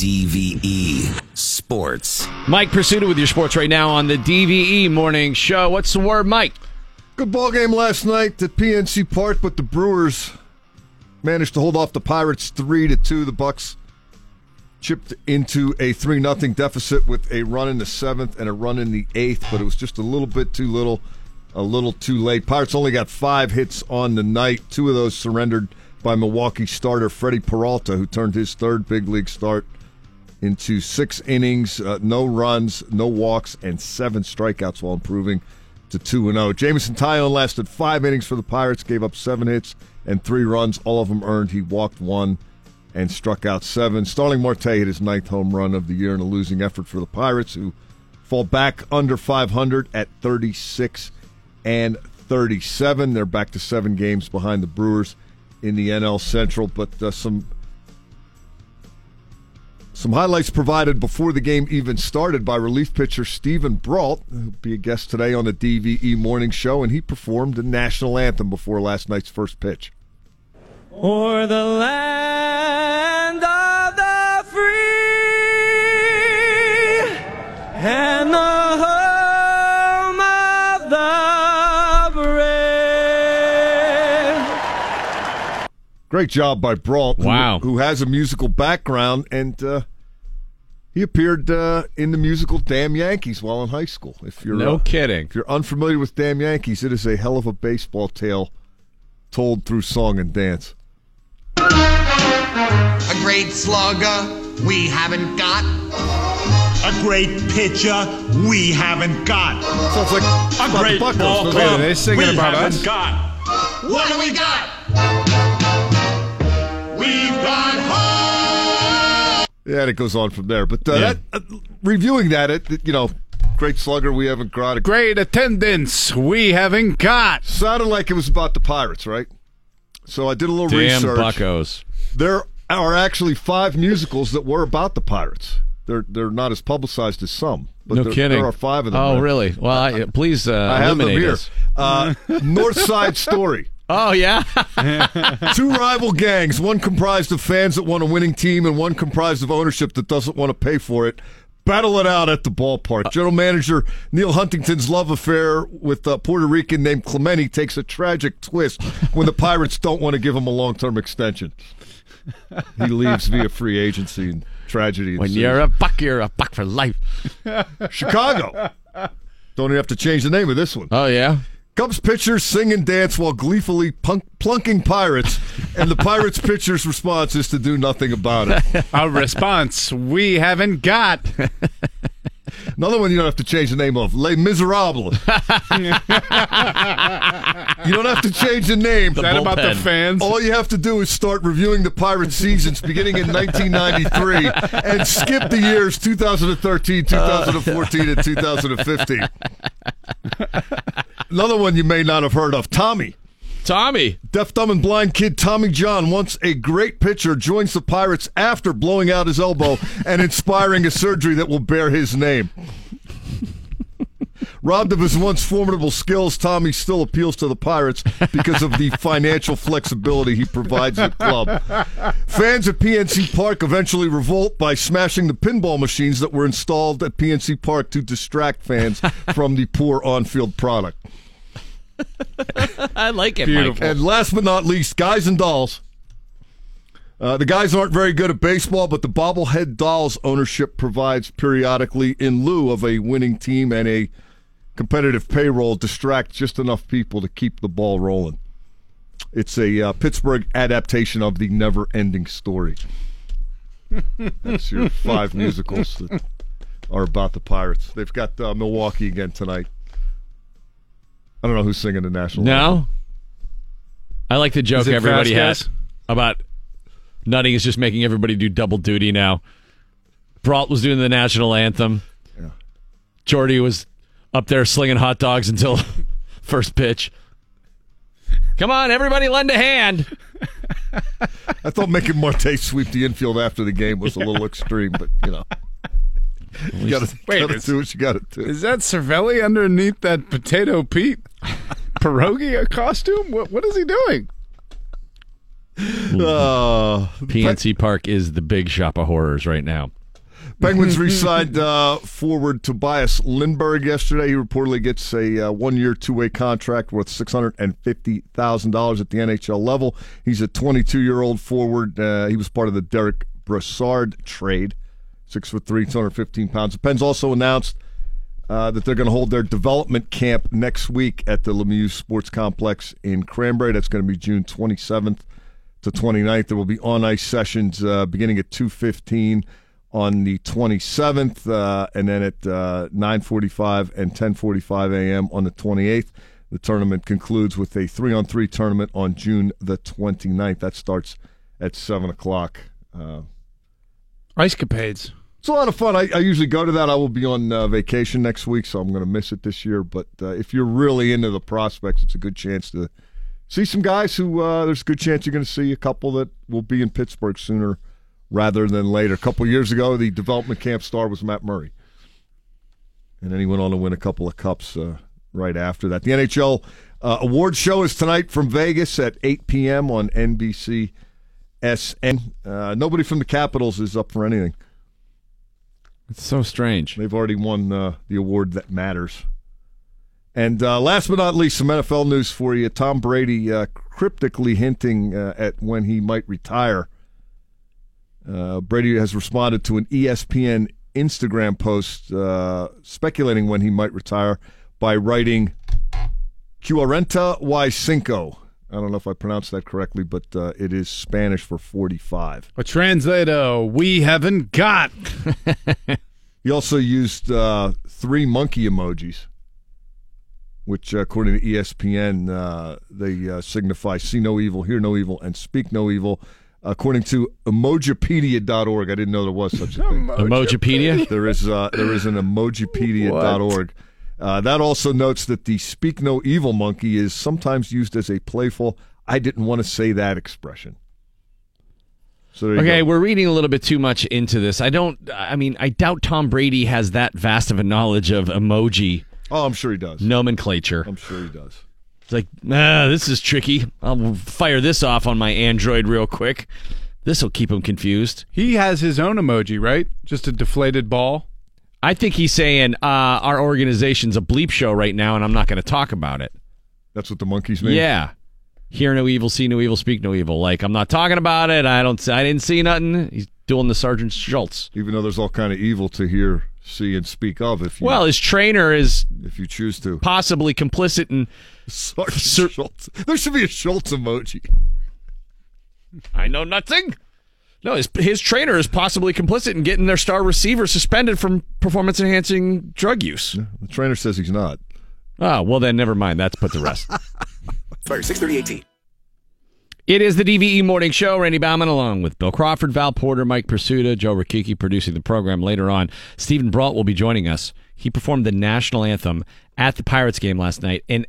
S7: DVE Sports.
S6: Mike Pursuta with your sports right now on the DVE Morning Show. What's the word, Mike?
S8: Good ball game last night at PNC Park, but the Brewers managed to hold off the Pirates three to two. The Bucks chipped into a three nothing deficit with a run in the seventh and a run in the eighth, but it was just a little bit too little, a little too late. Pirates only got five hits on the night. Two of those surrendered by Milwaukee starter Freddie Peralta, who turned his third big league start into six innings, uh, no runs, no walks, and seven strikeouts while improving to 2 and 0. Jameson Tyone lasted five innings for the Pirates, gave up seven hits and three runs, all of them earned. He walked one and struck out seven. Starling Marte hit his ninth home run of the year in a losing effort for the Pirates, who fall back under 500 at 36 and 37. They're back to seven games behind the Brewers in the NL Central, but uh, some. Some highlights provided before the game even started by relief pitcher Stephen Brault, who'll be a guest today on the DVE Morning Show, and he performed the national anthem before last night's first pitch.
S9: For the land of the free and the home of the brave.
S8: Great job by Brault, who-
S6: Wow.
S8: who, has a musical background, and uh, he appeared uh, in the musical Damn Yankees while in high school. If you're uh,
S6: kidding.
S8: If you're unfamiliar with Damn Yankees, it is a hell of a baseball tale told through song and dance.
S10: A great slugger we haven't got. A great pitcher we haven't got.
S8: Sounds like Spot the Buckles, doesn't it?
S2: club. they singing we about haven't us?
S9: got.
S10: What do we got? We've got home.
S8: Yeah, and it goes on from there. But uh, that, uh, reviewing that, it it, you know, great slugger we haven't got. It
S2: Great attendance we haven't got.
S8: sounded like it was about the Pirates, right? So I did a little
S6: Damn
S8: research.
S6: buckos.
S8: There are actually five musicals that were about the Pirates. They're they're not as publicized as some, but
S6: No
S8: there,
S6: kidding.
S8: there are five of them.
S6: Oh,
S8: right?
S6: really? Well, I, please uh,
S8: I have them
S6: eliminate
S8: here.
S6: us.
S8: Uh, North Side Story.
S6: Oh, yeah?
S8: Two rival gangs, one comprised of fans that want a winning team and one comprised of ownership that doesn't want to pay for it, battle it out at the
S6: Uh,
S8: ballpark. General manager Neil Huntington's love affair with a Puerto Rican named Clemente takes a tragic twist when the Pirates don't want to give him a long term extension. He leaves via free agency and tragedy.
S6: when
S8: ensues.
S6: you're a buck, you're a buck for life.
S8: Chicago. Don't even have to change the name of this one.
S6: Oh, yeah?
S8: Cubs pitchers sing and dance while gleefully punk- plunking pirates, and the pirates pitchers' response is to do nothing about it.
S2: A response we haven't got.
S8: Another one you don't have to change the name of Les Miserables. you don't have to change the name.
S2: The Is that about the bullpen. fans?
S8: All you have to do is start reviewing the pirate seasons beginning in 1993 and skip the years 2013, 2014, and 2015. Another one you may not have heard of, Tommy.
S6: Tommy.
S8: Deaf, dumb, and blind kid Tommy John, once a great pitcher, joins the Pirates after blowing out his elbow and inspiring a surgery that will bear his name. Robbed of his once formidable skills, Tommy still appeals to the Pirates because of the financial flexibility he provides the club. Fans at PNC Park eventually revolt by smashing the pinball machines that were installed at PNC Park to distract fans from the poor on field product.
S6: I like it,
S8: Beautiful.
S6: Mike.
S8: And last but not least, guys and dolls. Uh, the guys aren't very good at baseball, but the bobblehead dolls ownership provides periodically, in lieu of a winning team and a competitive payroll, distract just enough people to keep the ball rolling. It's a uh, Pittsburgh adaptation of the never ending story. That's your five musicals that are about the Pirates. They've got uh, Milwaukee again tonight. I don't know who's singing the national.
S6: No? I like the joke
S8: it
S6: everybody
S8: Vasquez?
S6: has about Nutting is just making everybody do double duty now. Brault was doing the national anthem. Jordy was up there slinging hot dogs until first pitch. Come on, everybody, lend a hand.
S8: I thought making Marte sweep the infield after the game was a little extreme, but you know, you got
S2: Wait,
S8: to
S2: is-
S8: do what you got to do.
S2: Is that Cervelli underneath that potato Pete pierogi costume? What, what is he doing?
S8: Uh,
S6: PNC Park is the big shop of horrors right now.
S8: Penguins re-signed uh, forward Tobias Lindberg yesterday. He reportedly gets a uh, one-year, two-way contract worth six hundred and fifty thousand dollars at the NHL level. He's a twenty-two-year-old forward. Uh, he was part of the Derek Brassard trade. Six foot three, two hundred fifteen pounds. The Pens also announced uh, that they're going to hold their development camp next week at the Lemieux Sports Complex in Cranberry. That's going to be June 27th to 29th. There will be on-ice sessions uh, beginning at 2:15 on the 27th, uh, and then at uh, 9:45 and 10:45 a.m. on the 28th. The tournament concludes with a three-on-three tournament on June the 29th. That starts at seven o'clock. Uh,
S2: Ice capades.
S8: it's a lot of fun. I, I usually go to that. I will be on uh, vacation next week, so I'm going to miss it this year. But uh, if you're really into the prospects, it's a good chance to see some guys who uh, there's a good chance you're going to see a couple that will be in Pittsburgh sooner rather than later. A couple years ago, the development camp star was Matt Murray. And then he went on to win a couple of cups uh, right after that. The NHL uh, award show is tonight from Vegas at 8 p.m. on NBC SN. Uh, nobody from the Capitals is up for anything.
S6: It's so strange.
S8: They've already won uh, the award that matters. And uh, last but not least, some NFL news for you. Tom Brady uh, cryptically hinting uh, at when he might retire. Uh, Brady has responded to an E ESPN Instagram post uh, speculating when he might retire by writing Cuarenta y Cinco. I don't know if I pronounced that correctly, but uh, it is Spanish for 45.
S2: A translator we haven't got.
S8: He also used uh, three monkey emojis, which, uh, according to ESPN, uh, they uh, signify see no evil, hear no evil, and speak no evil. According to emojipedia.org, I didn't know there was such a thing.
S6: Emojipedia?
S8: There is uh, there is an emojipedia.org. Uh, that also notes that the speak no evil monkey is sometimes used as a playful, I didn't want to say that expression. So there you
S6: Okay,
S8: go.
S6: we're reading a little bit too much into this. I don't. I mean, I doubt Tom Brady has that vast of a knowledge of emoji
S8: Oh, I'm sure he does.
S6: nomenclature.
S8: I'm sure he does.
S6: It's like, ah, this is tricky. I'll fire this off on my Android real quick. This will keep him confused.
S2: He has his own emoji, right? Just a deflated ball.
S6: I think he's saying uh, our organization's a bleep show right now, and I'm not going to talk about it.
S8: That's what the monkey's name.
S6: Yeah, hear no evil, see no evil, speak no evil. Like I'm not talking about it. I don't. I didn't see nothing. He's doing the Sergeant Schultz.
S8: Even though there's all kind of evil to hear, see, and speak of, if you
S6: Well, his trainer is
S8: if you choose to,
S6: possibly complicit in.
S8: Sergeant Schultz. There should be a Schultz emoji.
S6: I know nothing. No, his, his trainer is possibly complicit in getting their star receiver suspended from performance enhancing drug use.
S8: The trainer says he's not.
S6: Oh, well, then never mind. That's put the rest.
S7: Fire 630
S6: It is the DVE Morning Show. Randy Bauman along with Bill Crawford, Val Porter, Mike Pursuta, Joe Rakiki producing the program later on. Stephen Brault will be joining us. He performed the national anthem at the Pirates game last night and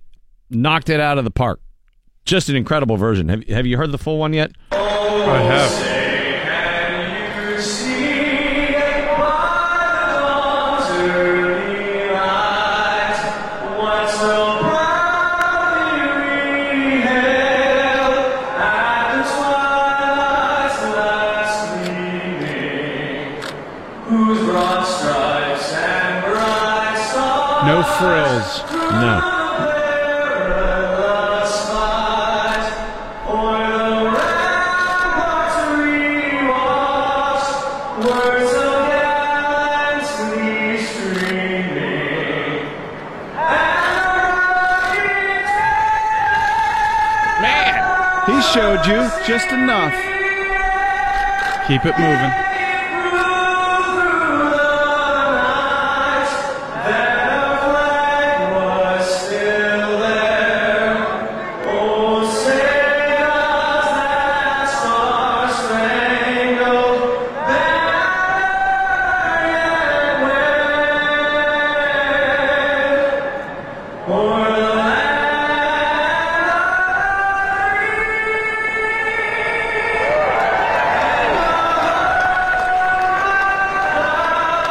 S6: knocked it out of the park. Just an incredible version. Have, have you heard the full one yet?
S2: I have. No frills.
S6: No. Man!
S2: He showed you just enough. Keep it moving.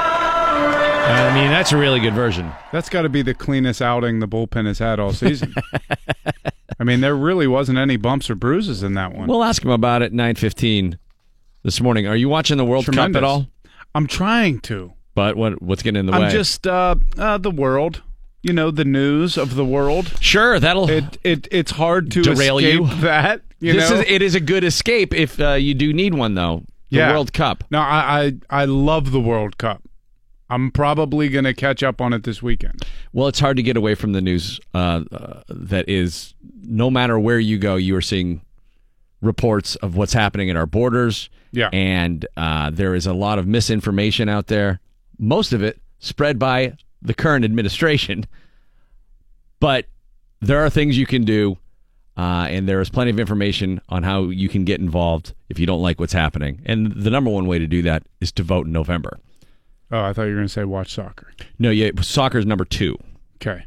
S6: I mean, that's a really good version.
S2: That's got to be the cleanest outing the bullpen has had all season. I mean, there really wasn't any bumps or bruises in that one.
S6: We'll ask him about it 9.15 this morning. Are you watching the World Cup
S2: Tremendous.
S6: at all?
S2: I'm trying to.
S6: But what what's getting in the way?
S2: I'm just uh, uh, the world. You know, the news of the world.
S6: Sure, that'll...
S2: It it it's hard to
S6: Derail
S2: escape
S6: you?
S2: that. You
S6: this
S2: know?
S6: is it is a good escape if uh, you do need one though. The
S2: Yeah.
S6: World Cup.
S2: No, I, I I love the World Cup. I'm probably gonna catch up on it this weekend.
S6: Well, it's hard to get away from the news uh, uh, that is no matter where you go, you are seeing reports of what's happening at our borders.
S2: Yeah.
S6: and uh, there is a lot of misinformation out there. Most of it spread by the current administration, but there are things you can do. Uh, and there is plenty of information on how you can get involved if you don't like what's happening. And the number one way to do that is to vote in November.
S2: Oh, I thought you were gonna say watch soccer.
S6: No, yeah, soccer's number two.
S2: Okay.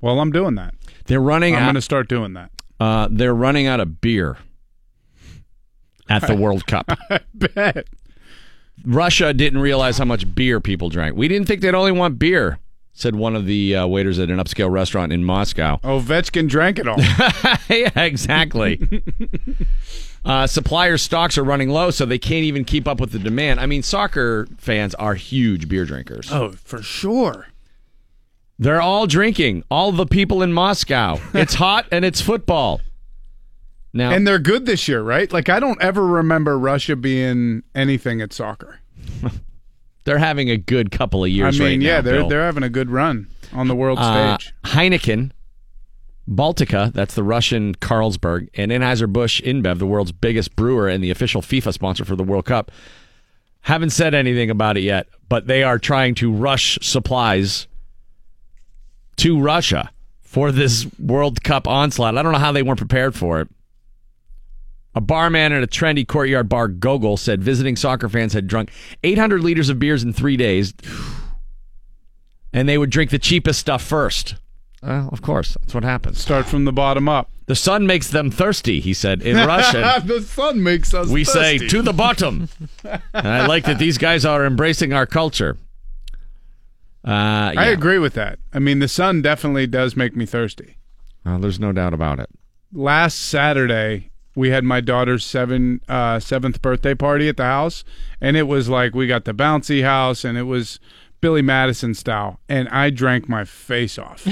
S2: Well, I'm doing that.
S6: They're running
S2: I'm
S6: out.
S2: gonna start doing that.
S6: uh, they're running out of beer at the World Cup.
S2: Bet.
S6: Russia didn't realize how much beer people drank. We didn't think they'd only want beer, said one of the uh, waiters at an upscale restaurant in Moscow.
S2: Oh, Ovechkin drank it all.
S6: yeah, exactly. uh, supplier stocks are running low, so they can't even keep up with the demand. I mean, soccer fans are huge beer drinkers.
S2: oh, for sure.
S6: They're all drinking. All the people in Moscow. It's hot and it's football. Now,
S2: And they're good this year, right? Like I don't ever remember Russia being anything at soccer.
S6: they're having a good couple of
S2: I
S6: years
S2: mean,
S6: right
S2: yeah,
S6: now,
S2: they're
S6: Bill.
S2: they're having a good run on the world
S6: Uh,
S2: stage.
S6: Heineken, Baltica, that's the Russian Carlsberg, and Anheuser-Busch InBev, the world's biggest brewer and the official FIFA sponsor for the World Cup, haven't said anything about it yet, but they are trying to rush supplies to Russia for this World Cup onslaught. I don't know how they weren't prepared for it. A barman at a trendy courtyard bar, Gogol, said visiting soccer fans had drunk 800 liters of beers in three days, and they would drink the cheapest stuff first. Well, of course, that's what happens.
S2: Start from the bottom up.
S6: The sun makes them thirsty, he said in Russian.
S2: the sun makes us.
S6: We say
S2: thirsty.
S6: to the bottom. and I like that these guys are embracing our culture. Uh,
S2: I
S6: yeah.
S2: agree with that. I mean, the sun definitely does make me thirsty.
S6: Uh, there's no doubt about it.
S2: Last Saturday, we had my daughter's seven uh, seventh birthday party at the house, and it was like we got the bouncy house, and it was Billy Madison style, and I drank my face off.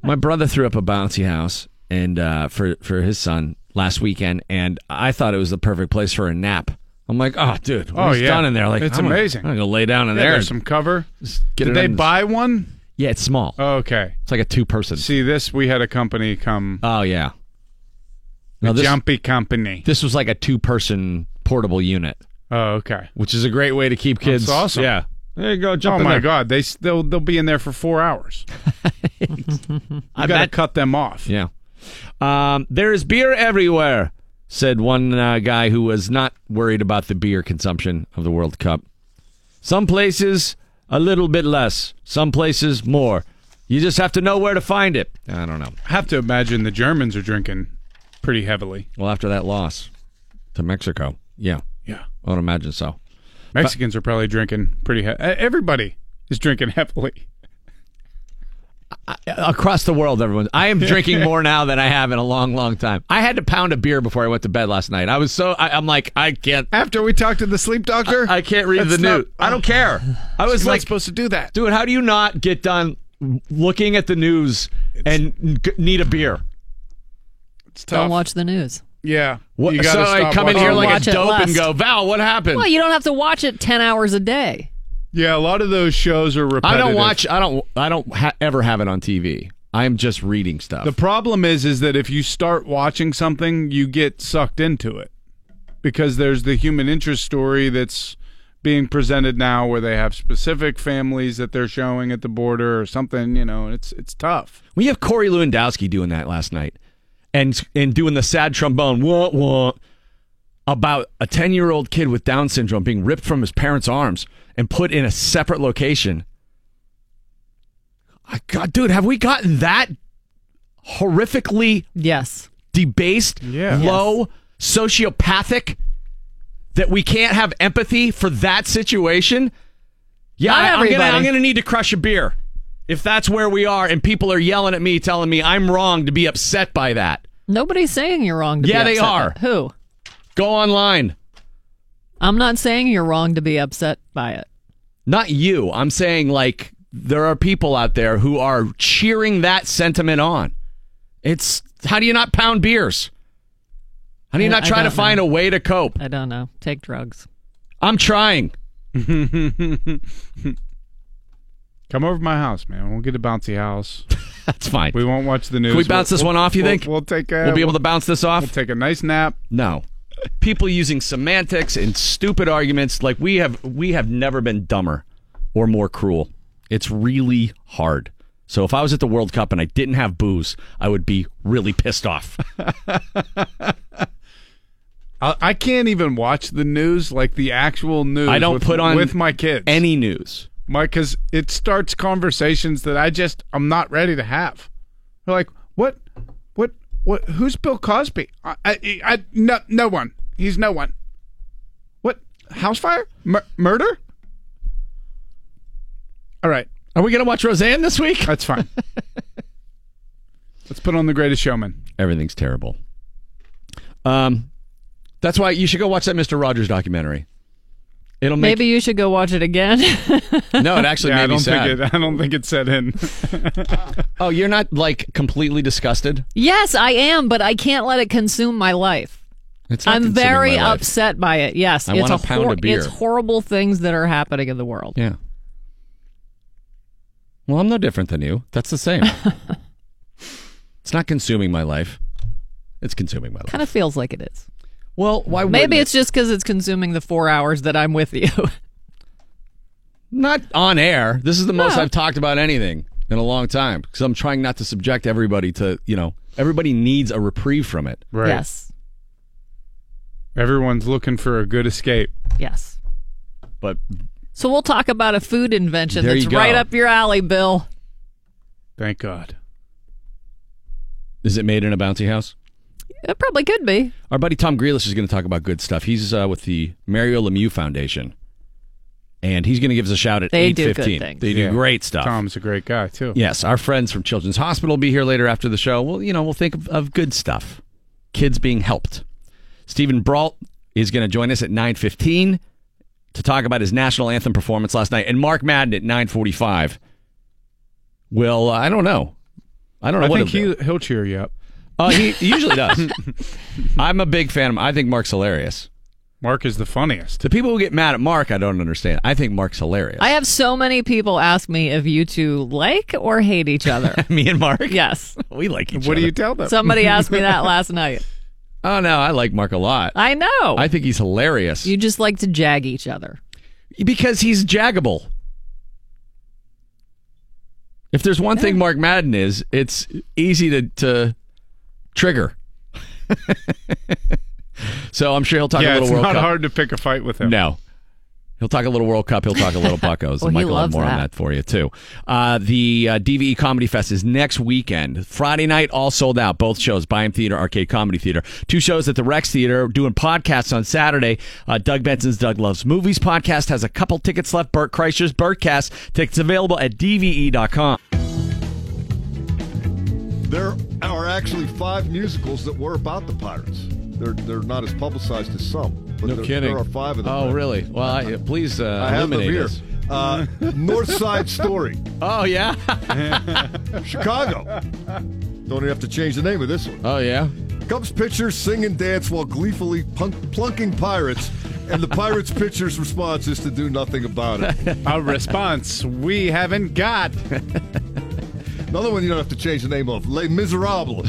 S6: My brother threw up a bouncy house and uh, for for his son last weekend, and I thought it was the perfect place for a nap. I'm like, oh, dude,
S2: Oh,
S6: what's
S2: yeah.
S6: done in there? Like,
S2: It's
S6: I'm gonna-
S2: amazing.
S6: I'm gonna lay down in
S2: Yeah,
S6: there.
S2: there's
S6: and
S2: some cover.
S6: get
S2: Did
S6: it
S2: they
S6: on-
S2: buy one?
S6: Yeah, it's small.
S2: Okay.
S6: It's like a two person.
S2: See this? We had a company come.
S6: Oh yeah.
S2: A
S6: No, this-
S2: jumpy company.
S6: This was like a two person portable unit,
S2: Oh, okay.
S6: which is a great way to keep kids.
S2: That's awesome.
S6: Yeah. There you go. Jump
S2: Oh
S6: in
S2: my
S6: there.
S2: God! They s- they'll they'll be in there for four hours. I gotta
S6: bet-
S2: cut them off.
S6: Yeah. Um, there is beer everywhere, said one uh, guy who was not worried about the beer consumption of the World Cup. Some places a little bit less, some places more. You just have to know where to find it. I don't know.
S2: I have to imagine the Germans are drinking pretty heavily.
S6: Well, after that loss to Mexico, yeah,
S2: Yeah,
S6: I would imagine so.
S2: Mexicans are probably drinking pretty. He- e- everybody is drinking heavily.
S6: Across the world, everyone. I am drinking more now than I have in a long, long time. I had to pound a beer before I went to bed last night. I was so I, I'm like I can't.
S2: After we talked to the sleep doctor,
S6: I can't read
S2: That's
S6: the
S2: not-
S6: news. I don't care. I was
S2: You're not
S6: like,
S2: supposed to do that.
S6: dude, how do you not get done looking at the news and g- need a beer?
S2: It's
S5: Don't
S2: tough.
S5: watch the news.
S2: yeah,
S6: What,
S2: You
S6: so
S2: gotta
S6: I
S2: stop
S6: come in
S2: watching
S6: here
S2: it.
S6: like
S5: Watch
S6: a
S5: it
S6: dope
S5: last.
S6: and go, Val, what happened?
S5: Well, you don't have to watch it 10 hours a day.
S2: yeah. A lot of those shows are
S6: I
S2: repetitive.
S6: don't watch. I don't. I don't ha- ever have it on TV. I am just reading stuff.
S2: The problem is, is that if you start watching something, you get sucked into it because there's the human interest story that's being presented now, where they have specific families that they're showing at the border or something. You know, and it's it's tough.
S6: we have Corey Lewandowski doing that last night, and and doing the sad trombone. What what? About a ten year old kid with Down syndrome being ripped from his parents' arms and put in a separate location. I God, dude, have we gotten that horrifically
S5: Yes.
S6: debased,
S2: Yeah.
S6: low, sociopathic that we can't have empathy for that situation. Yeah,
S5: Not
S6: I- I'm gonna,
S5: everybody.
S6: I'm gonna need to crush a beer if that's where we are, and people are yelling at me, telling me I'm wrong to be upset by that.
S5: Nobody's saying you're wrong to be
S6: Yeah, they
S5: upset.
S6: are.
S5: Who?
S6: Go online.
S5: I'm not saying you're wrong to be upset by it.
S6: Not you. I'm saying like there are people out there who are cheering that sentiment on. It's how do you not pound beers? How do you
S5: I-
S6: not
S5: I
S6: try to
S5: don't
S6: find a way to cope?
S5: I don't know. Take drugs.
S6: I'm trying.
S2: Come over to my house, man. We'll get a bouncy house.
S6: That's fine.
S2: We won't watch the news.
S6: Can we bounce this one off, you
S2: we'll-
S6: think?
S2: We'll take a.
S6: We'll be able to bounce this
S2: We'll
S6: off?
S2: take a nice nap.
S6: No. People using semantics and stupid arguments like we have we have never been dumber or more cruel. It's really hard. So if I was at the World Cup and I didn't have booze, I would be really pissed off.
S2: I, I can't even watch the news, like the actual news.
S6: I don't
S2: with-
S6: put on
S2: with my kids.
S6: Any news.
S2: because it starts conversations that I just I'm not ready to have. They're like, what, what, what? Who's Bill Cosby? I, I, I no, no one. He's no one. What? House fire? Mur- murder? All right,
S6: Are we going to watch Roseanne this week?
S2: that's fine. Let's put on the Greatest Showman.
S6: Everything's terrible. Um that's why you should go watch that Mr. Rogers documentary. It'll make
S5: Maybe you should go watch it again.
S6: No, it actually
S2: Yeah,
S6: made
S2: I
S6: me
S2: don't
S6: sad.
S2: think it. I don't think it set in.
S6: oh, you're not like completely disgusted?
S5: yes, I am, but I can't let it consume my life.
S6: It's not
S5: I'm
S6: consuming
S5: very
S6: my life.
S5: upset by it. Yes,
S6: I
S5: it's
S6: want
S5: a
S6: a pound of beer.
S5: It's horrible things that are happening in the world.
S6: Yeah. Well, I'm no different than you. That's the same. it's not consuming my life. It's consuming my life.
S5: Kind of feels like it is.
S6: Well, why
S5: Maybe
S6: wouldn't
S5: it's just because it's consuming the four hours that I'm with you.
S6: it? not on air. This is the most
S5: No.
S6: I've talked about anything in a long time because I'm trying not to subject everybody to, you know, everybody needs a reprieve from it.
S2: Right.
S5: Yes.
S2: Everyone's looking for a good escape.
S5: Yes.
S6: But
S5: So we'll talk about a food invention
S6: There
S5: that's
S6: you go.
S5: right up your alley, Bill.
S2: Thank God.
S6: is it made in a bouncy house?
S5: It probably could be.
S6: Our buddy Tom Grealish is going to talk about good stuff. He's uh, with the Mario Lemieux Foundation, and he's going to give us a shout at
S5: They
S6: eight
S5: do good
S6: fifteen.
S5: things.
S6: They do
S2: Yeah.
S6: great stuff.
S2: Tom's a great guy too.
S6: Yes, our friends from Children's Hospital will be here later after the show. Well, you know, we'll think of, of good stuff. Kids being helped. Stephen Brault is going to join us at 9.15 to talk about his national anthem performance last night. And Mark Madden at 9.45 will, uh, I don't know. I don't know
S2: I
S6: what
S2: think
S6: he'll
S2: he
S6: do.
S2: he'll cheer you up.
S6: Uh, he usually does. I'm a big fan. of him. I think Mark's hilarious.
S2: Mark is the funniest.
S6: The people who get mad at Mark, I don't understand. I think Mark's hilarious.
S5: I have so many people ask me if you two like or hate each other.
S6: Me and Mark.
S5: Yes.
S6: We like each other.
S2: What do you tell them?
S5: Somebody asked me that last night.
S6: Oh no, I like Mark a lot.
S5: I know.
S6: I think he's hilarious
S5: you just like to jag each other.
S6: because he's jaggable. If there's one thing Mark Madden is, it's easy to to trigger. so I'm sure he'll talk
S2: yeah,
S6: a little
S2: it's
S6: World
S2: not
S6: Cup.
S2: hard to pick a fight with him.
S6: No. He'll talk a little World Cup. He'll talk a little Buckos.
S5: Well,
S6: and
S5: he
S6: Michael will have
S5: loves
S6: more on
S5: that.
S6: that for you, too. Uh, the uh, DVE Comedy Fest is next weekend. Friday night, all sold out. Both shows, Byam Theater, Arcade Comedy Theater. Two shows at the Rex Theater, doing podcasts on Saturday. Uh, Doug Benson's Doug Loves Movies podcast has a couple tickets left. Burt Kreischer's Burtcast. Tickets available at E DVE.com.
S8: There are actually five musicals that were about the pirates. They're they're not as publicized as some. But there, There are five of them.
S6: Oh, really? Well, I, please uh,
S8: I have them
S6: eliminate
S8: here.
S6: us.
S8: Uh, North Side Story,
S6: Oh, yeah?
S8: Chicago. Don't even have to change the name of this one.
S6: oh, yeah?
S8: Cubs pitchers sing and dance while gleefully punk- plunking pirates, and the pirates pitcher's response is to do nothing about it.
S2: A response we haven't got.
S8: Another one you don't have to change the name of Les Miserables.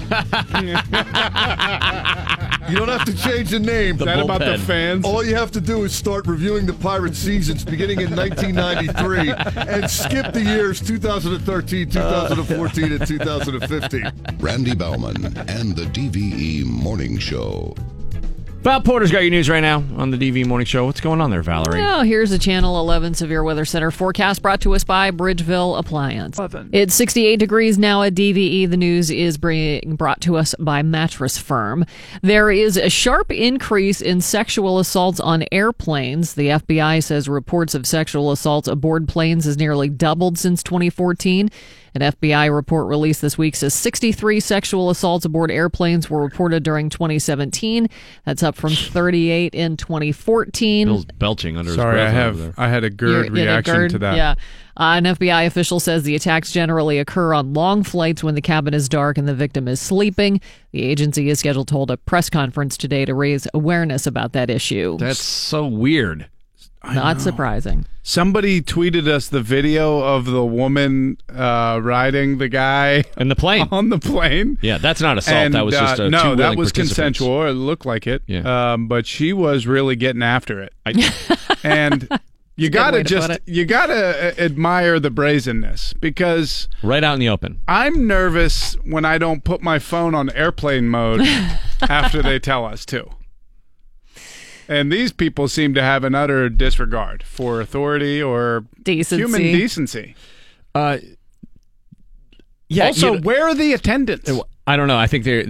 S8: you don't have to change the name.
S2: that about the
S6: bullpen.
S2: fans?
S8: All you have to do is start reviewing the pirate seasons beginning in 1993 and skip the years 2013, 2014, and 2015.
S4: Randy Bauman and the DVE Morning Show.
S6: Val Porter's got your news right now on the DV Morning Show. What's going on there, Valerie?
S5: Oh, here's a Channel 11 Severe Weather Center forecast brought to us by Bridgeville Appliance. It's 68 degrees now at DVE. The news is being brought to us by Mattress Firm. There is a sharp increase in sexual assaults on airplanes. The FBI says reports of sexual assaults aboard planes has nearly doubled since 2014. An FBI report released this week says 63 sexual assaults aboard airplanes were reported during 2017. That's up from 38 in 2014.
S6: Bill's belching under
S2: Sorry, I
S6: his breath over
S2: have
S6: there.
S2: I had a
S5: You're
S2: GERD
S5: in a
S2: reaction
S5: GERD,
S2: to that.
S5: Yeah. Uh, an FBI official says the attacks generally occur on long flights when the cabin is dark and the victim is sleeping. The agency is scheduled to hold a press conference today to raise awareness about that issue.
S6: That's so weird.
S5: Not surprising.
S2: Somebody tweeted us the video of the woman uh, riding the guy
S6: And the plane.
S2: on the plane.
S6: Yeah, that's not assault.
S2: And,
S6: that was just
S2: uh,
S6: a
S2: no, that was consensual. Or it looked like it.
S6: Yeah.
S2: Um, but she was really getting after it. and you
S5: way
S2: gotta
S5: to put
S2: just
S5: it.
S2: you gotta uh, admire the brazenness because
S6: Right out in the open.
S2: I'm nervous when I don't put my phone on airplane mode after they tell us to. And these people seem to have an utter disregard for authority or
S5: Decency.
S2: human decency.
S6: Uh, yeah.
S2: also,
S6: you know- Oh,
S2: where are the attendants?
S6: I don't know. I think they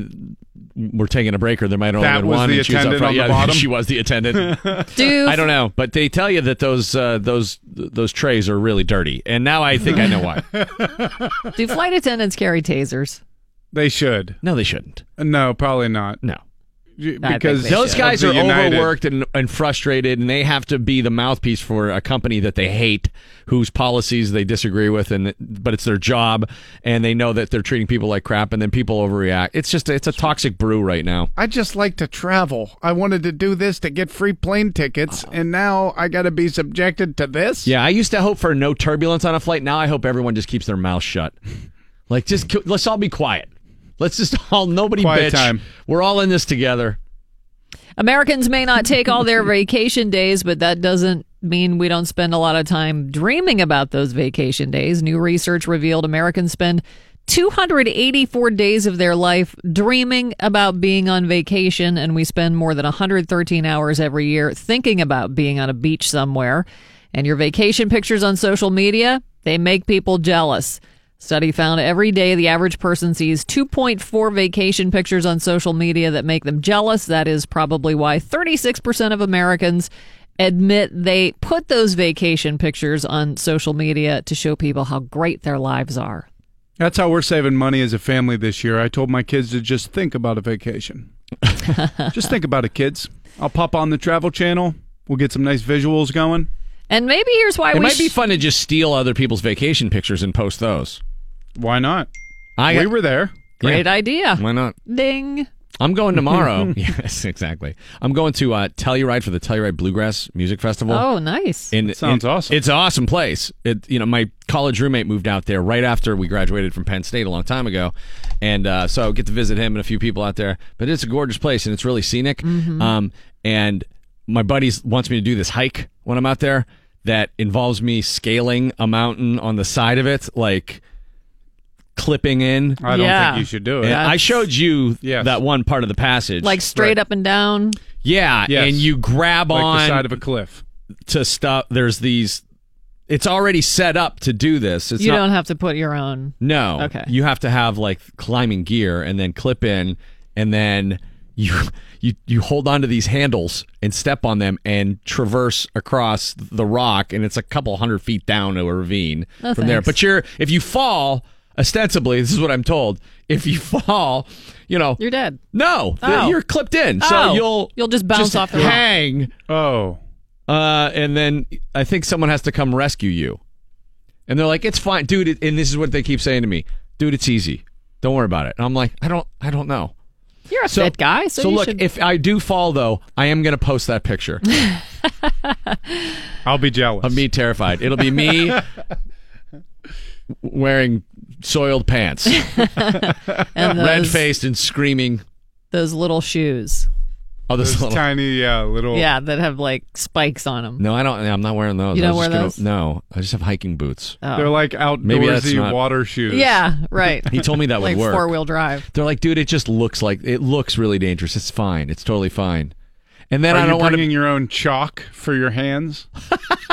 S6: we're taking a break, or there might have only
S2: That
S6: been
S2: was
S6: one.
S2: the
S6: and she was up
S2: attendant
S6: front.
S2: on the
S6: yeah,
S2: bottom?
S6: She was the attendant.
S5: Do
S6: I don't know, but they tell you that those uh, those those trays are really dirty, and now I think I know why.
S5: do flight attendants carry tasers?
S2: They should. Uh,
S6: No, they shouldn't.
S2: No, probably not.
S6: No.
S2: Y-
S5: I think
S2: Because
S5: they
S6: Those
S5: should.
S6: guys
S2: of
S6: are
S2: the United.
S6: overworked and, and frustrated, and they have to be the mouthpiece for a company that they hate, whose policies they disagree with, and but it's their job, and they know that they're treating people like crap, and then people overreact. It's just it's a toxic brew right now.
S2: I just like to travel. I wanted to do this to get free plane tickets, and now I got to be subjected to this.
S6: Yeah, I used to hope for no turbulence on a flight. Now I hope everyone just keeps their mouth shut. Like just ki- let's all be quiet. Let's just all nobody
S2: Hmm. Quiet
S6: bitch.
S2: time.
S6: We're all in this together.
S5: Americans may not take all their vacation days, but that doesn't mean we don't spend a lot of time dreaming about those vacation days. New research revealed Americans spend 284 days of their life dreaming about being on vacation, and we spend more than 113 hours every year thinking about being on a beach somewhere. And your vacation pictures on social media, they make people jealous. Study found every day the average person sees 2.4 vacation pictures on social media that make them jealous. That is probably why 36% of Americans admit they put those vacation pictures on social media to show people how great their lives are.
S2: That's how we're saving money as a family this year. I told my kids to just think about a vacation. just think about it, kids. I'll pop on the Travel Channel. We'll get some nice visuals going.
S5: And maybe here's why
S6: It
S5: we
S6: might be
S5: sh-
S6: fun to just steal other people's vacation pictures and post those.
S2: Why not?
S6: I
S2: we were there.
S5: great idea.
S6: Why not?
S5: Ding.
S6: I'm going tomorrow. yes, exactly. I'm going to uh, Telluride for the Telluride Bluegrass Music Festival.
S5: Oh, nice.
S6: And
S5: Sounds
S6: awesome. It's an awesome place. It, you know, my college roommate moved out there right after we graduated from Penn State a long time ago, and uh, so I get to visit him and a few people out there. But it's a gorgeous place and it's really scenic.
S5: Mm-hmm.
S11: Mhm.
S6: Um, and my buddy wants me to do this hike when I'm out there that involves me scaling a mountain on the side of it, like clipping in.
S2: I don't Yeah. think you should do it.
S6: And I showed you that one part of the passage,
S5: Like straight up and down.
S6: yeah,
S5: Yes.
S6: and you grab
S5: Like the
S6: on
S5: side
S6: of a cliff to stop. There's these. It's already set up to do this. It's
S5: you
S6: not,
S5: don't have to put your own.
S6: No.
S5: Okay.
S6: You have to have like climbing gear and then clip in, and then you you you hold onto these handles and step on them and traverse across the rock, and it's a couple hundred feet down a ravine
S11: No,
S5: Oh,
S6: from there.
S11: thanks.
S6: But you're if you fall. Ostensibly, this is what I'm told. If you fall, you know
S5: you're dead.
S6: No, th-
S5: Oh.
S6: you're clipped in, so
S5: Oh.
S6: you'll
S5: You'll just bounce off the rock.
S6: hang. Oh, uh, and then I think someone has to come rescue you. And they're like, "It's fine, dude." It, and this is what they keep saying to me, "Dude, it's easy. Don't worry about it." And I'm like, "I don't, I don't know."
S5: You're a fit guy, so, you
S6: look,
S5: should.
S6: if I do fall though, I am gonna post that picture. I'll be jealous of me terrified. It'll be me wearing soiled pants,
S5: And those-
S6: red faced, and screaming.
S5: those little shoes.
S6: Oh, this little
S2: tiny, yeah, little.
S5: Yeah, that have like spikes on them.
S6: No, I don't. I'm not wearing those.
S5: You
S6: I
S5: don't
S6: was
S5: wear
S6: just gonna- no, I just have hiking boots.
S5: Oh. They're like
S6: Maybe that's
S2: outdoorsy
S6: not-
S2: water shoes.
S5: Yeah, right.
S6: He told me that
S5: like
S6: would work.
S5: four wheel drive.
S6: They're like, dude, it just looks like it looks really dangerous. It's fine. It's totally fine. And then
S2: Are
S6: I
S2: you
S6: don't want
S2: bringing your own chalk for your hands?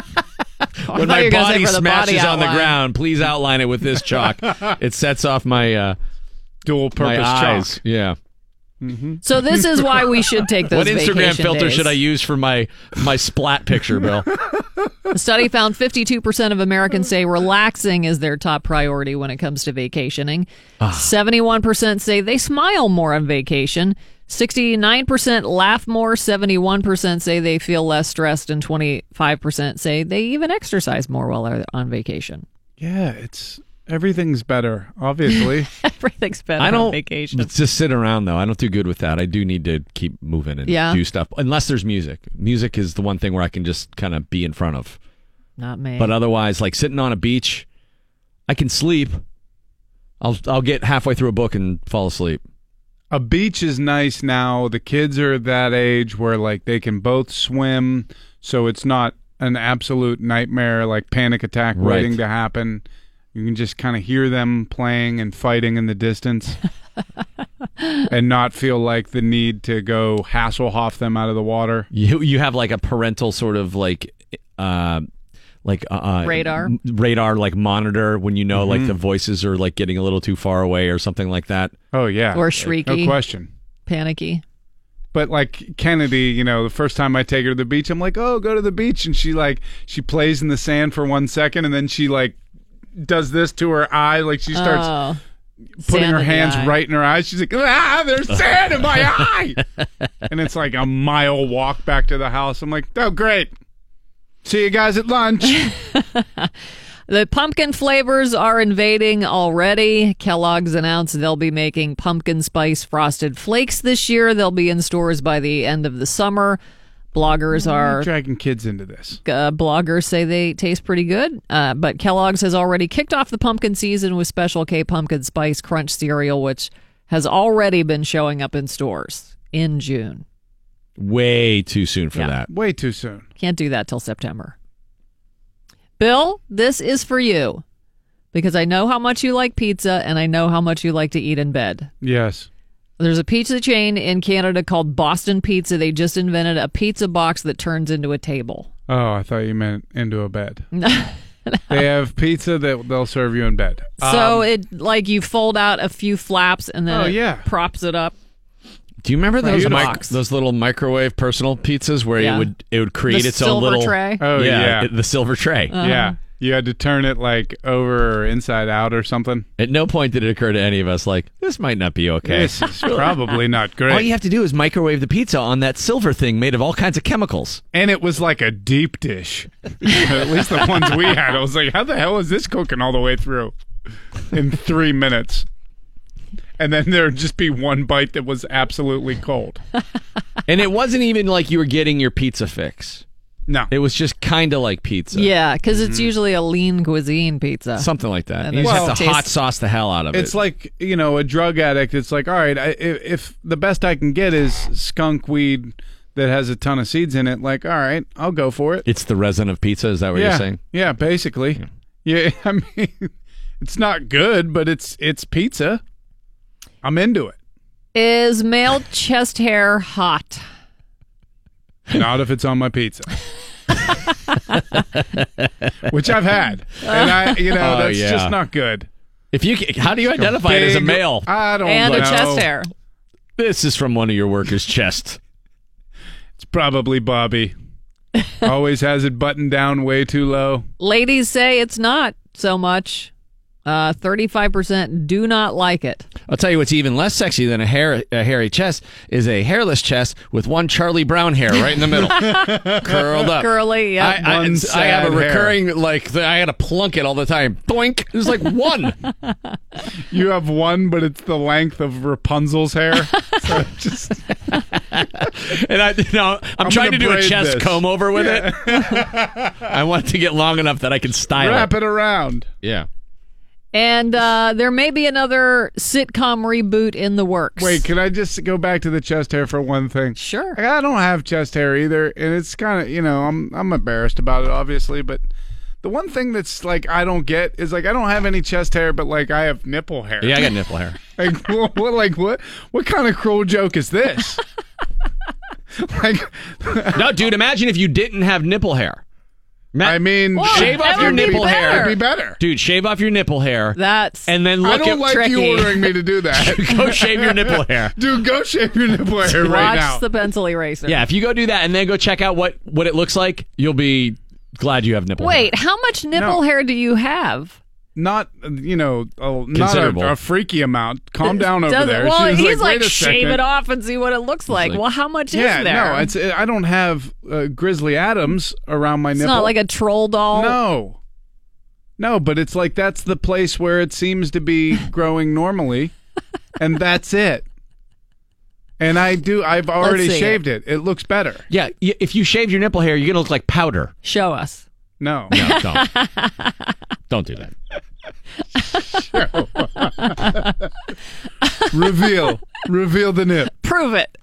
S6: to. When my body smashes on the ground, please outline it with this chalk. it sets off my uh, dual
S2: purpose chalk.
S6: eyes. Yeah.
S5: So this is why we should take those.
S6: What Instagram
S5: vacation
S6: filter
S5: days.
S6: should I use for my my splat picture, Bill?
S5: A study found 52% of Americans say relaxing is their top priority when it comes to vacationing.
S6: Ah.
S5: 71% say they smile more on vacation. 69% laugh more. 71% say they feel less stressed. And 25% say they even exercise more while they're on vacation.
S2: Yeah, it's everything's better, obviously.
S5: Everything's better
S6: I
S5: on
S6: don't
S5: vacation.
S6: Let's just sit around though. I don't do good with that. I do need to keep moving and
S5: Yeah.
S6: do stuff. Unless there's music. Music is the one thing where I can just kind of be in front of.
S5: Not me.
S6: But otherwise, like sitting on a beach, I can sleep. I'll I'll get halfway through a book and fall asleep.
S2: a beach is nice now. The kids are at that age where like they can both swim, so it's not an absolute nightmare like panic attack
S6: Right.
S2: waiting to happen. You can just kind of hear them playing and fighting in the distance. and not feel like the need to go Hasselhoff them out of the water.
S6: You you have like a parental sort of like uh like uh, uh
S5: Radar?
S6: m- radar like monitor when you know
S2: Mm-hmm.
S6: like
S5: Mhm.
S6: the voices are like getting a little too far away or something like that.
S2: Oh yeah.
S5: Or shrieky.
S2: No question.
S5: Panicky.
S2: But like Kennedy, you know, the first time I take her to the beach, I'm like, "Oh, go to the beach," and she like she plays in the sand for one second, and then she like does this to her eye, like she starts
S5: Oh.
S2: putting
S5: Sand
S2: her
S5: in the
S2: hands
S5: eye.
S2: right in her eyes. She's like, "Ah, there's sand in my eye," and it's like a mile walk back to the house. I'm like, "Oh, great." See you guys at lunch.
S5: The pumpkin flavors are invading already. Kellogg's announced they'll be making pumpkin spice frosted flakes this year. They'll be in stores by the end of the summer. Bloggers are
S2: Mm, dragging kids into this.
S5: uh, bloggers say they taste pretty good, uh, but Kellogg's has already kicked off the pumpkin season with Special K pumpkin spice crunch cereal, which has already been showing up in stores in June.
S6: Way too soon for that.
S2: Way too soon.
S5: Can't do that till September. Bill, this is for you because I know how much you like pizza and I know how much you like to eat in bed.
S2: Yes.
S5: There's a pizza chain in Canada called Boston Pizza. They just invented a pizza box that turns into a table.
S2: Oh, I thought you meant into a bed. They have pizza that they'll serve you in bed.
S5: so it like you fold out a few flaps and then
S2: Um, Oh,
S5: it
S2: yeah.
S5: props it up.
S6: Do you remember
S5: Right.
S6: those
S5: Food
S6: mic-
S5: box.
S6: those little microwave personal pizzas where
S5: Yeah.
S6: it would it would create
S5: The
S6: its own
S5: silver
S6: little
S5: tray?
S2: Oh, yeah.
S6: it- the silver tray.
S5: Uh-huh.
S2: Yeah. You had to turn it like over or inside out or something.
S6: At no point did it occur to any of us like this might not be okay.
S2: This is probably not great.
S6: All you have to do is microwave the pizza on that silver thing made of all kinds of chemicals.
S2: and it was like a deep dish. At least the ones we had. I was like, how the hell is this cooking all the way through in three minutes? and then there'd just be one bite that was absolutely cold.
S6: and it wasn't even like you were getting your pizza fix.
S2: No,
S6: it was just kind of like pizza.
S5: Yeah, because it's
S2: Mm-hmm.
S5: usually a lean cuisine pizza.
S6: something like that.
S5: And
S6: You
S5: it
S6: just
S5: just
S6: have to hot
S5: tastes-
S6: sauce the hell out of
S2: It's
S6: it.
S2: like you know a drug addict. It's like all right, I, if, if the best I can get is skunk weed that has a ton of seeds in it, like all right, I'll go for it.
S6: It's the resin of pizza. Is that what
S2: yeah,
S6: you're saying?
S2: yeah, basically. Yeah, I mean, it's not good, but it's it's pizza. I'm into it.
S5: Is male chest hair hot?
S2: Not if it's on my pizza. Which I've had, and I, you know,
S6: Oh,
S2: that's
S6: yeah.
S2: just not good.
S6: If you ca- how do you
S2: Like a
S6: identify it as a
S2: big-
S6: male?
S2: I don't
S5: and
S2: know.
S5: a chest hair.
S6: This is from one of your workers' chest.
S2: It's probably Bobby. Always has it buttoned down way too low.
S5: Ladies say it's not so much. Uh, 35% do not like it.
S6: I'll tell you what's even less sexy than a hair a hairy chest is a hairless chest with one Charlie Brown hair right in the middle, curled up.
S5: Curly, yeah.
S6: I, I,
S2: One
S6: it's- I have a
S2: sad hair.
S6: recurring like th- I had to plunk it all the time. Boink! It was like one.
S2: You have one, but it's the length of Rapunzel's hair.
S6: And I, you know, I'm,
S2: I'm
S6: trying to
S2: gonna
S6: do a
S2: braid
S6: chest
S2: this.
S6: comb over with it. I want it to get long enough that I can style
S2: Wrap
S6: it.
S2: it around.
S6: Yeah.
S5: and uh, there may be another sitcom reboot in the works.
S2: Wait, can I just go back to the chest hair for one thing?
S5: Sure.
S2: Like, I don't have chest hair either, and it's kind of you know I'm I'm embarrassed about it obviously, but the one thing that's like I don't get is like I don't have any chest hair, but like I have nipple hair.
S6: Yeah, I got nipple hair.
S2: Like what, what like what what kind of cruel joke is this? like
S6: No, dude, imagine if you didn't have nipple hair. Ma-
S2: I mean,
S5: Whoa,
S6: shave
S5: that
S6: off your
S5: would be
S6: nipple hair.
S5: better.
S2: It'd be better.
S6: Dude, shave off your nipple hair
S5: That's
S6: and then
S2: I
S6: look
S2: don't
S6: at
S2: like
S5: tricky.
S2: you ordering me to do that.
S6: go shave your nipple hair.
S2: Dude, go shave your nipple hair right
S5: watch
S2: now.
S5: the pencil eraser.
S6: Yeah, if you go do that and then go check out what what it looks like, you'll be glad you have nipple hair.
S5: Wait, how much nipple
S2: No.
S5: hair do you have?
S2: not uh, you know a, not
S6: Considerable.
S2: a, a freaky amount. Calm down over
S5: Does-
S2: there.
S5: Well,
S2: She's
S5: he's
S2: like,
S5: like,
S2: "Wait a
S5: shave
S2: second."
S5: it off and see what it looks like.
S6: like-
S5: well, how much
S2: Yeah,
S5: is there?
S2: no, it's I don't have uh, Grizzly Adams around my
S5: It's
S2: nipple.
S5: not like a troll doll.
S2: no, no, but it's like that's the place where it seems to be growing normally, and that's it. And I do. I've already
S5: see
S2: shaved it. it. looks better.
S6: Yeah, y- if you shave your nipple hair, you're gonna look like powder.
S5: Show us.
S2: No,
S6: No, don't. don't do that.
S2: reveal, reveal the nip.
S5: Prove it.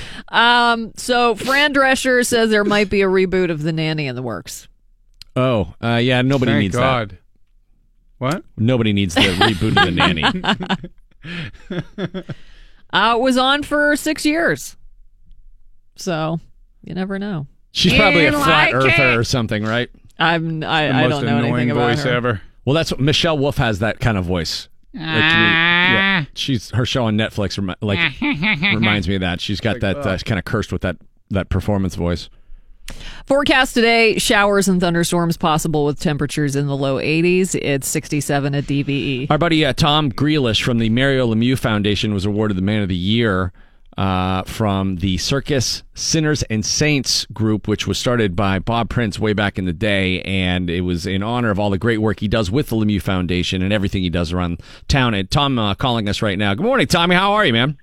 S5: um, so Fran Drescher says there might be a reboot of The Nanny in the works.
S6: Oh, uh, yeah, nobody
S2: Thank
S6: needs
S2: God. What?
S6: that. Nobody needs the reboot of the nanny.
S5: Uh, it was on for six years. So you never know.
S6: She's
S5: You
S6: probably a flat
S5: like
S6: earther
S5: it?
S6: or something, right?
S5: I'm I,
S2: The
S5: I
S2: most
S5: don't know
S2: annoying
S5: anything about
S2: voice
S5: her.
S2: ever.
S6: Well, that's what Michelle Wolf has that kind of voice. Like, you- yeah,
S5: Ah.
S6: she's her show on Netflix. Remi- like reminds me of that. She's got that uh, kind of cursed with that that performance voice.
S5: Forecast today: showers and thunderstorms possible with temperatures in the low 80s. It's 67 at E. DVE.
S6: Our buddy uh, Tom Grealish from the Mario Lemieux Foundation was awarded the Man of the Year uh, from the Circus Sinners and Saints group, which was started by Bob Prince way back in the day. And it was in honor of all the great work he does with the Lemieux Foundation and everything he does around town. And Tom uh, calling us right now. Good morning, Tommy. How are you, man?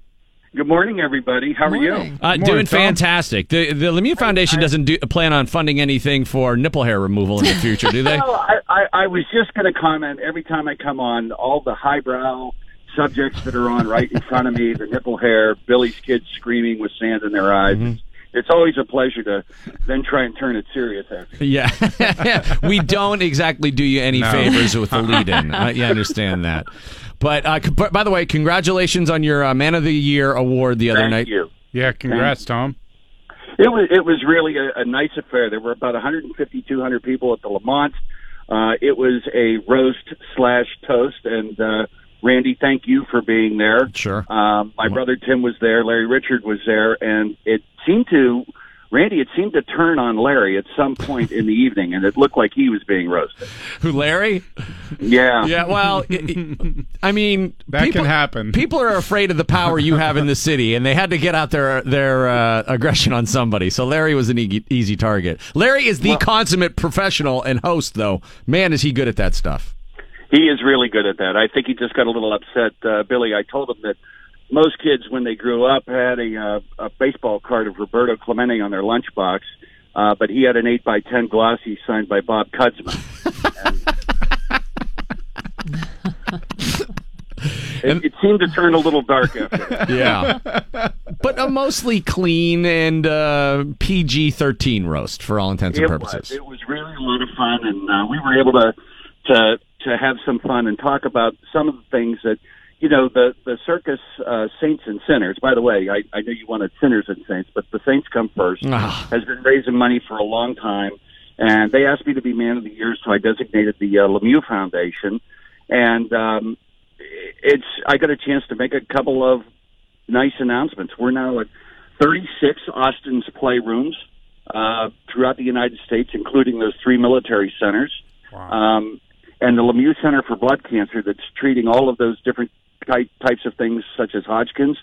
S11: Good morning, everybody. How are you?
S6: Uh, doing fantastic. The, the Lemieux Foundation doesn't do, plan on funding anything for nipple hair removal in the future, do they?
S11: Well, I, I, I was just going to comment every time I come on all the highbrow subjects that are on right in front of me the nipple hair, Billy's kids screaming with sand in their eyes.
S6: Mm-hmm.
S11: It's, it's always a pleasure to then try and turn it serious after.
S6: Yeah, we don't exactly do you any favors with the lead-in. I, yeah, I understand that. But, uh, c- but by the way, cangratulations on your uh, Man of the Year award the other
S11: Thank
S6: night.
S11: you.
S2: Yeah, congrats, Tom.
S11: It was it was really a, a nice affair. There were about 150, 200 people at the Lamont. Uh, it was a roast slash toast, and uh, Randy, thank you for being there.
S6: Sure.
S11: Um, my brother Tim was there. Larry Richard was there, and it seemed to Randy. It seemed to turn on Larry at some point in the evening, and it looked like he was being roasted.
S6: Who, Larry?
S11: Yeah.
S6: Yeah. Well, i- i- I mean,
S2: That
S6: people,
S2: can happen.
S6: People are afraid of the power you have in the city, and they had to get out their their uh, aggression on somebody. So Larry was an e- easy target. Larry is the consummate professional and host, though. Man, is he good at that stuff.
S11: He is really good at that. I think he just got a little upset, uh, Billy. I told him that most kids, when they grew up, had a, uh, a baseball card of Roberto Clemente on their lunchbox, uh, but he had an eight by ten glossy signed by Bob Cudsman. And it, it seemed to turn a little dark after. that.
S6: Yeah. but a mostly clean and uh, PG 13 roast for all intents and
S11: It
S6: purposes.
S11: was. It was really a lot of fun, and uh, we were able to to to have some fun and talk about some of the things that you know the the circus uh, saints and sinners. By the way, I, I know you wanted sinners and saints, but the saints come first.
S6: Ah.
S11: Has been raising money for a long time, and they asked me to be man of the year, so I designated the uh, Lemieux Foundation, and um, it's I got a chance to make a couple of nice announcements. We're now at 36 Austin's playrooms uh, throughout the United States, including those three military centers, um, and the Lemieux Center for Blood Cancer that's treating all of those different ty- types of things, such as Hodgkin's.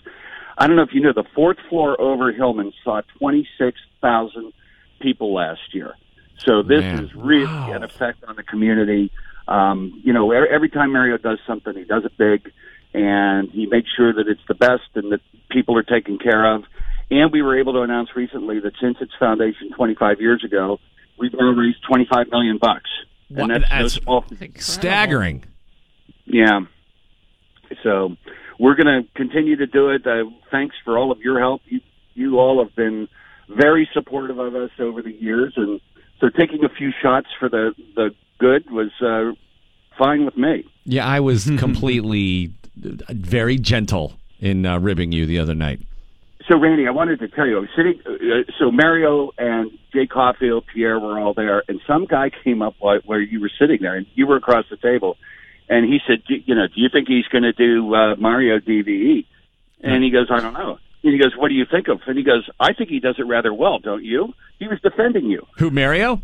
S11: I don't know if you know, the fourth floor over Hillman saw 26,000 people last year. So this
S9: Man.
S11: is really an effect on the community. Um, you know, e- every time Mario does something, he does it big, and he makes sure that it's the best and that people are taken care of. And we were able to announce recently that since its foundation 25 years ago, we've now raised 25 million bucks.
S6: Wow,
S11: And that's, no
S6: that's
S11: small
S6: Staggering.
S11: yeah. So we're going to continue to do it. Uh, thanks for all of your help. You, you all have been very supportive of us over the years, and so taking a few shots for the the good was uh, fine with me.
S6: Yeah, I was completely uh, very gentle in uh, ribbing you the other night.
S11: So, Randy, I wanted to tell you, I was sitting. Uh, so, Mario and Jay Caulfield, Pierre were all there, and some guy came up while, where you were sitting there, and you were across the table, and he said, "Do- "You know, do you think he's going to do uh, Mario DVE?" And he goes, "I don't know." And he goes, "What do you think of?" And he goes, "I think he does it rather well, don't you?" He was defending you.
S6: Who Mario?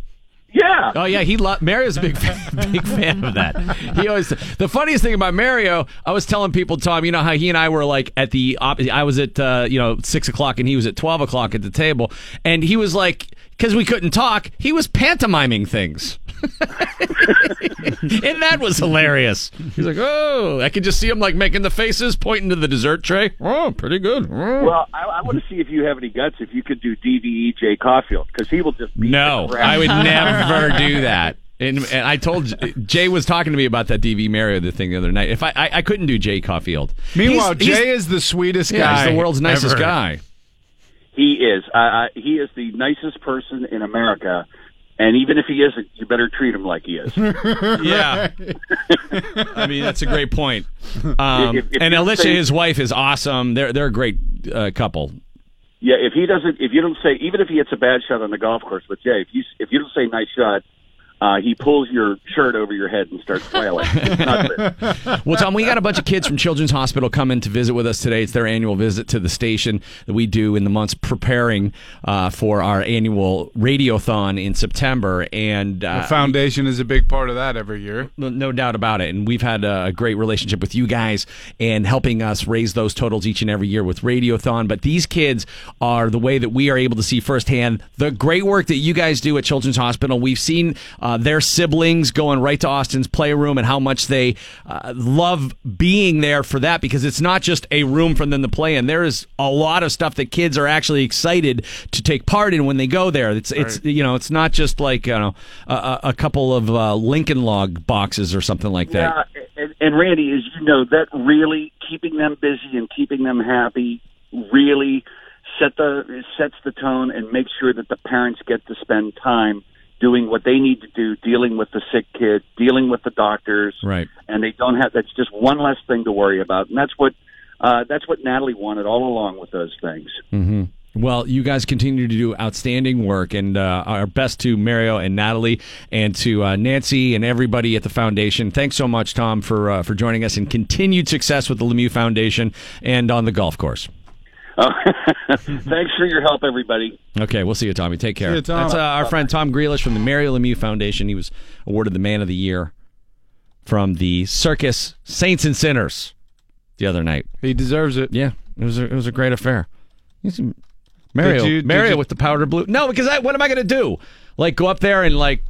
S11: Yeah.
S6: Oh yeah, he lo- Mario's a big fan, big fan of that. He always the funniest thing about Mario. I was telling people, Tom, you know how he and I were like at the. Op- I was at uh, you know six o'clock and he was at twelve o'clock at the table, and he was like because we couldn't talk, he was pantomiming things. and that was hilarious. He's like, oh, I could just see him like making the faces, pointing to the dessert tray. Oh, pretty good. Oh.
S11: Well, I, I want to see if you have any guts if you could do DVE Jay Caulfield because he will just
S6: No, I would never do that. And, and I told Jay was talking to me about that DV Mario the thing the other night. If I I, I couldn't do Jay Caulfield.
S2: Meanwhile,
S6: He's- he's-
S2: Jay is the sweetest
S6: Yeah,
S2: guy.
S6: he's the world's nicest
S2: ever.
S6: guy.
S11: He is. Uh, uh, he is the nicest person in America, and even if he isn't, you better treat him like he is.
S6: yeah. I mean, that's a great point. Um,
S11: If- if
S6: and
S11: you
S6: Alicia,
S11: say-
S6: his wife, is awesome. They're they're a great uh, couple.
S11: yeah. If he doesn't, if you don't say, even if he hits a bad shot on the golf course, but Jay, if you if you don't say nice shot, uh, he pulls your shirt over your head and starts flailing. It's not good.
S6: Well, Tom, we got a bunch of kids from Children's Hospital coming to visit with us today. It's their annual visit to the station that we do in the months preparing uh, for our annual radiothon in September. And uh,
S2: The foundation is a big part of that every year.
S6: No, no doubt about it. And we've had a great relationship with you guys and helping us raise those totals each and every year with Radiothon. But these kids are the way that we are able to see firsthand the great work that you guys do at Children's Hospital. We've seen uh, their siblings going right to Austin's playroom and how much they uh, love being there for that because it's not just a room for them to play in. There is a lot of stuff that kids are actually excited to take part in when they go there. It's it's you know it's not just like you know a- a, a couple of uh, Lincoln Log boxes or something like that.
S11: Yeah, and, and Randy, as you know, that really keeping them busy and keeping them happy really set the sets the tone and makes sure that the parents get to spend time doing what they need to do, dealing with the sick kid, dealing with the doctors,
S6: Right.
S11: and they don't have. That's just one less thing to worry about, and that's what uh, that's what Natalie wanted all along with those things.
S6: hmm Well, you guys continue to do outstanding work, and uh, our best to Mario and Natalie, and to uh, Nancy and everybody at the foundation. Thanks so much, Tom, for uh, for joining us, and continued success with the Lemieux Foundation and on the golf course.
S11: Uh, thanks for your help, everybody.
S6: Okay, we'll see you, Tommy. Take care.
S11: See you, Tom.
S6: That's uh, our friend Tom Grealish from the Mary Lemieux Foundation. He was awarded the Man of the Year from the Circus Saints and Sinners the other night.
S2: He deserves it.
S6: Yeah, it was a, it was a great affair. He's a- Mario,
S2: Did you- did
S6: Mario
S2: you-
S6: with the powder blue. No, because I, what am I going to do? Like go up there and like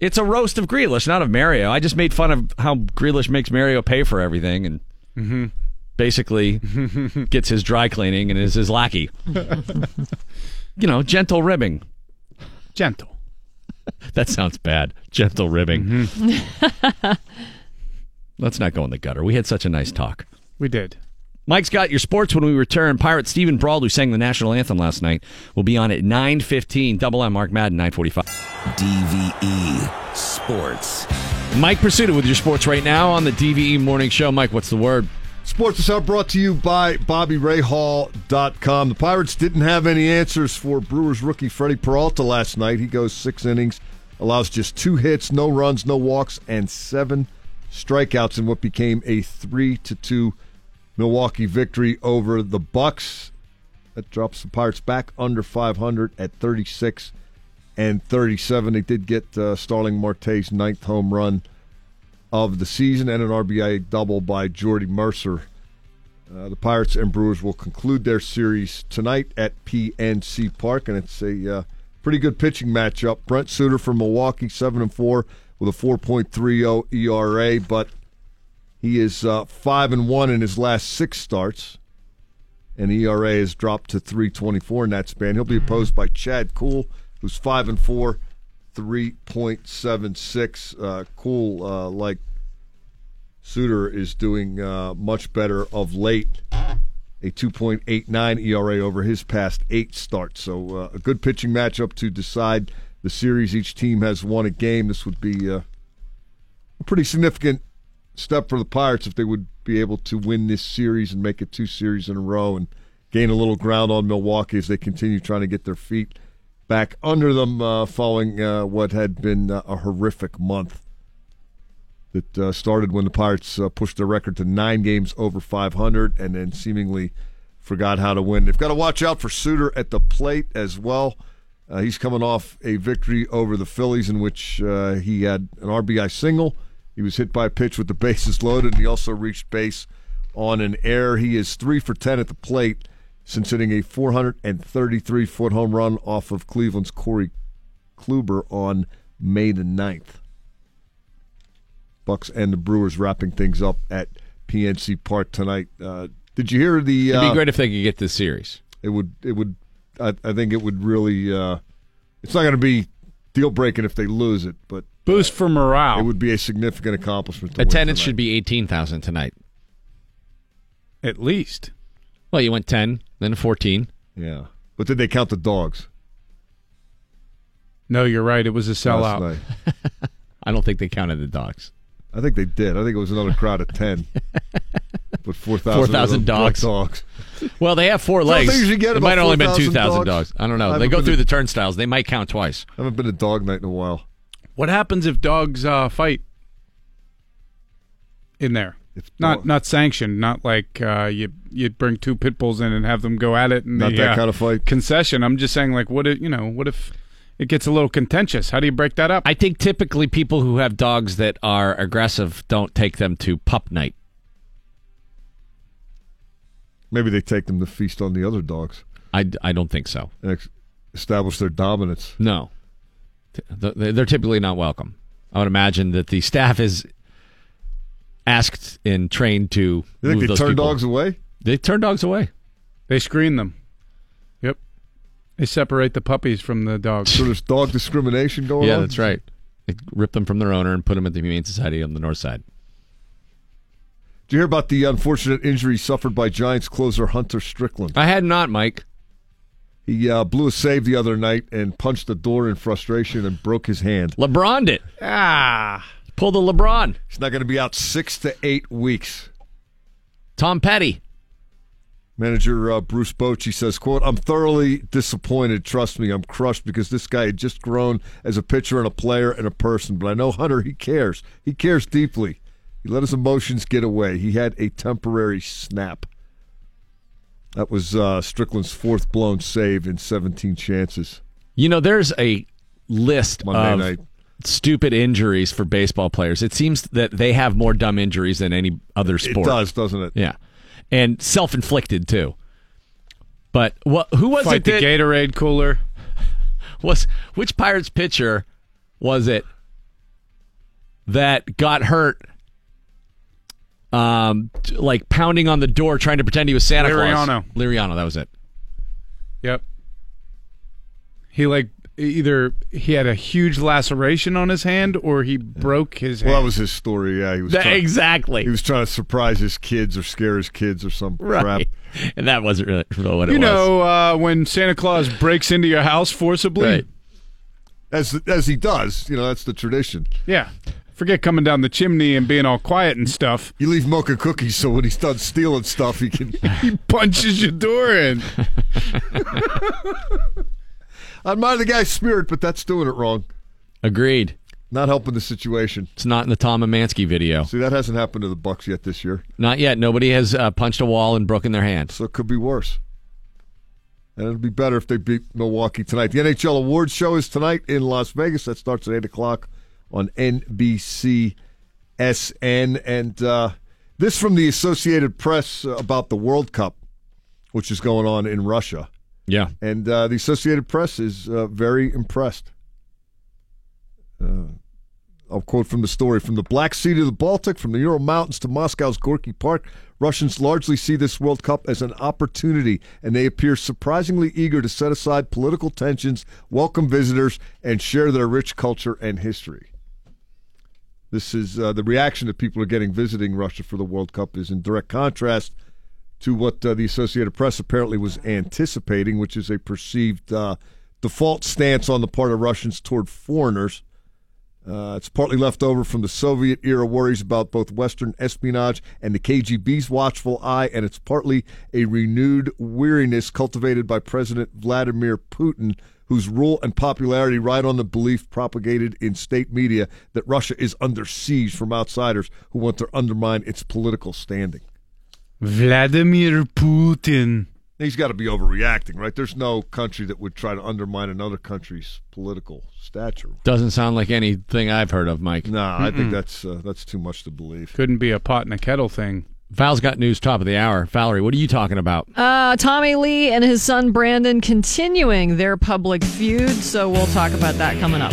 S6: It's a roast of Grealish, not of Mario. I just made fun of how Grealish makes Mario pay for everything and
S2: Mm-hmm.
S6: basically gets his dry cleaning and is his lackey. you know, gentle ribbing.
S2: Gentle.
S6: That sounds bad. Gentle ribbing. Let's not go in the gutter. We had such a nice talk.
S2: We did.
S6: Mike's got your sports when we return. Pirate Stephen Brawl, who sang the national anthem last night, will be on at 9.15. Double M Mark Madden, 9.45. DVE Sports. Mike Pursuta with your sports right now on the DVE Morning Show. Mike, what's the word?
S8: Sports is out brought to you by BobbyRayHall.com. The Pirates didn't have any answers for Brewers rookie Freddie Peralta last night. He goes six innings, allows just two hits, no runs, no walks, and seven strikeouts in what became a three to two Milwaukee victory over the Bucks. That drops the Pirates back under 500 at 36 and 37. They did get uh, Starling Marte's ninth home run of the season and an RBI double by Jordy Mercer. Uh, the Pirates and Brewers will conclude their series tonight at PNC Park, and it's a uh, pretty good pitching matchup. Brent Suter from Milwaukee, seven and four oh with a 4.30 ERA, E but he is uh, five and one in his last six starts, and ERA has dropped to 3.24 in that span. He'll be opposed by Chad Cool, who's five and four, 3.76. Uh, cool, uh, like Suter is doing uh, much better of late. A 2.89 ERA E over his past eight starts. So uh, a good pitching matchup to decide the series. Each team has won a game. This would be uh, a pretty significant step for the Pirates if they would be able to win this series and make it two series in a row and gain a little ground on Milwaukee as they continue trying to get their feet back under them uh, following uh, what had been uh, a horrific month that uh, started when the Pirates uh, pushed their record to nine games over 500 and then seemingly forgot how to win. They've got to watch out for Suter at the plate as well. Uh, he's coming off a victory over the Phillies in which uh, he had an RBI single. He was hit by a pitch with the bases loaded, and he also reached base on an error. He is three for 10 at the plate since hitting a 433 foot home run off of Cleveland's Corey Kluber on May the 9th. Bucks and the Brewers wrapping things up at PNC Park tonight. Uh, did you hear the?
S6: It'd
S8: Uh,
S6: be great if they could get this series.
S8: It would. It would. I, I think it would really. Uh, it's not going to be deal breaking if they lose it, but uh,
S2: boost for morale.
S8: It would be a significant accomplishment. To win
S6: Attendance
S8: tonight.
S6: should be 18,000 tonight.
S2: At least.
S6: Well, you went 10, then 14.
S8: Yeah. But did they count the dogs?
S2: No, you're right. It was a
S8: Last
S2: sellout.
S8: night.
S6: I don't think they counted the dogs.
S8: I think they did. I think it was another crowd of ten, but four thousand.
S6: 4,000 dogs.
S8: dogs.
S6: Well, they have four
S8: Don't they
S6: legs.
S8: usually get
S6: it
S8: about
S6: might have only been
S8: 4,000
S6: two thousand
S8: dogs?
S6: dogs. I don't
S8: I
S6: know. They
S8: haven't
S6: go
S8: been
S6: through the
S8: to-
S6: turnstiles. They might count twice.
S8: I haven't been to dog night in a while.
S2: What happens if dogs uh, fight in there?
S8: If
S2: Not
S8: dog-
S2: not sanctioned. Not like uh, you you bring two pit bulls in and have them go at it. In
S8: Not
S2: the,
S8: that
S2: uh,
S8: kind of fight.
S2: Concession. I'm just saying, like, what if you know? What if it gets a little contentious? How do you break that up?
S6: I think typically people who have dogs that are aggressive don't take them to pup night.
S8: Maybe they take them to feast on the other dogs
S6: I, I don't think so.
S8: and ex- establish their dominance.
S6: No, T- th- they're typically not welcome. I would imagine that the staff is asked and trained to.
S8: You think
S6: move
S8: they
S6: those
S8: turn
S6: people.
S8: dogs away?
S6: They turn dogs away.
S2: They screen them. Yep. They separate the puppies from the dogs.
S8: So there's dog discrimination going
S6: yeah,
S8: on.
S6: that's right. They rip them from their owner and put them at the Humane Society on the north side.
S8: Did you hear about the unfortunate injury suffered by Giants closer Hunter Strickland?
S6: I had not, Mike.
S8: He uh, blew a save the other night and punched the door in frustration and broke his hand.
S6: LeBroned it.
S2: ah.
S6: Pull the LeBron.
S8: He's not going to be out six to eight weeks.
S6: Tom Petty.
S8: Manager uh, Bruce Bochy says, "quote I'm thoroughly disappointed. Trust me, I'm crushed because this guy had just grown as a pitcher and a player and a person. But I know Hunter. He cares. He cares deeply. He let his emotions get away. He had a temporary snap. That was uh, Strickland's fourth blown save in 17 chances
S6: You know, there's a list
S8: Monday
S6: of
S8: night.
S6: stupid injuries for baseball players. It seems that they have more dumb injuries than any other sport.
S8: It does, doesn't it?
S6: Yeah. And self inflicted too. But what who was
S2: Fight
S6: it that
S2: the Gatorade cooler.
S6: was which Pirates pitcher was it that got hurt, um, t- like pounding on the door trying to pretend he was Santa Claus.
S2: Liriano.
S6: Liriano, that was it.
S2: Yep. He like e-, either he had a huge laceration on his hand or he broke his hand.
S8: Well, that was his story. Yeah, he was
S2: That-
S6: exactly.
S8: He was trying to surprise his kids or scare his kids or some crap.
S6: Right. And that wasn't really what it
S2: you
S6: was.
S2: know uh, when Santa Claus breaks into your house forcibly.
S6: Right.
S8: As as he does, you know that's the tradition.
S2: Yeah. Forget coming down the chimney and being all quiet and stuff.
S8: You leave mocha cookies so when he's done stealing stuff, he can.
S2: he punches your door in.
S8: I admire the guy's spirit, but that's doing it wrong.
S6: Agreed.
S8: Not helping the situation.
S6: It's not in the Tom Amansky video.
S8: See, that hasn't happened to the Bucks yet this year,
S6: Not yet. Nobody has uh, punched a wall and broken their hand.
S8: so it could be worse. And it'll be better if they beat Milwaukee tonight. The NHL Awards show is tonight in Las Vegas. That starts at eight o'clock on NBC SN. And uh, this from the Associated Press about the World Cup, which is going on in Russia.
S6: Yeah.
S8: And uh, the Associated Press is uh, very impressed. Uh, I'll quote from the story From the Black Sea to the Baltic, from the Ural Mountains to Moscow's Gorky Park, Russians largely see this World Cup as an opportunity, and they appear surprisingly eager to set aside political tensions, welcome visitors, and share their rich culture and history. This is uh, the reaction that people are getting visiting Russia for the World Cup is in direct contrast to what uh, the Associated Press apparently was anticipating, which is a perceived uh, default stance on the part of Russians toward foreigners. Uh, it's partly left over from the Soviet era worries about both Western espionage and the KGB's watchful eye, and it's partly a renewed weariness cultivated by President Vladimir Putin, whose rule and popularity ride on the belief propagated in state media that Russia is under siege from outsiders who want to undermine its political standing.
S2: Vladimir Putin.
S8: He's got to be overreacting, right? There's no country that would try to undermine another country's political stature.
S6: Doesn't sound like anything I've heard of, Mike.
S8: No, I think that's uh, that's too much to believe.
S2: Couldn't be a pot and a kettle thing.
S6: Val's got news top of the hour. Valerie, what are you talking about?
S5: Uh, Tommy Lee and his son Brandon continuing their public feud, so we'll talk about that coming up.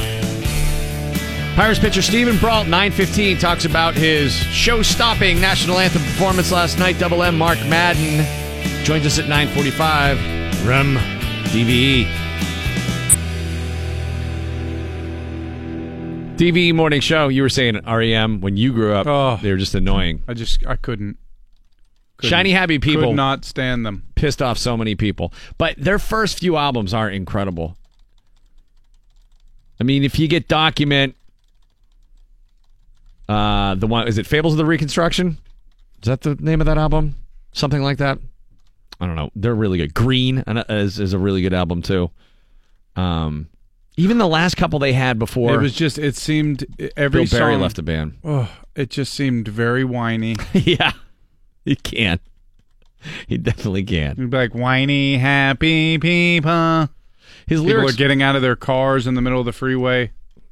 S6: Pirates pitcher Stephen Brault, 915, talks about his show-stopping national anthem performance last night. Double M Mark Madden joins us at 945. Rem DVE. DVE E Morning Show. You were saying REM when you grew up.
S2: Oh.
S6: They were just annoying.
S2: I just I couldn't. couldn't-
S6: Shiny happy people.
S2: Could not stand them.
S6: pissed off so many people. But their first few albums are incredible. I mean, if you get Document, uh, the one is it Fables of the Reconstruction? Is that the name of that album? Something like that. I don't know. They're really good. Green and, uh, is is a really good album too. Um, even the last couple they had before
S2: it was just it seemed every
S6: Bill Berry
S2: song
S6: left the band.
S2: Oh, it just seemed very whiny.
S6: yeah, he can. He definitely can.
S2: You'd be like whiny happy people.
S6: His
S2: People
S6: lyrics
S2: are getting out of their cars in the middle of the freeway.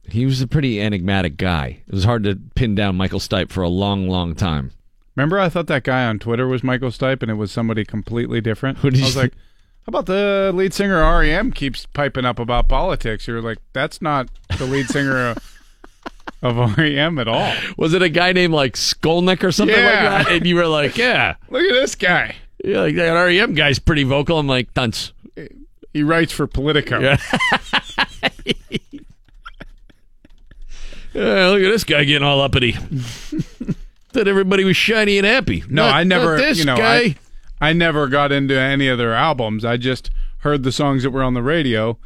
S6: He was a pretty enigmatic guy. It was hard to pin down Michael Stipe for a long, long time.
S2: Remember, I thought that guy on Twitter was Michael Stipe, and it was somebody completely different.
S6: Who did
S2: I
S6: you
S2: was like, "How about the lead singer of REM keeps piping up about politics?" You're like, "That's not the lead singer of, of REM at all."
S6: Was it a guy named like Skolnick or something
S2: Yeah.
S6: like that? And you were like, yeah,
S2: Look at this guy.
S6: yeah, like that REM guy's pretty vocal. I'm like, dunce.
S2: He writes for Politico.
S6: Yeah. Yeah, look at this guy getting all uppity. Thought everybody was shiny and happy.
S2: No,
S6: Not-
S2: I never.
S6: not this
S2: you know,
S6: guy.
S2: I, I never got into any of their albums. I just heard the songs that were on the radio,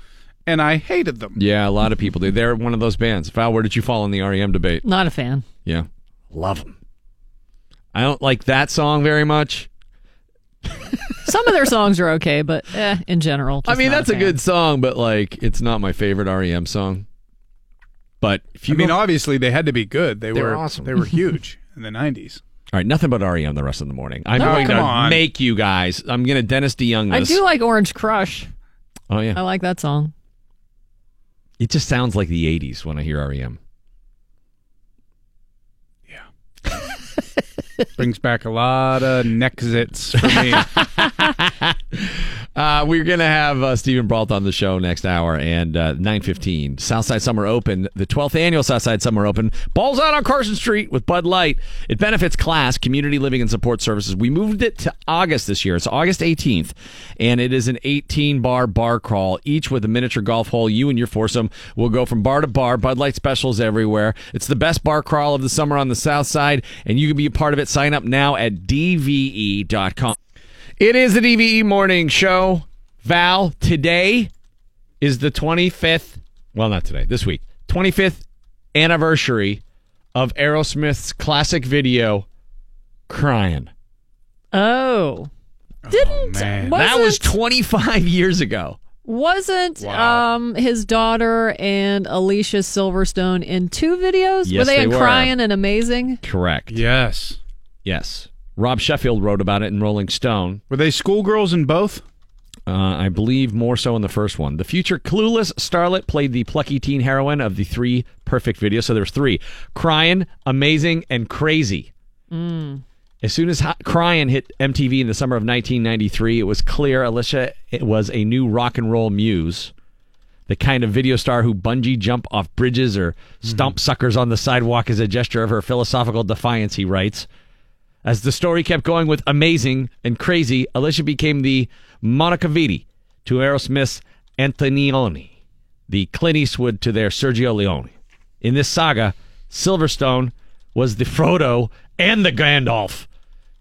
S2: and I hated them.
S6: yeah, a lot of people do. They're one of those bands. Val, where did you fall in the REM debate?
S5: Not a fan.
S6: Yeah. Love them. I don't like that song very much.
S5: Some of their songs are okay, but eh, in general,
S6: I
S5: just
S6: mean,
S5: not
S6: that's a,
S5: fan.
S6: good song, but like, it's not my favorite REM song. But if you
S2: I mean,
S6: go- all
S2: obviously they had to be good. They,
S6: They
S2: were
S6: were awesome.
S2: They were huge in the '90s.
S6: right, nothing but REM the rest of the morning. I'm
S2: No,
S6: going
S2: come
S6: to
S2: on.
S6: make you guys. I'm going to Dennis DeYoung
S5: I
S6: this.
S5: do like Orange Crush.
S6: oh
S5: I
S6: yeah,
S5: like that song.
S6: it just sounds like the '80s when I hear E REM.
S2: Brings back a lot of nexits for me.
S6: Uh, we're going to have uh, Stephen Brault on the show next hour and uh, 9.15. Southside Summer Open, the 12th annual Southside Summer Open. Balls out on Carson Street with Bud Light. It benefits class, community living and support services. We moved it to August this year. It's August 18th, and it is an 18-bar bar crawl, each with a miniature golf hole. You and your foursome will go from bar to bar. Bud Light specials everywhere. It's the best bar crawl of the summer on the South Side, and you can be a part of it. Sign up now at dve.com. It is the DVE Morning Show. Val, today is the 25th, well, not today, this week, 25th anniversary of Aerosmith's classic video, Crying.
S5: Oh. Didn't wasn't,
S6: That was 25 years ago.
S5: wasn't um his daughter and Alicia Silverstone in two videos? were
S6: Yes,
S5: they,
S6: they
S5: in
S6: were.
S5: crying and amazing?
S6: Correct.
S2: Yes.
S6: Yes. Rob Sheffield wrote about it in Rolling Stone.
S2: Were they schoolgirls in both?
S6: Uh, I believe more so in the first one. The future clueless starlet played the plucky teen heroine of the three perfect videos. So there's three: crying, amazing, and crazy.
S5: Mm.
S6: As soon as Hot Crying hit MTV in the summer of 1993, it was clear Alicia was a new rock and roll muse, the kind of video star who bungee jump off bridges or stomp suckers on the sidewalk as a gesture of her philosophical defiance, he writes. As the story kept going with Amazing and Crazy, Alicia became the Monica Vitti to Aerosmith's Antonioni, the Clint Eastwood to their Sergio Leone. In this saga, Silverstone was the Frodo and the Gandalf.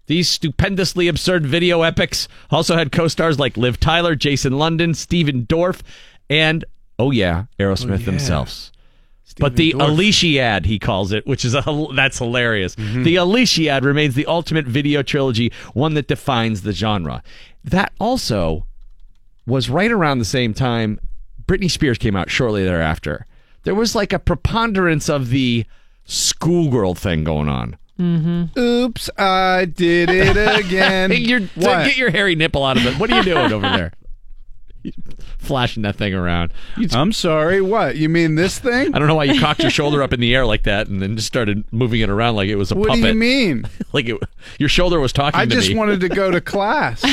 S6: These stupendously absurd video epics also had co stars like Liv Tyler, Jason London, Stephen Dorff, and, oh yeah, Aerosmith themselves. but the
S3: Dorff.
S6: Aliciad, he calls it, which is a, hil- that's hilarious. The Aliciad remains the ultimate video trilogy, one that defines the genre. That also was right around the same time Britney Spears came out shortly thereafter. There was like a preponderance of the schoolgirl thing going on.
S2: Mm-hmm. Oops, I did it again.
S6: You're,
S2: What?
S6: Get your hairy nipple out of it. What are you doing over there? Flashing that thing around.
S2: I'm sorry. What? You mean this thing?
S6: I don't know why you cocked your shoulder up in the air like that and then just started moving it around like it was a
S2: What
S6: puppet.
S2: do you mean?
S6: Like it, your shoulder was talking
S2: I
S6: to
S2: just
S6: me.
S2: wanted to go to class.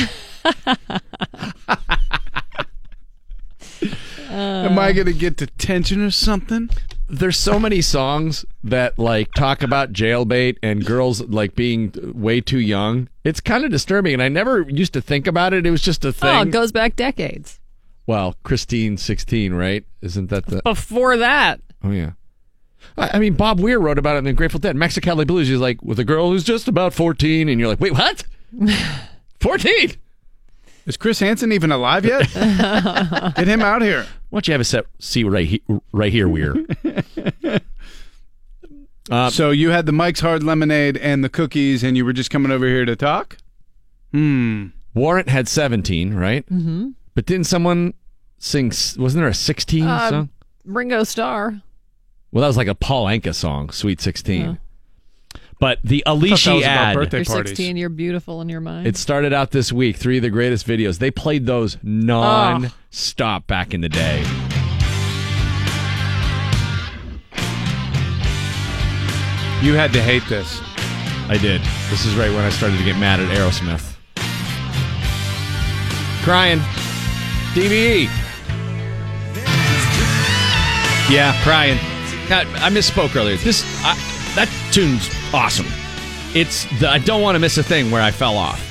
S5: Mm.
S2: Am I going to get detention or something?
S6: there's so many songs that like talk about jailbait and girls like being way too young. It's kind of disturbing, and I never used to think about it. It was just a
S5: Oh,
S6: thing.
S5: it goes back decades.
S6: well, Christine, sixteen, right? Isn't that the?
S5: Before that.
S6: Oh yeah. I I mean, Bob Weir wrote about it in the Grateful Dead. Mexicali Blues. He's like with a girl who's just about fourteen, and you're like, wait, what? Fourteen?
S2: Is Chris Hansen even alive yet? Get him out here.
S6: Why don't you have a set seat right he- right here, Weir? Uh,
S2: so you had the Mike's Hard Lemonade and the cookies, and you were just coming over here to talk. Hmm.
S6: Warrant had seventeen, right?
S5: Mm-hmm.
S6: But didn't someone sing? s- Wasn't there a sixteen
S5: Uh,
S6: song?
S5: Ringo Starr.
S6: Well, that was like a Paul Anka song, Sweet 16. But the Alicia ad,
S5: You're 16, you're beautiful in your mind.
S6: it started out this week, three of the greatest videos. They played those non
S2: Oh.
S6: stop back in the day.
S2: You had to hate this.
S6: I did. This is right when I started to get mad at Aerosmith. Crying. DVE.
S2: E.
S6: Yeah, crying. I, I misspoke earlier. This I, that tune's awesome. It's the I don't want to miss a thing where I fell off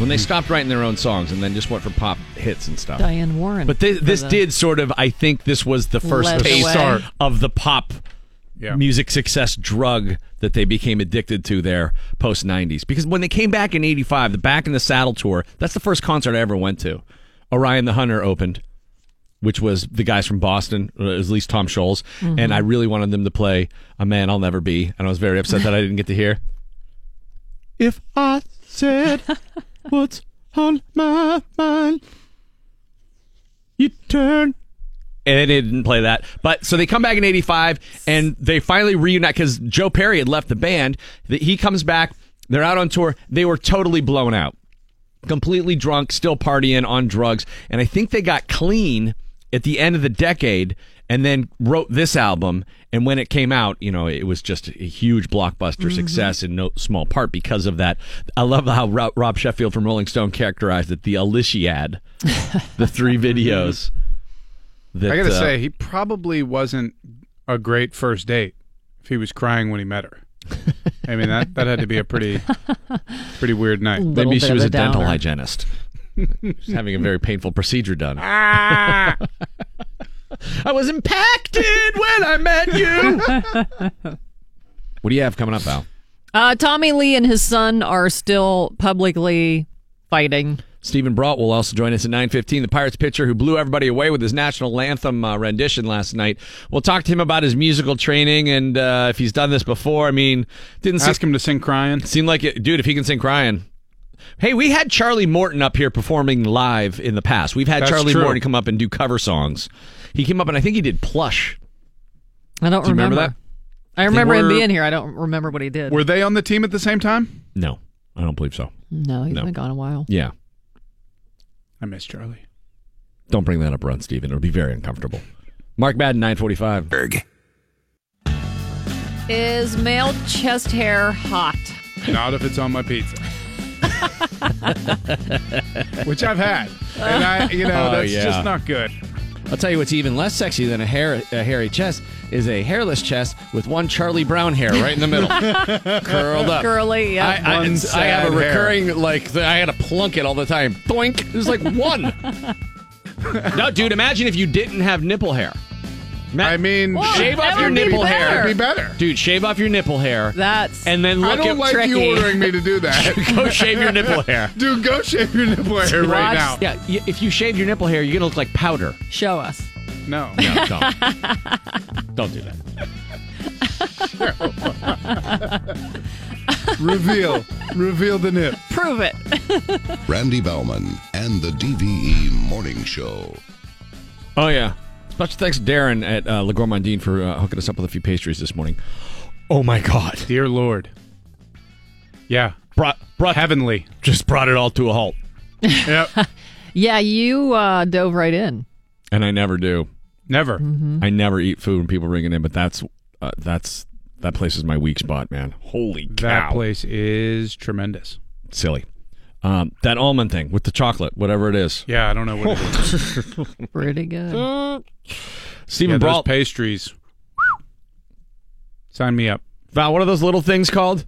S6: when they stopped writing their own songs and then just went for pop hits and stuff.
S5: Diane Warren.
S6: But this,
S5: for
S6: this
S5: the-
S6: did sort of, I think this was the first
S5: Led the
S6: taste
S5: way. Start.
S6: of the pop
S2: Yeah.
S6: music success drug that they became addicted to there post 90s. Because when they came back in 85, the Back in the Saddle tour, that's the first concert I ever went to. Orion the Hunter opened, which was the guys from Boston, uh, at least Tom Scholes.
S5: Mm-hmm.
S6: And I really wanted them to play A Man I'll Never Be. And I was very upset that I didn't get to hear. If I said what's on my mind, you turn. And they didn't play that. But so they come back in 85 and they finally reunite because Joe Perry had left the band. That He comes back. They're out on tour. They were totally blown out, completely drunk, still partying on drugs. And I think they got clean at the end of the decade and then wrote this album. And when it came out, you know, it was just a huge blockbuster
S2: Mm-hmm.
S3: Mhm.
S6: success in no small part because of that. I love how Ro- Rob Sheffield from Rolling Stone characterized it the Aliciad, the three videos. that,
S2: I gotta
S6: uh,
S2: say, he probably wasn't a great first date if he was crying when he met her. I mean that that had to be a pretty pretty weird night.
S6: Maybe she was a dental hygienist. She's having a very painful procedure done.
S9: Ah!
S6: I was impacted when I met
S9: you.
S6: What do you have coming up, Al?
S5: Uh, Tommy Lee and his son are still publicly fighting.
S6: Stephen Brought will also join us at 9:15. The Pirates pitcher who blew everybody away with his national anthem uh, rendition last night. We'll talk to him about his musical training and uh, if he's done this before. I mean, didn't ask
S2: him to sing crying.
S6: Seemed like it, dude. If he can sing crying. Hey, we had Charlie Morton up here performing live in the past. We've had
S5: That's
S6: Charlie
S5: true.
S6: Morton come up and do cover songs. He came up and I think he did Plush.
S5: I don't
S6: Do you remember that?
S5: I remember him
S6: Were-
S5: being here. I don't remember what he did.
S2: Were they on the team at the same time?
S6: No, I don't believe so.
S5: no, he's
S6: No.
S5: been gone a while.
S6: Yeah.
S2: I miss Charlie.
S6: Don't bring that up, Run Steven. It'll be very uncomfortable. Mark Madden, 945.
S5: Is male chest hair hot?
S2: Not if it's on my pizza. Which I've had. And I uh, you know,
S6: Oh,
S2: that's
S6: yeah.
S2: just not good.
S12: I'll tell you what's even less sexy than a, hair, a hairy chest is a hairless chest with one Charlie Brown hair right in the middle, curled up,
S5: Curly, yeah.
S12: I, I,
S5: One
S12: it's- I have a
S5: sad hair.
S12: recurring like the, I had to plunk it all the time. Boink. There's like one.
S6: no, dude, imagine if you didn't have nipple hair.
S2: I mean,
S6: shave
S12: that
S6: off your
S12: would be
S6: nipple
S12: better.
S6: hair.
S12: It'd be better.
S6: dude. Shave off your nipple hair.
S5: That's
S6: and then
S2: I
S6: look
S2: don't
S6: at
S2: like you ordering me to do that.
S6: Go shave your nipple hair.
S2: Dude, go shave your nipple hair right now.
S6: Yeah, y- if you shave your nipple hair, you're gonna look like powder.
S5: Show us.
S2: No.
S6: No, don't. don't do that.
S2: Reveal. Reveal the nip.
S5: Prove it.
S4: Randy Bauman and the DVE Morning Show.
S6: Oh yeah. Special thanks to Darren at uh, Le Gourmandine for uh, hooking us up with a few pastries this morning. Oh my God,
S2: dear Lord. Yeah,
S6: brought brought
S2: heavenly.
S6: Just brought it all to a halt,
S2: Yep.
S5: Yeah, you uh, dove right in.
S6: and I never do.
S2: Never.
S6: I never eat food when people bring it in, but that's uh, that's that place is my weak spot, man. Holy cow!
S2: That place is tremendous.
S6: Silly. Um, that almond thing with the chocolate, whatever it is.
S2: Yeah, I don't know what it is.
S5: Pretty good.
S2: Uh,
S6: Stephen
S2: yeah, those
S6: Brault-
S2: pastries. Sign me up.
S6: Val, what are those little things called?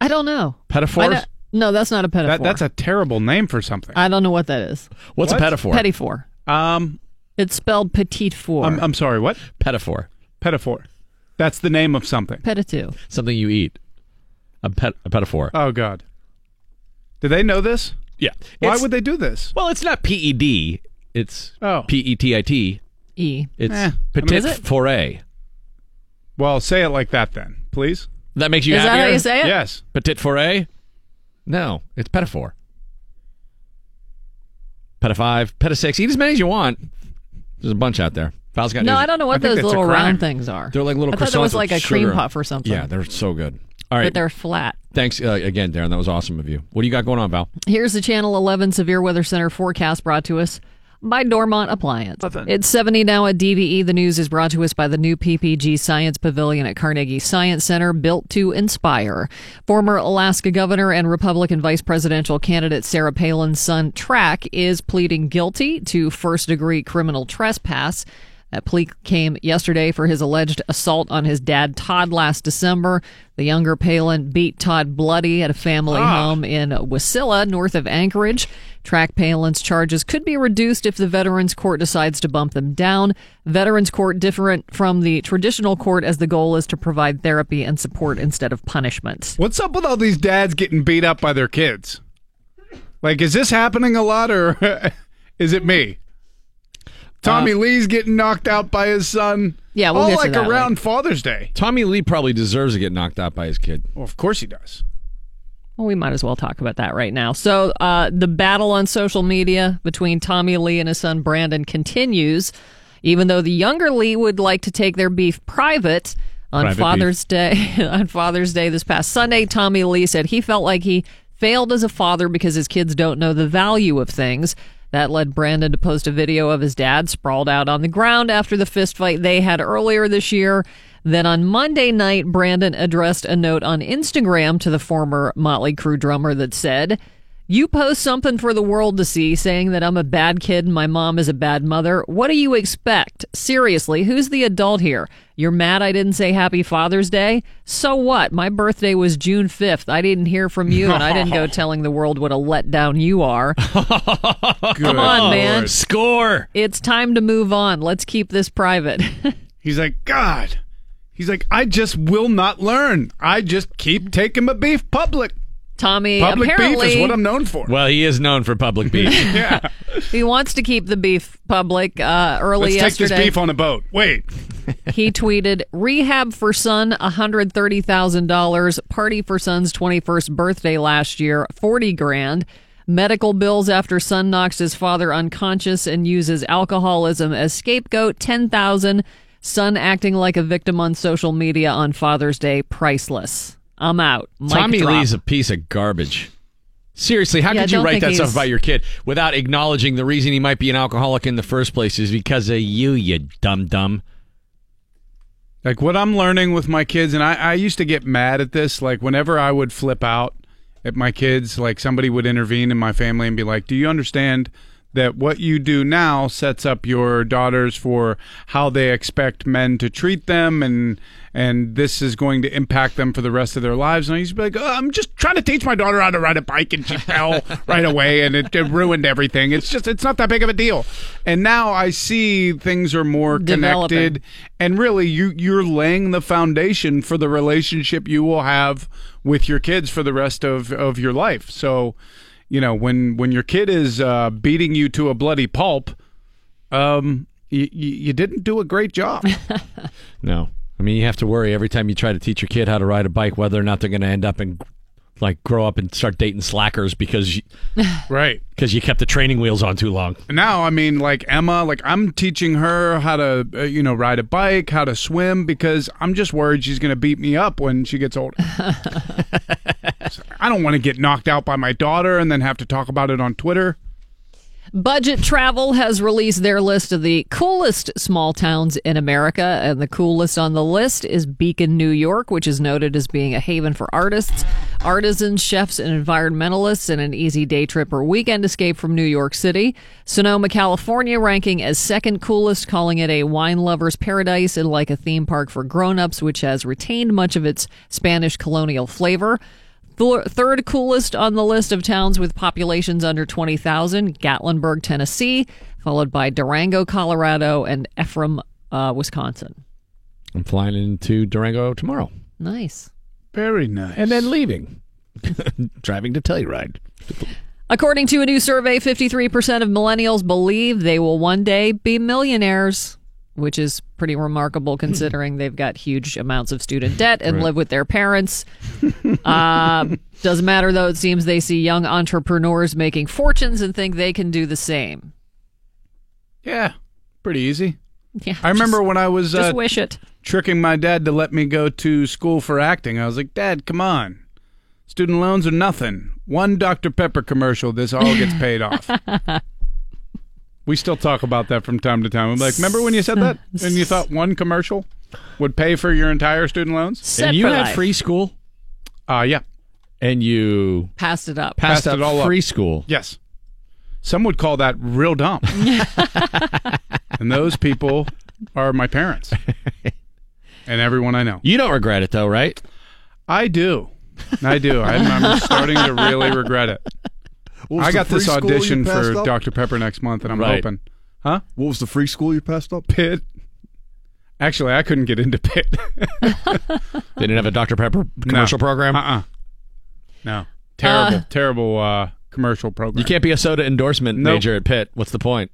S5: I don't know.
S2: Pedophores?
S5: I don't- No, that's not a pedophore.
S2: That, that's a terrible name for something.
S5: I don't know what that is.
S2: What's a What? pedophore?
S5: Petty four.
S2: Um,
S5: it's spelled petite four.
S2: I'm, I'm sorry, what?
S6: Pedophore.
S2: Pedophore. That's the name of something.
S5: Petit two.
S6: Something you eat. A pet a pedophore.
S2: Oh, God. Do they know this?
S6: Yeah.
S2: Why
S6: It's-
S2: would they do this?
S6: Well, it's not PED. It's
S2: Oh.
S6: P-E-T-I-T.
S5: E.
S6: It's
S2: Eh.
S6: petit
S2: I mean, is it?
S6: foray.
S2: Well, say it like that then, please.
S6: That makes you
S2: Is that how
S6: happier?
S2: you say it? Yes.
S6: Petit foray? No, it's pedophore. Peta five, peta six. Eat as many as you want. There's a bunch out there. Val's got
S5: No,
S6: news.
S5: I don't know what those little round things are.
S6: They're like little
S5: I thought there
S6: croissants
S5: was
S6: with
S5: like a cream
S6: sugar on-
S5: puff or something.
S6: Yeah, they're so good. All right.
S5: But they're flat.
S6: Thanks uh, again, Darren. That was awesome of you. What do you got going on, Val?
S5: Here's the Channel 11 Severe Weather Center forecast brought to us by Dormont Appliance. It's 70 now at DVE. The news is brought to us by the new PPG Science Pavilion at Carnegie Science Center, built to inspire. Former Alaska Governor and Republican vice presidential candidate Sarah Palin's son, Track, is pleading guilty to first degree criminal trespass. That plea came yesterday for his alleged assault on his dad, Todd, last December. The younger Palin beat Todd bloody at a family home in Wasilla, north of Anchorage. Track Palin's charges could be reduced if the Veterans Court decides to bump them down. Veterans Court, different from the traditional court, as the goal is to provide therapy and support instead of punishment.
S2: What's up with all these dads getting beat up by their kids? Like, is this happening a lot or is it me? Tommy Lee's getting knocked out by his son.
S5: Yeah, we'll
S2: all
S5: get to
S2: like
S5: that
S2: around Father's Day.
S6: Tommy Lee probably deserves to get knocked out by his kid.
S2: Well, of course he does.
S5: Well, we might as well talk about that right now. So, uh, the battle on social media between Tommy Lee and his son Brandon continues, even though the younger Lee would like to take their beef private. On
S13: Private
S5: Father's Day, on Father's Day this past Sunday, Tommy Lee said he felt like he failed as a father because his kids don't know the value of things. That led Brandon to post a video of his dad sprawled out on the ground after the fistfight they had earlier this year. Then on Monday night, Brandon addressed a note on Instagram to the former Motley Crue drummer that said, You post something for the world to see saying that I'm a bad kid and my mom is a bad mother. What do you expect? Seriously, who's the adult here? You're mad I didn't say Happy Father's Day? So what? My birthday was June 5th. I didn't hear from you, and I didn't go telling the world what a letdown you are. Come on, man.
S6: Score.
S5: It's time to move on. Let's keep this private.
S2: He's like, God. He's like, I just will not learn. I just keep taking my beef public.
S5: Tommy,
S2: Public
S5: apparently,
S2: beef is what I'm known for.
S6: Well, he is known for public beef.
S5: he wants to keep the beef public. Uh, early
S2: Let's
S5: yesterday,
S2: take this beef on a boat. Wait.
S5: he tweeted rehab for son $130000 party for son's 21st birthday last year 40 grand medical bills after son knocks his father unconscious and uses alcoholism as scapegoat 10000 son acting like a victim on social media on father's day priceless i'm out Mic
S6: Tommy
S5: drop.
S6: Lee's a piece of garbage. Seriously, how
S5: Yeah, I
S6: could you
S5: don't
S6: write
S5: think
S6: that stuff
S5: he's-
S6: about your kid without acknowledging the reason he might be an alcoholic in the first place is because of you, you dumb dumb.
S2: Like what I'm learning with my kids, and I, I used to get mad at this. Like whenever I would flip out at my kids, like somebody would intervene in my family and be like, "Do you understand that what you do now sets up your daughters for how they expect men to treat them, and and this is going to impact them for the rest of their lives?" And I used to be like, oh, "I'm just trying to teach my daughter how to ride a bike, and she fell right away, and it, it ruined everything. It's just it's not that big of a deal." And now I see things are more
S5: Developing.
S2: connected and really you you're laying the foundation for the relationship you will have with your kids for the rest of of your life so you know when when your kid is uh beating you to a bloody pulp um you, you didn't do a great job
S6: No. I mean, you have to worry every time you try to teach your kid how to ride a bike whether or not they're going to end up and like grow up and start dating slackers because you,
S2: right
S6: because you kept the training wheels on too long.
S2: now i mean like emma like i'm teaching her how to uh, you know ride a bike how to swim because i'm just worried she's going to beat me up when she gets older i don't want to get knocked out by my daughter and then have to talk about it on twitter
S5: Budget Travel has released their list of the coolest small towns in America, and the coolest on the list is Beacon, New York, which is noted as being a haven for artists, artisans, chefs, and environmentalists, and an easy day trip or weekend escape from New York City. Sonoma, California, ranking as second coolest, calling it a wine lover's paradise and like a theme park for grown-ups, which has retained much of its Spanish colonial flavor. Thor- Third coolest on the list of towns with populations under 20,000, Gatlinburg, Tennessee, followed by Durango, Colorado, and Ephraim, uh, Wisconsin.
S6: I'm flying into Durango tomorrow
S5: Nice.
S2: Very nice.
S6: and then leaving, driving to Telluride.
S5: According to a new survey, 53% of millennials believe they will one day be millionaires, which is pretty
S2: Hmm.
S5: remarkable considering they've got huge amounts of student debt and
S13: Right.
S5: live with their parents. uh, doesn't matter, though. It seems they see young entrepreneurs making fortunes and think they can do the same.
S2: Yeah, pretty easy.
S5: Yeah,
S2: I remember when I was
S5: just
S2: uh,
S5: wish it.
S2: tricking my dad to let me go to school for acting. I was like, "Dad, come on, student loans are nothing. One Dr Pepper commercial, this all gets paid off." we still talk about that from time to time. I'm like, "Remember when you said that?" And you thought one commercial would pay for your entire student loans?
S5: Set And you for had life. free
S6: school?
S2: Uh yeah.
S6: And you
S5: Passed it up.
S6: passed,
S2: Passed
S6: up
S2: it all up.
S6: free school.
S2: Yes. Some would call that real dumb. and those people are my parents and everyone I know.
S6: You don't regret it though, right?
S2: I do. I do. I'm, I'm starting to really regret it.
S8: What was
S2: I
S8: the
S2: got this
S8: free school
S2: audition
S8: you passed
S2: for
S8: up?
S2: Dr. Pepper next month, and I'm
S8: Right.
S2: hoping. Huh?
S8: What was the free school you passed up?
S2: Pitt. Actually, I couldn't get into Pitt.
S6: They didn't have a Dr Pepper commercial program.
S2: Uh-uh. No. Terrible, terrible uh, commercial program.
S6: You can't be a soda endorsement
S2: Nope.
S6: major at Pitt. What's the point?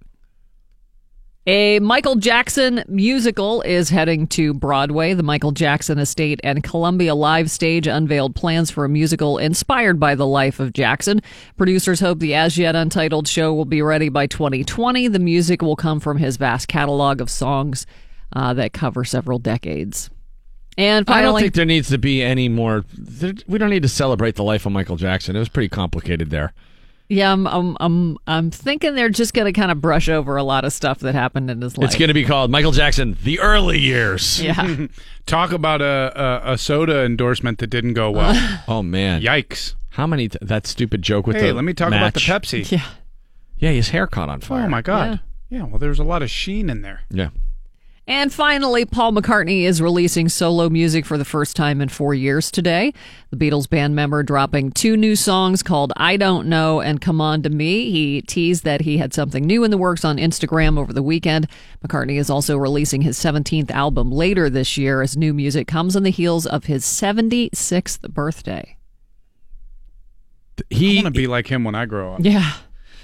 S5: A Michael Jackson musical is heading to Broadway. The Michael Jackson Estate and Columbia Live Stage unveiled plans for a musical inspired by the life of Jackson. Producers hope the as yet untitled show will be ready by 2020. The music will come from his vast catalog of songs uh, that cover several decades. And
S6: I don't
S5: finally,
S6: think there needs to be any more. There, we don't need to celebrate the life of Michael Jackson. It was pretty complicated there.
S5: Yeah, I'm, I'm, I'm, I'm thinking they're just going to kind of brush over a lot of stuff that happened in his life.
S6: It's going to be called Michael Jackson: The Early Years.
S5: Yeah.
S2: Talk about a, a, a soda endorsement that didn't go well.
S6: oh man!
S2: Yikes!
S6: How many th- that stupid joke with
S2: hey,
S6: the
S2: let me talk
S6: match.
S2: about the Pepsi.
S5: Yeah.
S6: Yeah, his hair caught on fire.
S2: Oh my god. Yeah. well, there's a lot of sheen in there.
S6: Yeah.
S5: And finally, Paul McCartney is releasing solo music for the first time in four years today. The Beatles band member dropping two new songs called I Don't Know and Come On to Me. He teased that he had something new in the works on Instagram over the weekend. McCartney is also releasing his 17th album later this year as new music comes on the heels of his 76th birthday.
S6: He
S2: I want to be like him when I grow up.
S5: Yeah.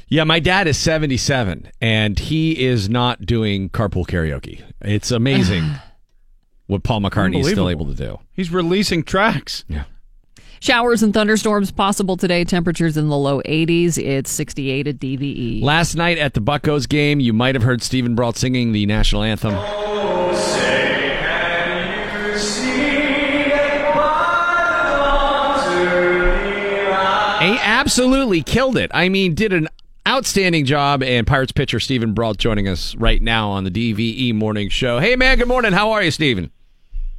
S6: Yeah, my dad is 77 and he is not doing carpool karaoke. It's amazing what Paul McCartney is still
S2: Unbelievable.
S6: able to do.
S2: He's releasing tracks.
S6: Yeah.
S5: Showers and thunderstorms possible today. Temperatures in the low 80s. It's 68 at E. DVE.
S6: Last night at the Buckos game, you might have heard Stephen Brault singing the national anthem. He absolutely killed it. I mean, did an outstanding job. And Pirates pitcher Stephen Brault joining us right now on the DVE Morning Show. Hey, man, good morning. How are you, Stephen?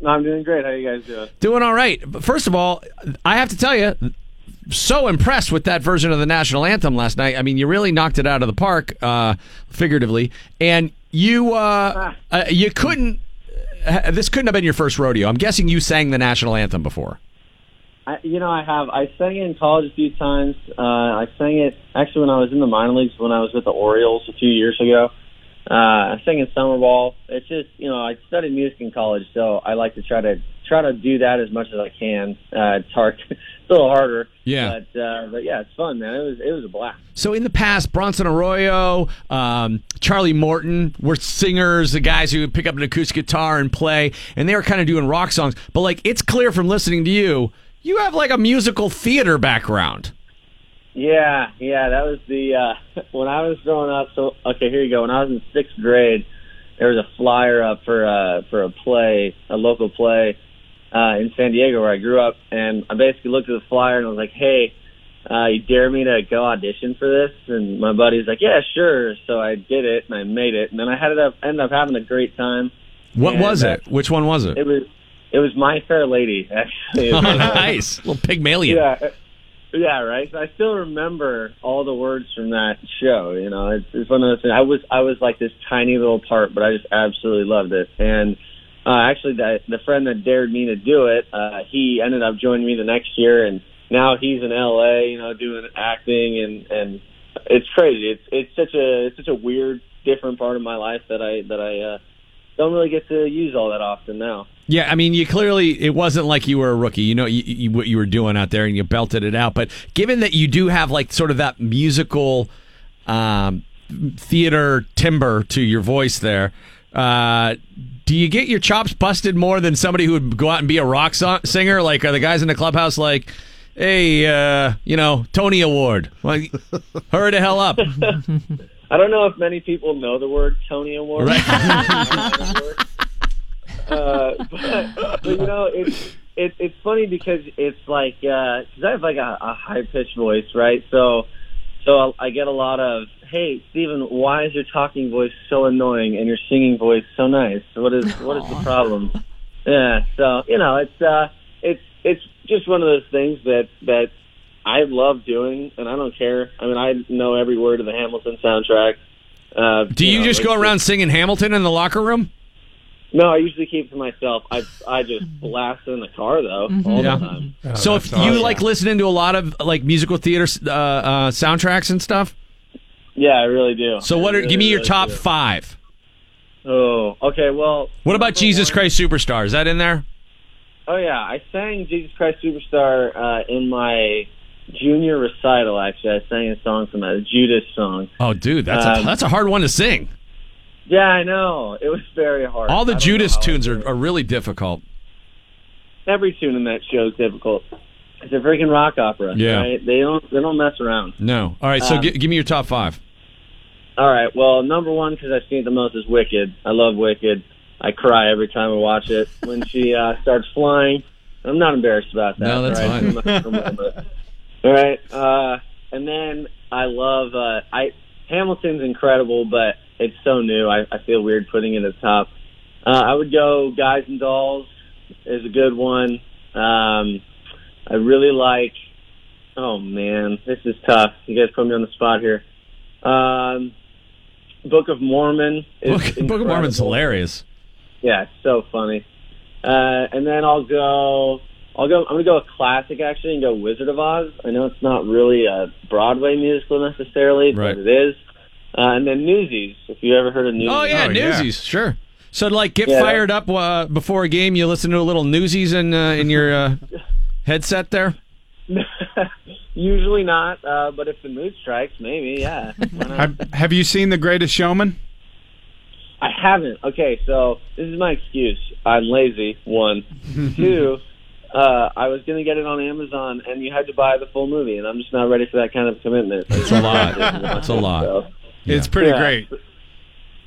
S13: No, I'm doing great. How you guys doing?
S6: Doing all right. But First of all, I have to tell you, so impressed with that version of the national anthem last night. I mean, you really knocked it out of the park, uh, figuratively, and you uh, uh, you couldn't. Uh, this couldn't have been your first rodeo. I'm guessing you sang the national anthem before.
S13: I, you know, I have. I sang it in college a few times. Uh, I sang it actually when I was in the minor leagues when I was with the Orioles a few years ago. Uh, I sang in summer ball. It's just you know I studied music in college, so I like to try to try to do that as much as I can. Uh, it's hard, it's a little harder.
S6: Yeah.
S13: But uh, but yeah, it's fun, man. It was it was a blast.
S6: So in the past, Bronson Arroyo, um, Charlie Morton were singers, the guys who would pick up an acoustic guitar and play, and they were kind of doing rock songs. But like, it's clear from listening to you, you have like a musical theater background.
S13: Yeah, yeah, that was the uh when I was growing up. So okay, here you go. When I was in sixth grade, there was a flyer up for uh for a play, a local play uh in San Diego where I grew up, and I basically looked at the flyer and I was like, "Hey, uh you dare me to go audition for this?" And my buddy's like, "Yeah, sure." So I did it and I made it, and then I had it up, ended up having a great time.
S6: What
S13: And,
S6: was
S13: uh,
S6: it? Which one was it?
S13: It was it was My Fair Lady actually.
S6: Oh, nice little Pygmalion.
S13: Yeah, uh, yeah, right. So I still remember all the words from that show. You know, it's, it's one of those things. I was I was like this tiny little part, but I just absolutely loved it. And uh, actually, the, the friend that dared me to do it, uh, he ended up joining me the next year, and now he's in L.A. You know, doing acting, and and it's crazy. It's it's such a it's such a weird, different part of my life that I that I uh, don't really get to use all that often now.
S6: Yeah, I mean, you clearly it wasn't like you were a rookie. You know you, you, what you were doing out there, and you belted it out. But given that you do have like sort of that musical um, theater timber to your voice, there, uh, do you get your chops busted more than somebody who would go out and be a rock so- singer? Like, are the guys in the clubhouse like? Hey, uh, you know, Tony Award. Like, hurry the hell up.
S13: I don't know if many people know the word Tony Award. uh, but, but you know, it's it, it's funny because it's like because I have like a, a high pitched voice, right? So so I get a lot of hey, Steven, why is your talking voice so annoying and your singing voice so nice? What is what is the problem? Yeah, so you know, it's uh, it's it's just one of those things that that I love doing, and I don't care. I mean, I know every word of the Hamilton soundtrack. Uh,
S6: Do you
S13: know,
S6: just go
S13: it's-
S6: around singing Hamilton in the locker room?
S13: No, I usually keep it to myself. I I just blast it in the car though all
S6: Mm-hmm. Yeah.
S13: the time.
S6: so if you like listening to a lot of like musical theater uh, uh, soundtracks and stuff.
S13: Yeah, I really do.
S6: So what?
S13: I
S6: Are,
S13: really,
S6: give me your
S13: really
S6: top
S13: do.
S6: five.
S13: Oh, okay. Well,
S6: What about Jesus Christ Superstar? Is that in there?
S13: oh yeah, I sang Jesus Christ Superstar uh, in my junior recital. Actually, I sang a song from that a Judas song.
S6: Oh, dude, that's a,
S13: Um,
S6: that's a hard one to sing.
S13: Yeah, I know. It was very hard.
S6: All the
S13: I don't
S6: Judas
S13: know how I
S6: tunes
S13: did
S6: are,
S13: it.
S6: are really difficult.
S13: Every tune in that show is difficult. It's a freaking rock opera.
S6: Yeah.
S13: right? they don't they don't mess around.
S6: No. All right, so
S13: Um,
S6: gi- give me your top five.
S13: All right. Well, number one because I've seen it the most is Wicked. I love Wicked. I cry every time I watch it. When she uh, starts flying, I'm not embarrassed about that.
S6: No, that's
S13: all right?
S6: fine.
S13: I'm not- I'm not- All right. Uh, And then I love uh, I Hamilton's incredible, but it's so new. I, I feel weird putting it at the top. Uh, I would go Guys and Dolls is a good one. Um, I really like. Oh man, this is tough. You guys put me on the spot here. Um, Book of Mormon. Is
S6: Book, Book of Mormon's hilarious.
S13: yeah, it's so funny. Uh, and then I'll go. I'll go. I'm gonna go a classic actually, and go Wizard of Oz. I know it's not really a Broadway musical necessarily,
S6: Right.
S13: but it is. Uh, and then Newsies. If you ever heard of Newsies.
S6: Oh yeah, Newsies, sure. So like, get
S13: Yeah.
S6: fired up uh, before a game. You listen to a little Newsies in uh, in your uh, headset there.
S13: Usually not, uh, but if the mood strikes, maybe yeah. Why not?
S2: Have, have you seen The Greatest Showman?
S13: I haven't. Okay, so this is my excuse. I'm lazy. One, two. Uh, I was gonna get it on Amazon, and you had to buy the full movie, and I'm just not ready for that kind of commitment. It's
S6: a lot. It's a lot.
S2: It's pretty
S13: Yeah.
S2: great.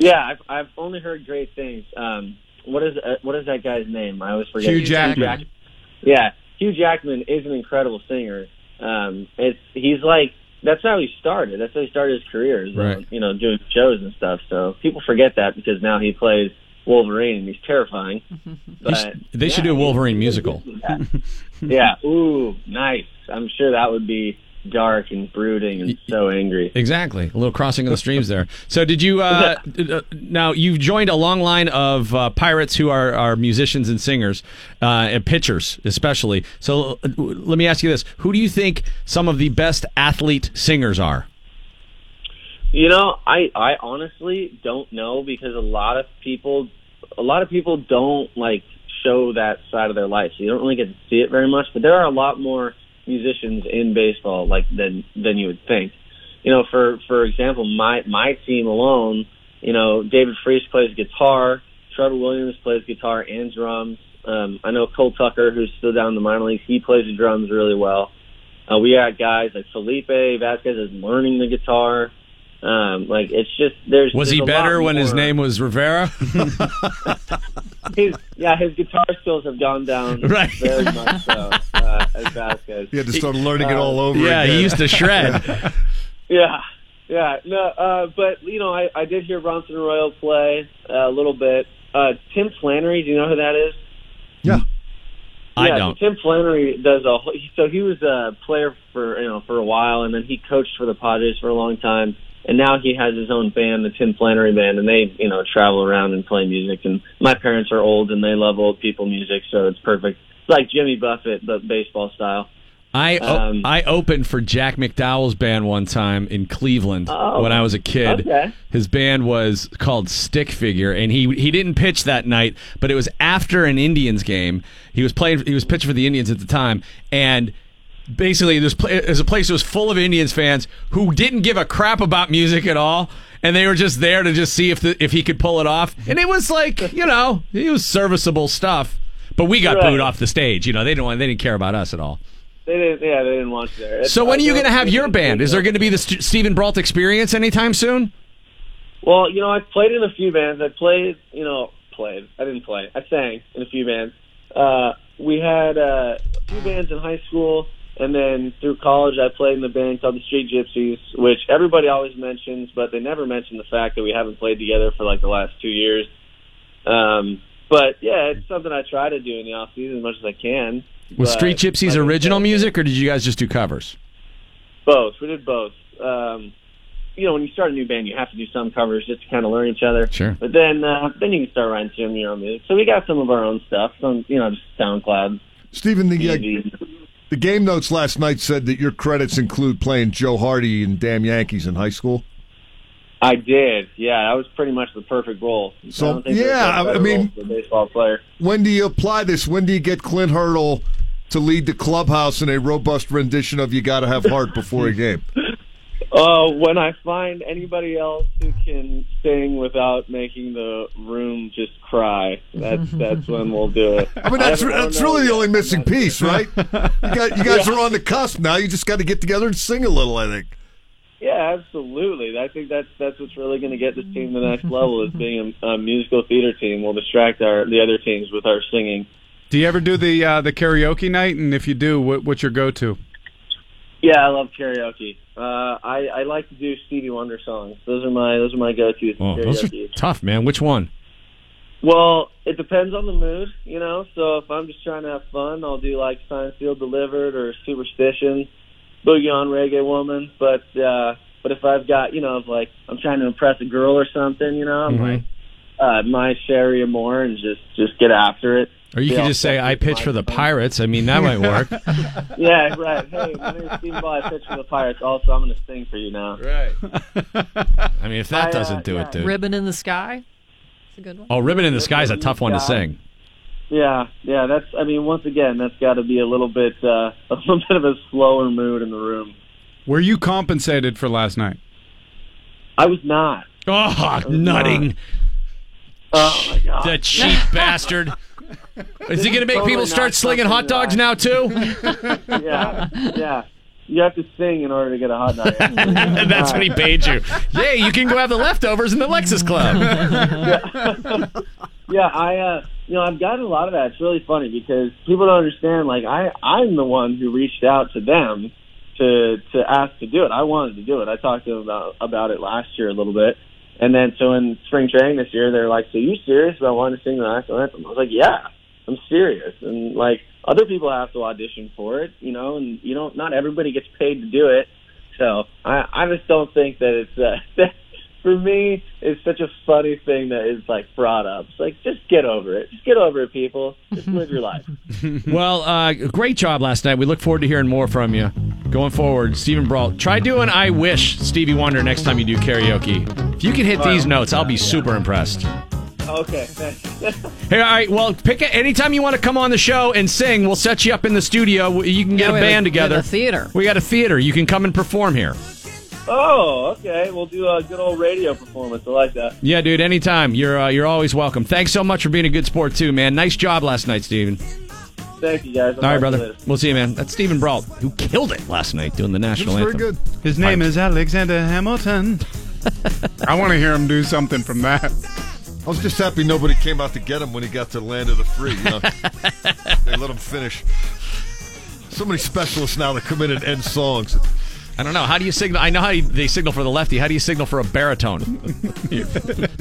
S13: Yeah, I've I've only heard great things. Um, what is uh, what is that guy's name? I always forget.
S2: Hugh Jackman.
S13: Jack- yeah, Hugh Jackman is an incredible singer. Um, it's he's like that's how he started. That's how he started his career. is, uh,
S14: Right.
S13: You know, doing shows and stuff. So people forget that because now he plays Wolverine and he's terrifying.
S6: You
S13: But
S6: sh- they should do a Wolverine musical.
S13: yeah, ooh, nice. I'm sure that would be dark and brooding and so angry.
S6: Exactly, a little crossing of the streams there. So did you? Uh, d- uh, now you've joined a long line of uh, pirates who are, are musicians and singers uh, and pitchers, especially. So uh, w- let me ask you this: Who do you think some of the best athlete singers are?
S13: You know, I I honestly don't know because a lot of people, a lot of people don't like show that side of their life, so you don't really get to see it very much. But there are a lot more musicians in baseball like than than you would think. You know, for for example, my my team alone, you know, David Freese plays guitar, Trevor Williams plays guitar and drums. Um, I know Cole Tucker, who's still down in the minor leagues, he plays the drums really well. Uh, we got guys like Felipe Vasquez is learning the guitar. Um, like it's just there's.
S6: Was he
S13: there's a lot
S6: better when his
S13: more.
S6: name was Rivera?
S13: His, yeah, his guitar skills have gone down
S6: Right.
S13: very much so uh, as Vasquez.
S8: You had to start learning it
S13: Uh,
S8: all over.
S6: yeah,
S8: again.
S6: he used to shred.
S13: Yeah, yeah. No, uh, but you know, I, I did hear Bronson Royal play uh, a little bit. Uh, Tim Flannery, do you know who that is?
S6: I
S13: yeah,
S6: don't.
S13: Tim Flannery does a whole, so he was a player for you know for a while, and then he coached for the Padres for a long time, and now he has his own band, the Tim Flannery Band, and they you know travel around and play music. And my parents are old, and they love old people music, so it's perfect. It's like Jimmy Buffett, but baseball style.
S6: I o-
S13: Um,
S6: I opened for Jack McDowell's band one time in Cleveland
S13: Oh,
S6: when I was a kid.
S13: okay.
S6: His band was called Stick Figure, and he he didn't pitch that night, but it was after an Indians game. He was playing. He was pitching for the Indians at the time, and. Basically, there's pla- it was a place that was full of Indians fans who didn't give a crap about music at all, and they were just there to just see if the, if he could pull it off. And it was like, you know, it was serviceable stuff, but we got
S13: Right.
S6: booed off the stage. You know, they didn't want, they didn't care about us at all.
S13: They didn't, yeah, they didn't watch there.
S6: So when are you going to have your band? Is there going to be the St- Stephen Brault experience anytime soon?
S13: Well, you know, I've played in a few bands. I played, you know, played. I didn't play. I sang in a few bands. Uh, we had uh, a few bands in high school, and then through college, I played in the band called the Street Gypsies, which everybody always mentions, but they never mention the fact that we haven't played together for like the last two years. Um, but yeah, it's something I try to do in the off season as much as I can.
S6: Was
S13: But-
S6: Street Gypsies original music, or did you guys just do covers?
S13: Both. We did both. Um, you know, when you start a new band, you have to do some covers just to kind of learn each other.
S6: Sure.
S13: But then, uh, then you can start writing some of your own music. So we got some of our own stuff. Some, you know, just SoundCloud.
S8: Stephen, the,
S13: easy.
S8: uh, the game notes last night said that your credits include playing Joe Hardy and Damn Yankees in high school.
S13: I did. Yeah, that was pretty much the perfect role.
S8: So,
S13: I don't think there's
S8: yeah,
S13: no
S8: I- I
S13: better
S8: mean-
S13: role for a baseball player.
S8: When do you apply this? When do you get Clint Hurdle to lead the clubhouse in a robust rendition of "You Got to Have Heart Before a Game"?
S13: Uh, when I find anybody else who can sing without making the room just cry, that's that's when we'll do it.
S8: I mean, that's,
S13: haven't- I don't
S8: that's
S13: know
S8: really the
S13: yet.
S8: only missing piece, right? You, got, you guys are on the cusp now. You just got to get together and sing a little. I think.
S13: Yeah, absolutely. I think that's that's what's really going to get this team to the next level is being a, a musical theater team. We'll distract our the other teams with our singing.
S2: Do you ever do the uh, the karaoke night? And if you do, what, what's your go to?
S13: Yeah, I love karaoke. Uh, I I like to do Stevie Wonder songs. Those are my those are my go tos.
S15: Oh, those are tough, man. Which one?
S13: Well, it depends on the mood, you know. So if I'm just trying to have fun, I'll do like Seinfeld Delivered or Superstition, Boogie on Reggae Woman. But uh, but if I've got you know, if like I'm trying to impress a girl or something, you know, I'm
S6: Mm-hmm.
S13: like uh, my Sherry Moore and just just get after it.
S6: Or you
S13: Be
S6: could
S13: all
S6: just say, I pitch for the Pirates. I mean, that might work.
S13: yeah, right. Hey, my name's Steve Ball. I pitch for the Pirates. Also, I'm going to sing for you now. Right.
S6: I mean, if that
S13: I, uh,
S6: doesn't do it, dude.
S5: Ribbon in the Sky. It's a good one.
S6: oh, Ribbon in the Sky is a tough one to
S13: Yeah.
S6: sing.
S13: Yeah, yeah. That's. I mean, once again, that's got to be a little bit, uh, a little bit of a slower mood in the room.
S2: Were you compensated for last night?
S13: I was not.
S6: Oh, nutting.
S13: Oh my god.
S6: The cheap bastard. Is he going to make
S13: Totally
S6: people start
S13: not
S6: slinging hot dogs now too?
S13: yeah, yeah. You have to sing in order to get a hot dog.
S6: and that's when he paid you. Yay, you can go have the leftovers in the Lexus Club.
S13: yeah, I uh you know, I've gotten a lot of that. It's really funny because people don't understand like I I'm the one who reached out to them to to ask to do it. I wanted to do it. I talked to them about about it last year a little bit. And then so in spring training this year they're like, "So you serious about wanting to sing the national anthem?" I was like, "Yeah, I'm serious." And like other people have to audition for it, you know, and you don't not everybody gets paid to do it. So I I just don't think that it's uh, that for me, it's such a funny thing that is like brought up. It's like just get over it. Just get over it, people. Just live your life.
S6: well, uh, great job last night. We look forward to hearing more from you. Going forward, Stephen Brawl, try doing I Wish Stevie Wonder next time you do karaoke. If you can hit these notes, I'll be super impressed.
S13: Okay, thanks.
S6: Hey, all right. Well, pick a, anytime you want to come on the show and sing. We'll set you up in the studio. You can get
S5: Yeah, we
S6: a
S5: have
S6: band
S5: a- we have
S6: together.
S5: a theater.
S6: We got a theater. You can come and perform here.
S13: oh, okay. We'll do a good old radio performance. I like that.
S6: Yeah, dude. Anytime. You're uh, you're always welcome. Thanks so much for being a good sport too, man. Nice job last night, Steven.
S13: Thank you guys. I'll
S6: All right,
S13: talk to you
S6: brother.
S13: later.
S6: We'll see you, man. That's Stephen Brault, who killed it last night doing the national
S2: very
S6: anthem.
S2: good. His name is Alexander Hamilton. I want to hear him do something from that.
S8: I was just happy nobody came out to get him when he got to Land of the Free. You know? they let him finish. So many specialists now that come in and end songs.
S6: I don't know. How do you signal? I know how you, they signal for the lefty. How do you signal for a baritone? You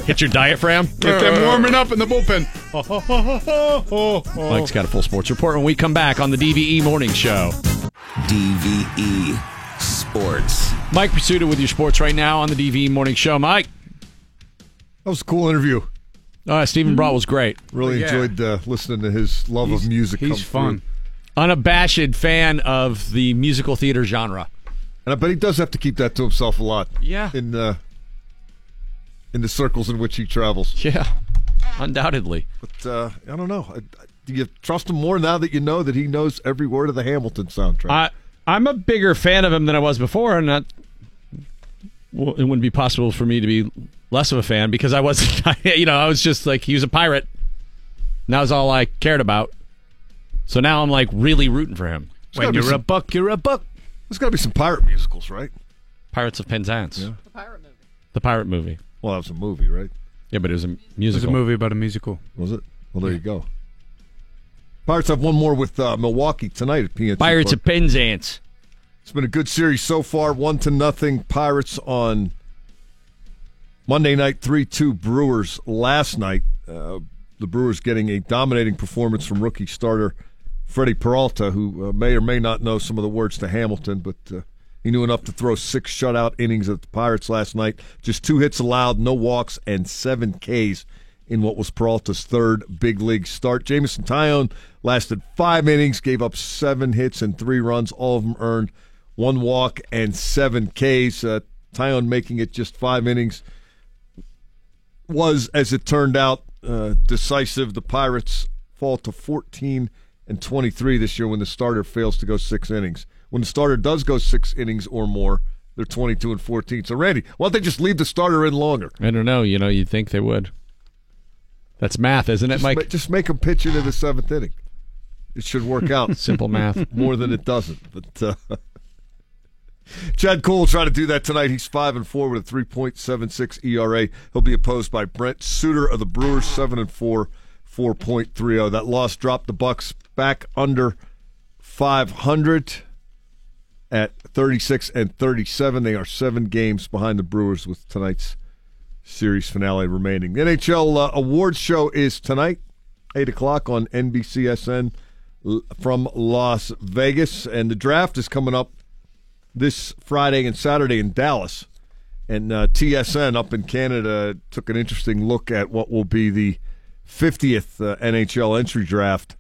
S6: Hit your diaphragm.
S2: Get them warming up in the bullpen.
S6: Mike's got a full sports report when we come back on the DVE Morning Show.
S4: DVE Sports.
S6: Mike Pursuta with your sports right now on the DVE Morning Show. Mike.
S8: That was a cool interview.
S6: Uh, Stephen Brault was great.
S8: Really
S6: Yeah.
S8: enjoyed uh, listening to his love of music.
S6: he's
S8: come through.
S6: fun. Unabashed fan of the musical theater genre.
S8: and I bet he does have to keep that to himself a lot.
S6: Yeah,
S8: in uh, in the circles in which he travels.
S6: Yeah, undoubtedly.
S8: But uh, I don't know. I, I- do you trust him more now that you know that he knows every word of the Hamilton soundtrack?
S6: I, I'm a bigger fan of him than I was before, and that well, it wouldn't be possible for me to be less of a fan because I was, you know, I was just like he was a pirate. And that was all I cared about. So now I'm like really rooting for him.
S8: There's gotta be some-
S6: buck, you're a buck.
S8: There's got to be some pirate musicals, right?
S6: Pirates of Penzance. The pirate movie.
S8: Well, that was a movie, right?
S6: Yeah, but it was a
S2: It was a
S6: musical.
S2: movie about a musical.
S8: Was it? Well, there you go. Pirates have one more with uh, Milwaukee tonight at PNC.
S6: Pirates
S8: Park.
S6: of Penzance.
S8: It's been a good series so far. One to nothing Pirates on Monday night. Three two Brewers last night. Uh, the Brewers getting a dominating performance from rookie starter Freddie Peralta, who uh, may or may not know some of the words to Hamilton, but uh, he knew enough to throw six shutout innings at the Pirates last night. Just two hits allowed, no walks, and seven Ks in what was Peralta's third big league start. Jamison Tyone lasted five innings, gave up seven hits and three runs, all of them earned, one walk and seven Ks. Uh, Tyone making it just five innings was, as it turned out, uh, decisive. The Pirates fall to 14 and 23 this year when the starter fails to go six innings. When the starter does go six innings or more, they're 22 and 14. So, Randy, why don't they just leave the starter in longer?
S6: I don't know. You know, you'd think they would. That's math, isn't it,
S8: Just,
S6: Mike?
S8: ma- just make them pitch into the seventh inning. It should work out.
S6: Simple math.
S8: More than it doesn't. But uh, Chad Cole will try to do that tonight. He's five and four with a three point seven six ERA. He'll be opposed by Brent Suter of the Brewers, seven and four, four point three oh. zero. That loss dropped the Bucks back under five hundred. at 36 and 37. They are seven games behind the Brewers with tonight's series finale remaining. The NHL uh, awards show is tonight, 8 o'clock on NBCSN l- from Las Vegas. And the draft is coming up this Friday and Saturday in Dallas. And uh, TSN up in Canada took an interesting look at what will be the 50th uh, NHL entry draft.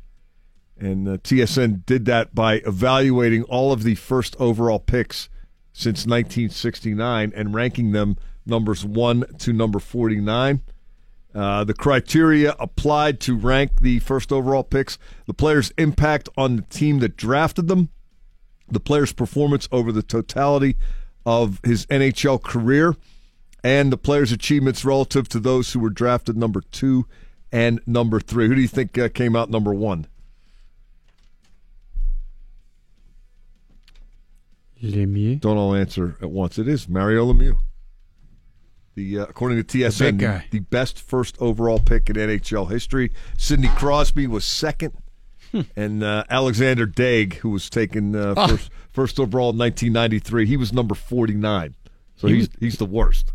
S8: And uh, TSN did that by evaluating all of the first overall picks since 1969 and ranking them numbers 1 to number 49. Uh, the criteria applied to rank the first overall picks the player's impact on the team that drafted them, the player's performance over the totality of his NHL career, and the player's achievements relative to those who were drafted number two and number three. Who do you think uh, came out number one?
S2: Lemieux.
S8: Don't all answer at once. It is Mario Lemieux. The uh, according to TSN,
S2: big guy.
S8: the best first overall pick in NHL history. Sidney Crosby was second, and uh, Alexander Daig, who was taken uh,
S2: Ah.
S8: first first overall in 1993, he was number 49. So
S6: He
S8: he's he's the worst.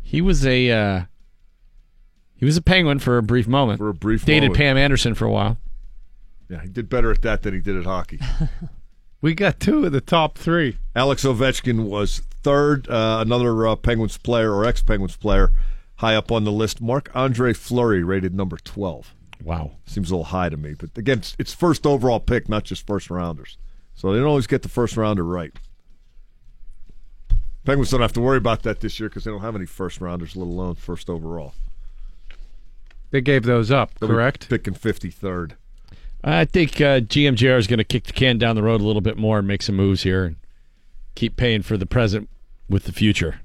S6: He was a uh, he was a penguin for a brief moment. For
S8: a brief
S6: dated
S8: moment.
S6: Pam Anderson for a while.
S8: Yeah, he did better at that than he did at hockey.
S2: We got two of the top three.
S8: Alex Ovechkin was third. Uh, another uh, Penguins player or ex Penguins player high up on the list. Mark Andre Fleury rated number 12.
S6: Wow.
S8: Seems a little high to me. But again, it's, it's first overall pick, not just first rounders. So they don't always get the first rounder right. Penguins don't have to worry about that this year because they don't have any first rounders, let alone first overall.
S2: They gave those up,
S8: They'll be
S2: correct?
S8: Picking 53rd.
S6: I think uh, GM JR is going to kick the can down the road a little bit more and make some moves here and keep paying for the present with the future.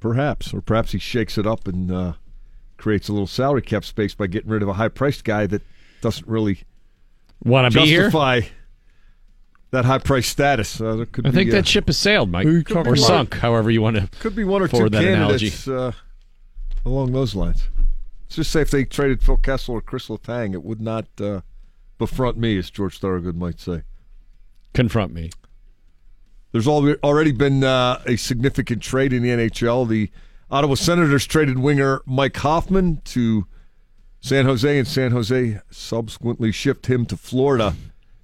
S8: Perhaps, or perhaps he shakes it up and uh, creates a little salary cap space by getting rid of a high-priced guy that doesn't really
S6: Want to be here?
S8: justify that high-priced status. Uh, there could
S6: I
S8: be,
S6: think
S8: uh,
S6: that ship has sailed, Mike,
S8: Who you talking
S6: or
S8: about?
S6: sunk, however you want to.
S8: could be one or two
S6: forward that analogy.
S8: candidates uh, along those lines. Let's just say if they traded Phil Kessel or Chris Letang, it would not uh, befront me, as George Thorogood might say.
S6: Confront me.
S8: There's al- already been uh, a significant trade in the NHL. The Ottawa Senators traded winger Mike Hoffman to San Jose, and San Jose subsequently shipped him to Florida.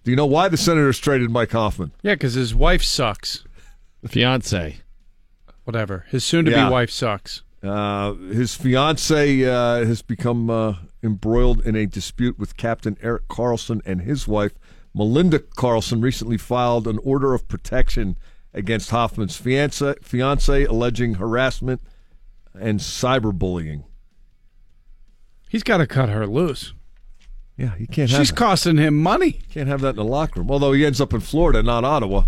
S8: Do you know why the Senators traded Mike Hoffman?
S2: Yeah, because his wife sucks.
S6: Fiance.
S2: Whatever. His soon to be
S8: Yeah.
S2: wife sucks.
S8: Uh, his fiance uh, has become uh, embroiled in a dispute with Captain Eric Carlson and his wife, Melinda Carlson, recently filed an order of protection against Hoffman's fiance, fiance alleging harassment and cyberbullying.
S2: He's got to cut her loose.
S8: Yeah, he can't have
S2: She's
S8: that.
S2: costing him money.
S8: Can't have that in the locker room. Although he ends up in Florida, not Ottawa.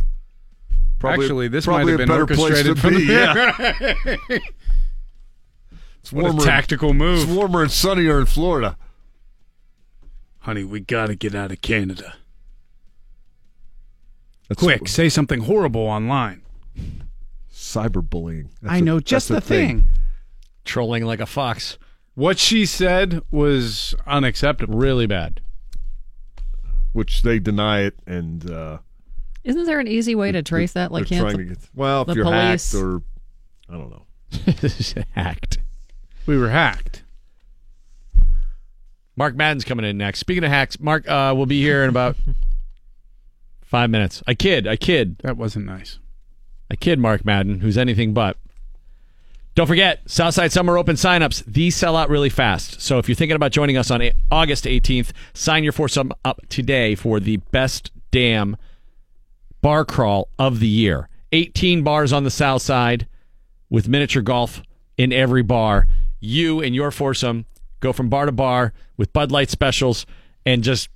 S2: Actually, this might
S8: probably
S2: have been
S8: a better place to
S2: orchestrated from
S8: be.
S2: the-
S8: yeah. It's
S2: What a
S8: warmer-
S2: tactical move.
S8: It's warmer and sunnier in Florida.
S2: Honey, we got to get out of Canada.
S8: That's-
S2: Quick, say something horrible online.
S8: Cyberbullying. That's
S2: I
S8: a-
S2: know just
S8: that's
S2: the
S8: a thing.
S2: thing.
S6: Trolling like a fox.
S2: What she said was unacceptable.
S6: Really bad.
S8: Which they deny it, and uh,
S5: Isn't there an easy way to trace that? Like
S8: they're
S5: cancel
S8: trying to get. Well, if
S5: the
S8: you're
S5: police.
S8: hacked or I don't know.
S6: hacked.
S2: We were hacked.
S6: Mark Madden's coming in next. Speaking of hacks, Mark uh, will be here in about five minutes. I kid, I kid.
S2: That wasn't nice.
S6: A kid, Mark Madden, who's anything but. Don't forget, Southside Summer Open signups. These sell out really fast. So if you're thinking about joining us on a- August 18th, sign your foursome up today for the best damn bar crawl of the year. 18 bars on the south side with miniature golf in every bar. You and your foursome go from bar to bar with Bud Light specials and just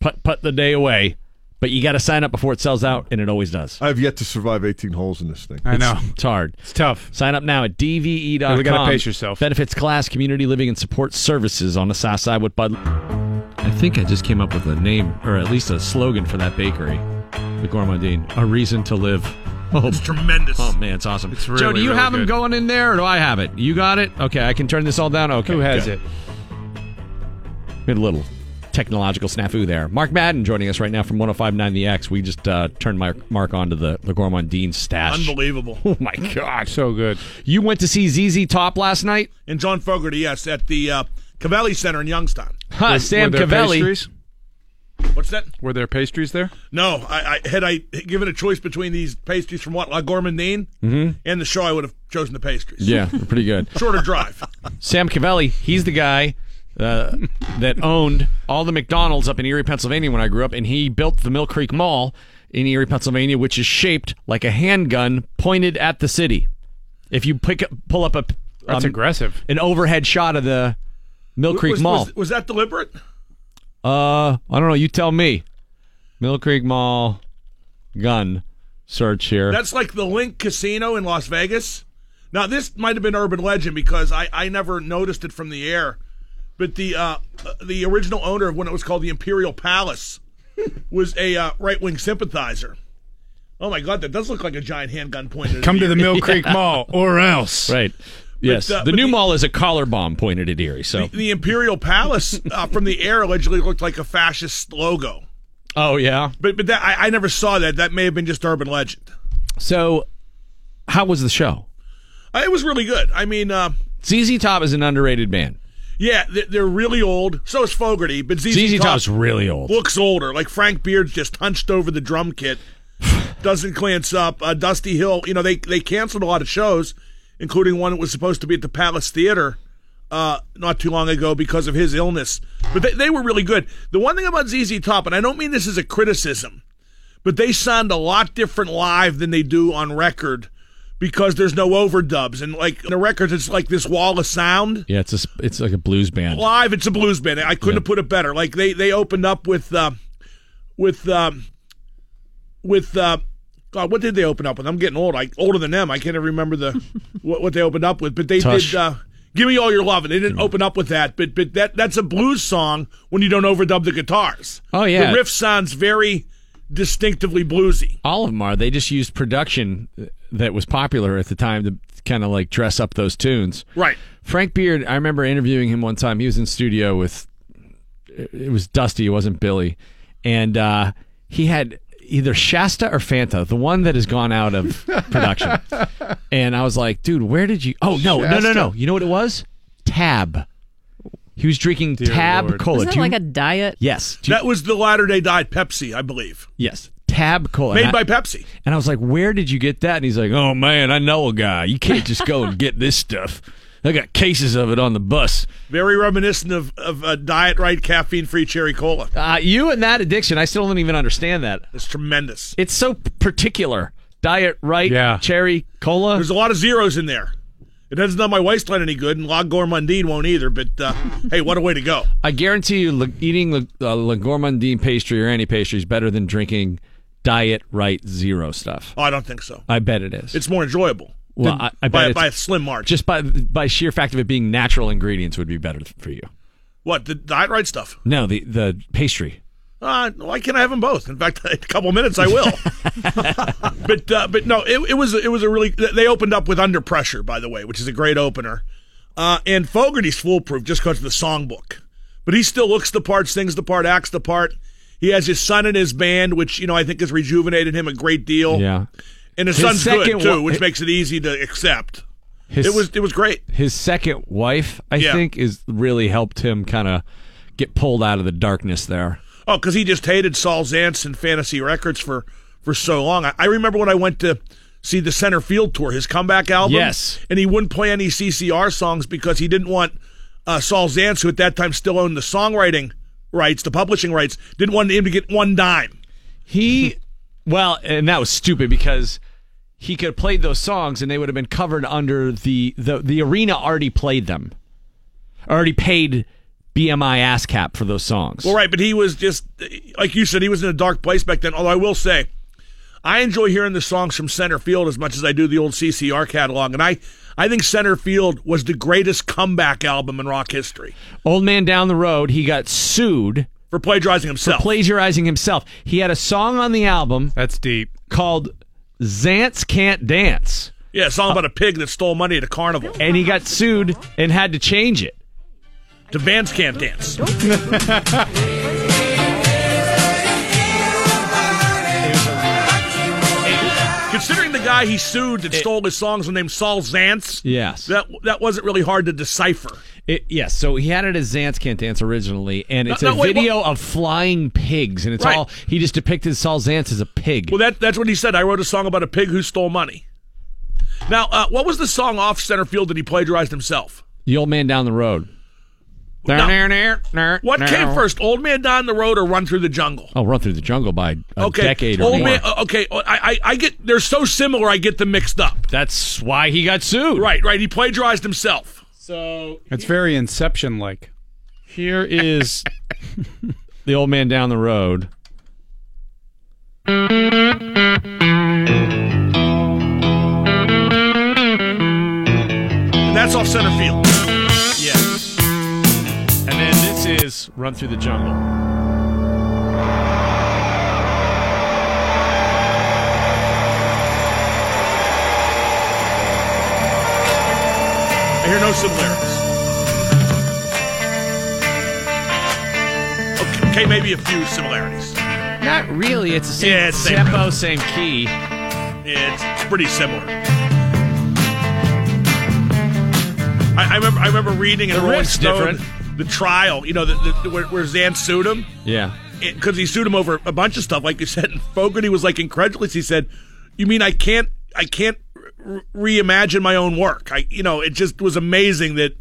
S6: put put the day away. But you got to sign up before it sells out, and it always does.
S8: I've yet to survive 18 holes in this thing.
S2: I know.
S6: It's hard.
S2: It's tough.
S6: Sign up now at dve.com.
S2: You gotta pace yourself.
S6: Benefits class, community living, and support services on the south side with Bud. I think I just came up with a name, or at least a slogan for that bakery, the Gourmandine. A reason to live. Oh, it's
S14: tremendous.
S6: Oh man, it's awesome.
S14: It's really,
S6: Joe, do you
S14: really
S6: have them
S14: good.
S6: going in there, or do I have it? You got it. Okay, I can turn this all down. Okay,
S2: Who has
S6: good.
S2: it?
S6: Good little technological snafu there. Mark Madden joining us right now from 105.9 The X. We just uh, turned Mark, Mark on to the, the Gorman Dean stash.
S14: Unbelievable.
S6: Oh my God, so good! You went to see ZZ Top last night.
S14: And John Fogerty, yes, at the uh, Cavelli Center in Youngstown.
S6: Huh, Sam
S2: were there
S6: Cavelli.
S2: pastries?
S14: What's that?
S2: Were there pastries there?
S14: No, I, I had I given a choice between these pastries from what La Gourmandine
S6: Mm-hmm.
S14: and the show, I would have chosen the pastries.
S6: Yeah, pretty good.
S14: Shorter drive.
S6: Sam Cavelli, he's the guy uh, that owned all the McDonald's up in Erie, Pennsylvania when I grew up, and he built the Mill Creek Mall in Erie, Pennsylvania, which is shaped like a handgun pointed at the city. If you pick up, pull up a um,
S2: That's aggressive
S6: an overhead shot of the Mill Creek
S14: was,
S6: Mall.
S14: Was, was that deliberate?
S6: Uh, I don't know. You tell me. Mill Creek Mall gun search here.
S14: That's like the Link Casino in Las Vegas. Now, this might have been urban legend because I, I never noticed it from the air, but the uh, the original owner of when it was called the Imperial Palace was a uh, right wing sympathizer. Oh my God, that does look like a giant handgun pointed. at
S2: Come to
S14: you.
S2: the Mill Creek Mall or else.
S6: Right. Yes.
S14: uh,
S6: the
S14: but
S6: new mall is a collar bomb pointed at Erie. So.
S14: The Imperial Palace uh, from the air allegedly looked like a fascist logo,
S6: oh yeah.
S14: but but that, I, I never saw that. That may have been just urban legend.
S6: So, how was the show?
S14: Uh, It was really good. I mean, uh,
S6: ZZ Top is an underrated band.
S14: yeah, they- they're really old. So is Fogerty, but ZZ,
S6: ZZ
S14: Top
S6: Top's really old.
S14: Looks older. Like Frank Beard's just hunched over the drum kit. Doesn't glance up. Uh, Dusty Hill. You know they they canceled a lot of shows, including one that was supposed to be at the Palace Theater uh, not too long ago because of his illness. But they, they were really good. The one thing about ZZ Top, and I don't mean this as a criticism, but they sound a lot different live than they do on record because there's no overdubs and like in the records it's like this wall of sound
S6: Yeah, it's a sp- it's like a blues band.
S14: live it's a blues band i couldn't have put it better like they they opened up with uh with um with uh god what did they open up with i'm getting old i older than them i can't even remember the what, what they opened up with but they
S6: Tush. Mm.
S14: did uh give me all your love and they didn't open up with that but but that that's a blues song when you don't overdub the guitars
S6: Oh, yeah.
S14: the riff sounds very distinctively bluesy
S6: All of them are. They just used production that was popular at the time to kind of like dress up those tunes.
S14: right
S6: Frank Beard, I remember interviewing him one time. He was in studio with it was Dusty, it wasn't Billy, and uh, he had either Shasta or Fanta, the one that has gone out of production. and I was like, dude, where did you? Oh no, no, no, no!
S16: Shasta.
S6: You know what it was? Tab. He was drinking Tab Cola.
S5: Isn't
S6: Do
S5: that
S6: you-
S5: like a diet?
S6: yes, Do you-
S14: that was the latter day died pepsi i believe
S6: yes, Tab Cola.
S14: made
S6: And I-
S14: by pepsi
S6: and I was like, "Where did you get that?" And he's like, "Oh man, I know a guy. You can't just go and get this stuff. I got cases of it on the bus."
S14: Very reminiscent of, of uh, Diet Right caffeine free cherry cola.
S6: Uh, you and that addiction, I still don't even understand that.
S14: It's tremendous.
S6: It's so p- particular. Diet right,
S2: Yeah.
S6: cherry cola.
S14: There's a lot of zeros in there. It hasn't done my waistline any good, and La Gourmandine won't either, but uh, hey, what a way to go.
S6: I guarantee you, Le- eating Le, uh, Le Gourmandine pastry or any pastry is better than drinking diet right zero stuff.
S14: Oh, I don't think so.
S6: I bet it is.
S14: It's more enjoyable.
S6: well,
S14: Than-
S6: I, I
S14: by,
S6: bet
S14: by a
S6: it's,
S14: slim margin.
S6: just by by sheer fact of it being natural ingredients would be better th- for you.
S14: What, the Diet Right stuff?
S6: No, the the pastry.
S14: Uh, why can't I have them both? In fact, in a couple minutes I will. but uh, but no, it, it was it was a really they opened up with Under Pressure, by the way, which is a great opener. Uh, and Fogerty's foolproof just because of the songbook, but he still looks the part, sings the part, acts the part. He has his son in his band, which you know I think has rejuvenated him a great deal.
S6: Yeah.
S14: and his,
S6: His
S14: son's good
S6: second
S14: too,
S6: wa-
S14: which makes it easy to accept.
S6: His-
S14: it was it was great.
S6: His second wife, I
S14: Yeah.
S6: think, is really helped him kind of get pulled out of the darkness there.
S14: Oh, because he just hated Saul Zance and Fantasy Records for for so long. I, I remember when I went to see the Center Field tour, his comeback album.
S6: Yes.
S14: and he wouldn't play any CCR songs because he didn't want uh, Saul Zance, who at that time still owned the songwriting rights, the publishing rights, didn't want him to get one dime.
S6: He, well, and that was stupid because he could have played those songs and they would have been covered under the the the arena already played them, already paid BMI ASCAP for those songs.
S14: Well, right, but he was just like you said, he was in a dark place back then. Although I will say, I enjoy hearing the songs from Center Field as much as I do the old CCR catalog, and I I think Center Field was the greatest comeback album in rock history
S6: Old man down the road, he got sued
S14: for plagiarizing himself.
S6: plagiarizing himself. He had a song on the album
S2: that's deep
S6: called "Zance Can't Dance."
S14: Yeah, it's all about a pig that stole money at a carnival.
S6: and he got sued and had to change it.
S14: The bands can't dance. guy he sued that stole his songs was named Saul Zantz.
S6: Yes.
S14: That that wasn't really hard to decipher.
S6: It, yes, so he had it as Zantz Can't Dance originally, and
S14: No,
S6: it's
S14: no,
S6: a
S14: wait,
S6: video of flying pigs, and it's
S14: Right.
S6: all he just depicted Saul Zantz as a pig.
S14: Well, that that's what he said. I wrote a song about a pig who stole money. Now, uh, what was the song off center field that he plagiarized himself?
S6: The old man down the road.
S14: What came first, Old Man Down the Road or Run Through the Jungle?
S6: Oh, run through the jungle by a
S14: okay,
S6: decade or
S14: Old
S6: more.
S14: Man. uh, Okay, uh, I, I I get they're so similar. I get them mixed up.
S6: That's why he got sued.
S14: Right, right. He plagiarized himself.
S6: So
S2: It's very Inception like.
S6: Here is the old man down the road.
S14: And that's off center field.
S6: Yes. And then this is Run Through the Jungle.
S14: I hear no similarities. Okay, okay, maybe a few similarities.
S6: Not really. It's the same
S14: Yeah, it's same
S6: tempo, same key.
S14: It's pretty similar. I, I remember. I remember reading in
S6: The
S14: Rolling
S6: riff's
S14: Stone
S6: different.
S14: the trial. You know, the, the, where, where Zan sued him
S6: Yeah.
S14: because he sued him over a bunch of stuff, like you said. And Fogerty was like incredulous. He said, "You mean I can't? I can't re- reimagine my own work? I, you know, it just was amazing that."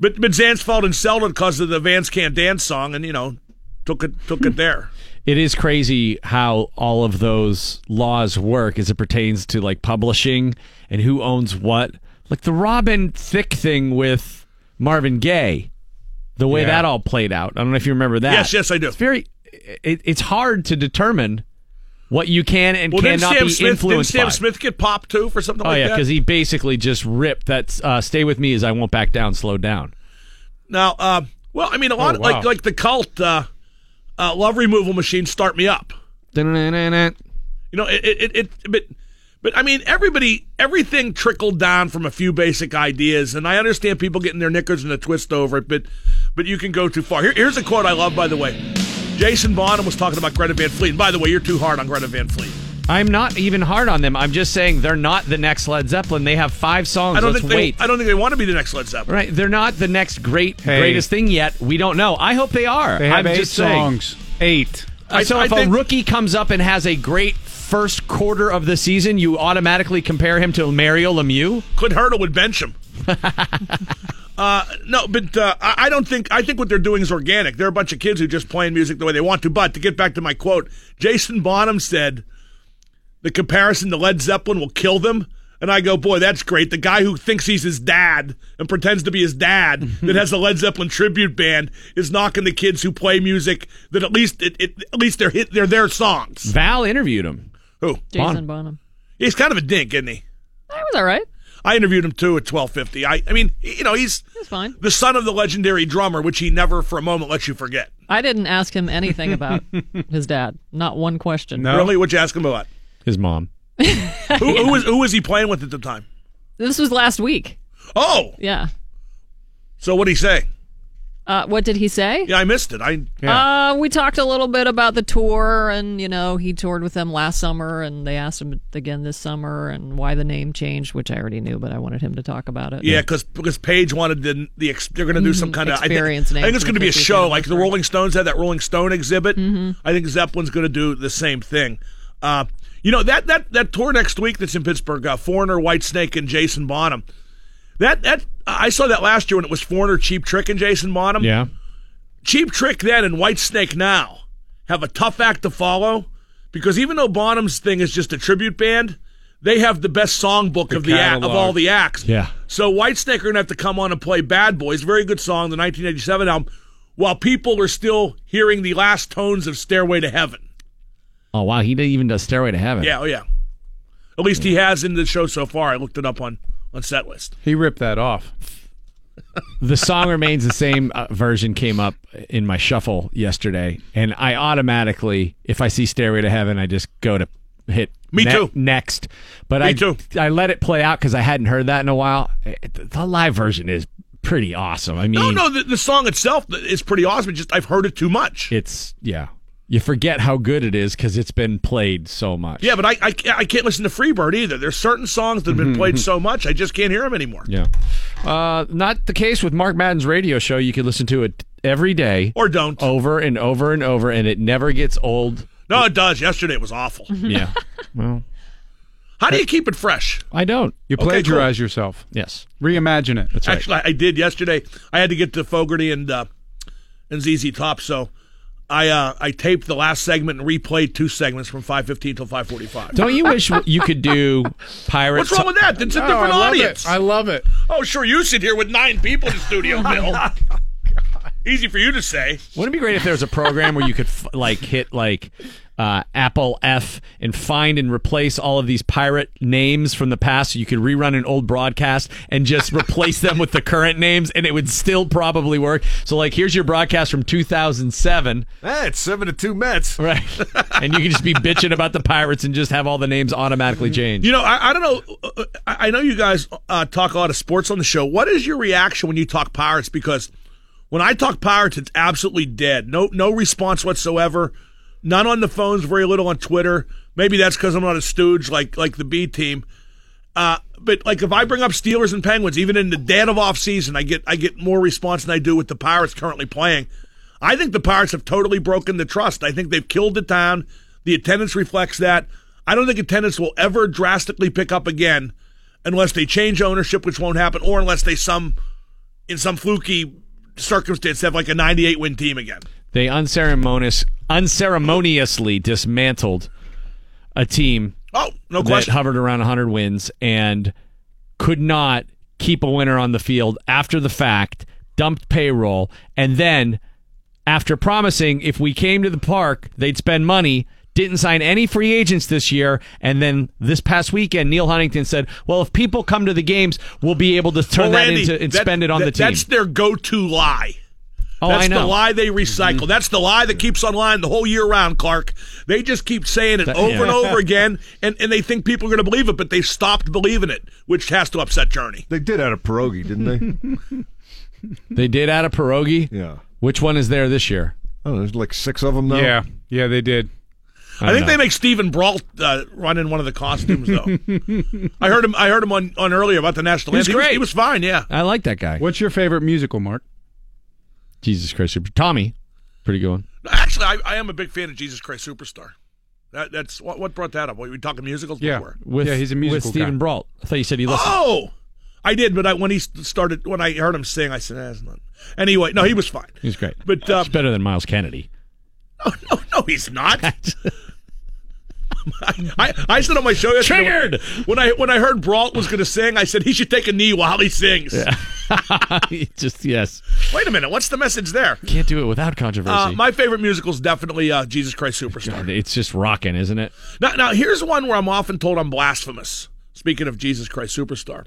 S14: But but Zan's fault and Selden because of the Vans Can't Dance song, and you know, took it took
S6: Hmm.
S14: it there.
S6: It is crazy how all of those laws work as it pertains to like publishing and who owns what. Like the Robin Thicke thing with Marvin Gaye, the way
S14: Yeah.
S6: that all played out. I don't know if you remember that.
S14: Yes, yes, I do.
S6: It's very. It, it's hard to determine what you can and
S14: Well, didn't
S6: cannot
S14: Sam
S6: be
S14: Smith didn't
S6: influenced
S14: Sam
S6: by.
S14: Smith get popped too for something
S6: oh
S14: like
S6: yeah,
S14: that?
S6: because he basically just ripped that. Uh, Stay with me as I won't back down. Slow down.
S14: Now, uh, well, I mean, a lot
S6: Oh,
S14: of,
S6: wow.
S14: like like the cult uh, uh, love removal machine. Start me up. You know, it, it, it, it but but I mean, everybody, everything trickled down from a few basic ideas, and I understand people getting their knickers in a twist over it, but but you can go too far. Here, here's a quote I love, by the way. Jason Bonham was talking about Greta Van Fleet. And by the way, you're too hard on Greta Van Fleet.
S6: I'm not even hard on them. I'm just saying they're not the next Led Zeppelin. They have five songs.
S14: I don't
S6: Oh, Let's
S14: think they,
S6: wait.
S14: I don't think they want to be the next Led Zeppelin.
S6: Right, they're not the next great
S14: Hey.
S6: greatest thing yet. We don't know. I hope they are.
S2: They have
S6: I'm
S2: eight
S6: just saying.
S2: songs. Eight.
S6: Uh, so
S2: I
S6: if a
S2: think-
S6: rookie comes up and has a great first quarter of the season, you automatically compare him to Mario Lemieux.
S14: Could Hurdle would bench him. Uh, no, but uh, I I don't think I think what they're doing is organic. They're a bunch of kids who just playing music the way they want to. But to get back to my quote, Jason Bonham said, "The comparison to Led Zeppelin will kill them." And I go, boy, that's great. The guy who thinks he's his dad and pretends to be his dad that has a Led Zeppelin tribute band is knocking the kids who play music that at least it, it, at least they're hit, they're their songs.
S6: Val interviewed him.
S14: Who?
S5: Jason Bonham.
S14: He's kind of a dink, isn't he?
S5: That was all right.
S14: I interviewed him too at twelve fifty. I I mean, you know, he's
S5: That's fine.
S14: the son of the legendary drummer, which he never for a moment lets you forget.
S5: I didn't ask him anything about his dad. Not one question.
S14: Really, what you ask him about?
S6: His mom.
S14: who, who was who was he playing with at the time?
S5: This was last week.
S14: Oh,
S5: Yeah.
S14: so what would he say?
S5: Uh, what did he say?
S14: Yeah, I missed it. I
S5: Uh, we talked a little bit about the tour, and you know he toured with them last summer, and they asked him again this summer, and why the name changed, which I already knew, but I wanted him to talk about it.
S14: yeah, Mm-hmm. because because Page wanted the the ex, they're going to do some
S5: Mhm.
S14: kind of
S5: Experience
S14: I think,
S5: name
S14: I think Mm-hmm. it's
S5: for the
S14: going to be a
S5: 50th
S14: show like the Rolling Stones had that Rolling Stone exhibit. I think Zeppelin's going to do the same thing. Uh, you know that that that tour next week that's in Pittsburgh, uh, Foreigner, White Snake, and Jason Bonham. That that I saw that last year when it was Foreigner, Cheap Trick, and Jason Bonham.
S6: Yeah.
S14: Cheap Trick then and White Snake now have a tough act to follow because even though Bonham's thing is just a tribute band, they have the best songbook of the act, of
S6: catalog.
S14: all the acts.
S6: Yeah.
S14: So White Snake are gonna have to come on and play Bad Boys, very good song, the 1987 album, while people are still hearing the last tones of Stairway to Heaven.
S6: Oh wow, he did even does Stairway to Heaven.
S14: Yeah, oh yeah. At least he has in the show so far. I looked it up on on Setlist.
S2: He ripped that off.
S6: the song remains the same uh, version came up in my shuffle yesterday and i automatically if i see stairway to heaven i just go to hit
S14: Me too.
S6: next but
S14: Me
S6: i
S14: too.
S6: i let it play out because i hadn't heard that in a while It- the live version is pretty awesome i mean
S14: No, no, the, the song itself is pretty awesome. It's just I've heard it too much.
S6: it's yeah You forget how good it is because it's been played so much.
S14: Yeah, but I, I ca- I can't listen to Freebird either. There's certain songs that have been played so much, I just can't hear them anymore.
S6: Yeah. Uh, not the case with Mark Madden's radio show. You can listen to it every day.
S14: Or don't.
S6: Over and over and over, and it never gets old.
S14: No, it does. Yesterday it was awful.
S6: Yeah. well,
S14: How do you keep it fresh?
S6: I don't.
S2: You
S14: Okay,
S2: plagiarize yourself.
S6: Yes.
S2: Reimagine it. That's
S14: Actually, I did yesterday. I had to get to Fogarty and uh, and ZZ Top, so I uh, I taped the last segment and replayed two segments from 5:15 till 5:45.
S6: Don't you wish you could do Pirates?
S14: What's wrong with that? It's a
S2: No,
S14: different
S2: I love
S14: audience.
S2: it. I love it. Oh,
S14: Oh, sure. You sit here with nine people in the studio, Bill. Easy for you to say.
S6: Wouldn't it be great if there was a program where you could f- like hit like uh, Apple F and find and replace all of these pirate names from the past? So you could rerun an old broadcast and just replace them with the current names, and it would still probably work. So like, here's your broadcast from 2007,
S8: Eh, it's seven to two Mets.
S6: right? and you could just be bitching about the pirates and just have all the names automatically changed.
S14: You know, I, I don't know. uh, I I know you guys uh, talk a lot of sports on the show. What is your reaction when you talk Pirates? Because when I talk Pirates, it's absolutely dead. No, no response whatsoever. None on the phones. Very little on Twitter. Maybe that's because I'm not a stooge like like the B team. Uh, but like if I bring up Steelers and Penguins, even in the dead of off season, I get I get more response than I do with the Pirates currently playing. I think the Pirates have totally broken the trust. I think they've killed the town. The attendance reflects that. I don't think attendance will ever drastically pick up again unless they change ownership, which won't happen, or unless they some in some fluky circumstance have like a 98 win team again.
S6: They unceremonious, unceremoniously dismantled a team
S14: Oh, no
S6: that
S14: question.
S6: hovered around 100 wins and could not keep a winner on the field after the fact, dumped payroll, and then after promising if we came to the park, they'd spend money. Didn't sign any free agents this year, and then this past weekend, Neil Huntington said, "Well, if people come to the games, we'll be able to turn
S14: Well,
S6: that
S14: Randy,
S6: into and
S14: that-
S6: spend it on
S14: that-
S6: the team."
S14: That's their go-to lie.
S6: Oh, I
S14: that's the
S6: know. Mm-hmm.
S14: lie they recycle. That's the lie that keeps on lying the whole year round, Clark. They just keep saying it
S6: That-
S14: over and
S6: yeah.
S14: over again, and, and they think people are going to believe it, but they stopped believing it, which has to upset Journey.
S8: They did add a pierogi, didn't they?
S6: they did add a pierogi.
S8: Yeah.
S6: Which one is there this year?
S8: Oh, there's like six of them now.
S2: Yeah, yeah, they did.
S14: I, think they make Stephen Brault uh, run in one of the costumes, though. I heard him. I heard him on, on earlier about the national
S2: He was
S14: anthem.
S2: great.
S14: He was, he was fine. Yeah.
S6: I like that guy.
S2: What's your favorite musical, Mark?
S6: Jesus Christ, Tommy, pretty good one.
S14: Actually, I, I am a big fan of Jesus Christ Superstar. That, that's what, what brought that up. Were we talking musicals before?
S6: with
S2: Yeah, he's a
S6: with
S2: musical
S6: Stephen
S2: guy.
S6: Brault. I thought you said you listened.
S14: Oh, I did, but I, when he started, when I heard him sing, I said, "That's not." Anyway, no, he was fine.
S6: He's great.
S14: But uh,
S6: He's better than Miles Kennedy.
S14: no, he's not. I, I said on my show yesterday
S6: Triggered!
S14: when I when I heard Brault was going to sing, I said he should take a knee while he sings.
S6: He just yes,
S14: Wait a minute, what's the message there?
S6: can't do it without controversy.
S14: Uh, my favorite musical is definitely uh, Jesus Christ Superstar.
S6: it's just rocking, isn't it?
S14: Now, now here's one where I'm often told I'm blasphemous. Speaking of Jesus Christ Superstar,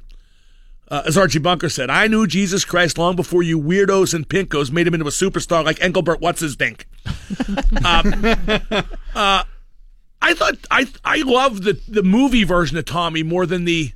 S14: uh, as Archie Bunker said, I knew Jesus Christ long before you weirdos and pinkos made him into a superstar like Engelbert What's His Dink. uh, I thought I I love the the movie version of Tommy more than the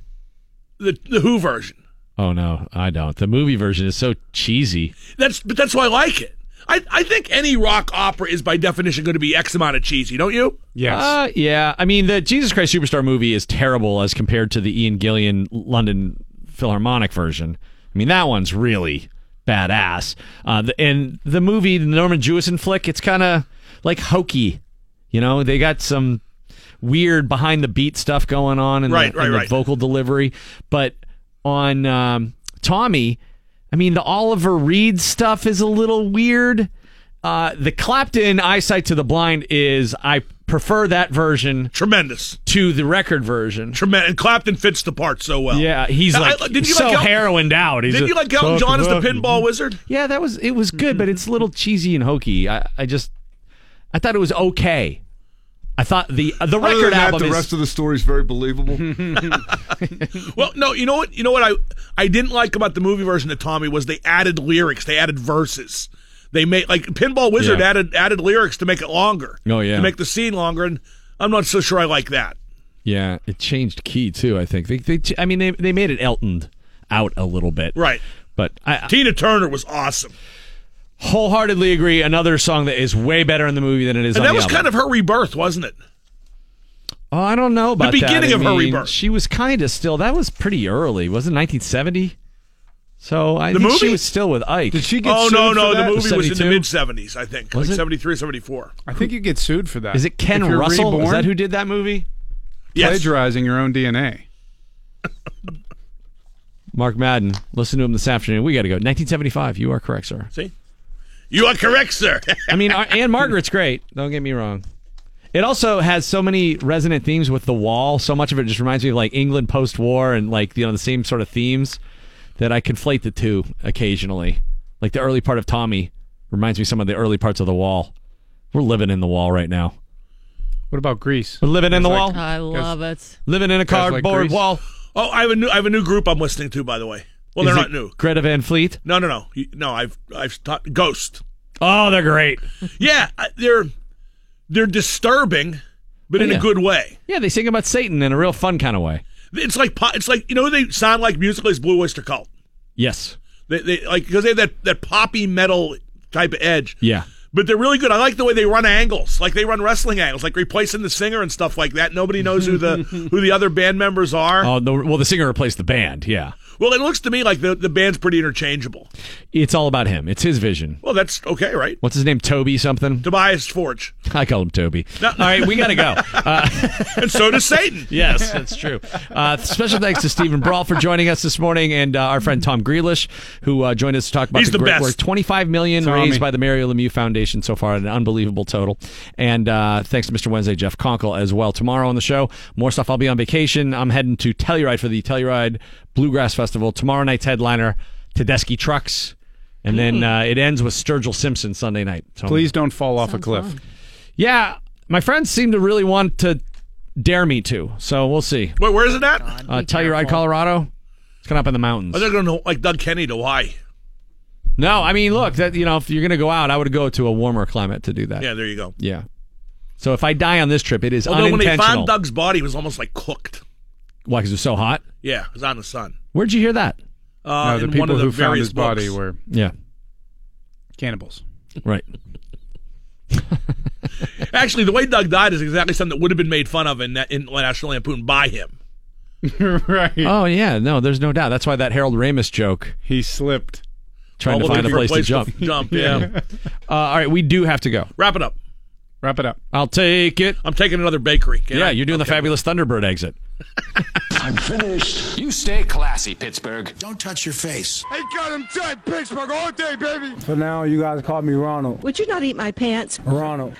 S14: the the Who version.
S6: Oh no, I don't. The movie version is so cheesy.
S14: That's but that's why I like it. I, I think any rock opera is by definition going to be X amount of cheesy, don't you?
S2: Yes.
S6: Uh, yeah, I mean the Jesus Christ Superstar movie is terrible as compared to the Ian Gillian London Philharmonic version. I mean that one's really badass. Uh, the, and the movie, the Norman Jewison flick, it's kind of like hokey. You know, they got some weird behind the beat stuff going on and,
S14: Right,
S6: the,
S14: right,
S6: and the
S14: right.
S6: vocal delivery. But on um, Tommy, I mean, the Oliver Reed stuff is a little weird. Uh, the Clapton Eyesight to the Blind is, I prefer that version
S14: Tremendous,
S6: to the record version.
S14: tremendous. And Clapton fits the part so well.
S6: Yeah, he's
S14: I-
S6: like
S14: I- did you
S6: so
S14: like Elton-
S6: heroined out. He's
S14: Didn't
S6: a-
S14: you like Elton John as the pinball wizard?
S6: Yeah, that was it was good, but it's a little cheesy and hokey. I, I just I thought it was okay. I thought the the
S8: Other
S6: record
S8: than that,
S6: album
S8: the
S6: is
S8: rest of the story's very believable.
S14: Well, no, you know what? You know what I I didn't like about the movie version of Tommy was they added lyrics, they added verses. They made like Pinball Wizard
S6: Yeah.
S14: added added lyrics to make it longer.
S6: Oh, yeah.
S14: to make the scene longer, and I'm not so sure I like that.
S6: Yeah, it changed key too. I think they, they I mean they they made it Eltoned out a little bit,
S14: Right.
S6: But I,
S14: Tina Turner was awesome.
S6: wholeheartedly agree. Another song that is way better in the movie than it is.
S14: and
S6: on
S14: that
S6: the
S14: was
S6: album.
S14: kind of her rebirth, wasn't it?
S6: Oh, I don't know
S14: The
S6: about that.
S14: beginning
S6: I
S14: of her
S6: mean,
S14: rebirth.
S6: She was kind of still. That was pretty early. Was it 1970? So I
S14: The
S6: think she
S14: movie?
S6: was still with Ike. Did she
S14: oh no, no, the movie was in the mid seventies, I think,
S6: Was
S14: like
S6: it?
S14: 73, 74.
S2: I think you get sued for that.
S6: Is it Ken
S2: If you're
S6: Russell? Is
S2: Reborn,
S6: that who did that movie? Yes.
S2: Plagiarizing your own DNA.
S6: Mark Madden. Listen to him this afternoon. We got to go. 1975. You are correct, sir.
S14: See, you are correct, sir.
S6: I mean, Ar- Anne Margaret's great. Don't get me wrong. It also has so many resonant themes with the wall. So much of it just reminds me of like England post-war and like you know the same sort of themes that I conflate the two occasionally. Like the early part of Tommy reminds me some of the early parts of the wall. We're living in the wall right now.
S2: What about Greece?
S6: We're living in the wall.
S17: I love it.
S6: Living in a cardboard wall.
S14: Oh, I have a new, I have a new group I'm listening to, by the way.
S6: Is
S14: Well, they're
S6: it
S14: not new.
S6: Greta Van Fleet.
S14: No, no, no, You- no. I've I've taught Ghost.
S6: Oh, they're great.
S14: yeah, I- they're they're disturbing, but
S6: Oh,
S14: in
S6: yeah.
S14: a good way.
S6: Yeah, they sing about Satan in a real fun kind of way.
S14: It's like po- it's like you know who they sound like musically is Blue Oyster Cult.
S6: Yes.
S14: They, they like because they have that that poppy metal type of edge.
S6: Yeah.
S14: But they're really good. I like the way they run angles, like they run wrestling angles, like replacing the singer and stuff like that. Nobody knows who the who the other band members are.
S6: Oh, the, well, the singer replaced the band. Yeah.
S14: Well, it looks to me like the the band's pretty interchangeable.
S6: It's all about him. It's his vision.
S14: Well, that's okay, right?
S6: What's his name? Toby something?
S14: Tobias Forge.
S6: I call him Toby. All right, we got to go. Uh,
S14: and so does Satan.
S6: yes, that's true. Uh, special thanks to Stephen Brawl for joining us this morning and uh, our friend Tom Grealish, who uh, joined us to talk about
S14: He's the
S6: great
S14: best.
S6: work. 25 million
S14: Tommy.
S6: raised by the Mario Lemieux Foundation so far, an unbelievable total. And uh, thanks to Mr. Wednesday, Jeff Conkle, as well. Tomorrow on the show, more stuff. I'll be on vacation. I'm heading to Telluride for the Telluride Bluegrass Festival. Tomorrow night's headliner, Tedeschi Trucks. And then uh, it ends with Sturgill Simpson Sunday night. So-
S2: Please don't fall off a cliff.
S6: Yeah, my friends seem to really want to dare me to, so we'll see.
S14: Wait, where is it at? Are
S6: Uh, Telluride, Colorado. It's coming up in the mountains.
S14: they going to like Doug Kenny to Hawaii?
S6: No, I mean, look, that you know, if you're going to go out, I would go to a warmer climate to do that.
S14: Yeah, there you go.
S6: Yeah. So if I die on this trip, it is
S14: Although when they
S6: unintentional.
S14: found Doug's body, it was almost like cooked.
S6: Why? Because it's so hot.
S14: Yeah, it was out in the sun.
S6: Where'd you hear that?
S14: Uh,
S2: no, the
S14: in
S2: people
S14: one of the
S2: who found
S14: various
S2: his body
S14: books.
S2: were
S6: Yeah.
S2: cannibals.
S6: Right.
S14: Actually, the way Doug died is exactly something that would have been made fun of in, in National Lampoon by him.
S2: right.
S6: Oh yeah, no, there's no doubt. That's why that Harold Ramis joke.
S2: He slipped.
S6: Trying to
S14: While
S6: find
S14: looking
S6: a
S14: for
S6: place, to jump.
S14: jump, yeah.
S6: Uh, all right, we do have to go.
S14: Wrap it up.
S2: Wrap it up.
S6: I'll take it.
S14: I'm taking another bakery. Can
S6: yeah,
S14: I?
S6: you're doing the fabulous Thunderbird exit.
S11: I'm finished. You stay classy, Pittsburgh. Don't touch your face.
S18: Hey, got him dead, Pittsburgh, all day, baby.
S19: For now, you guys call me Ronald.
S18: Ah!
S12: Would you not eat my pants?
S19: Ronald.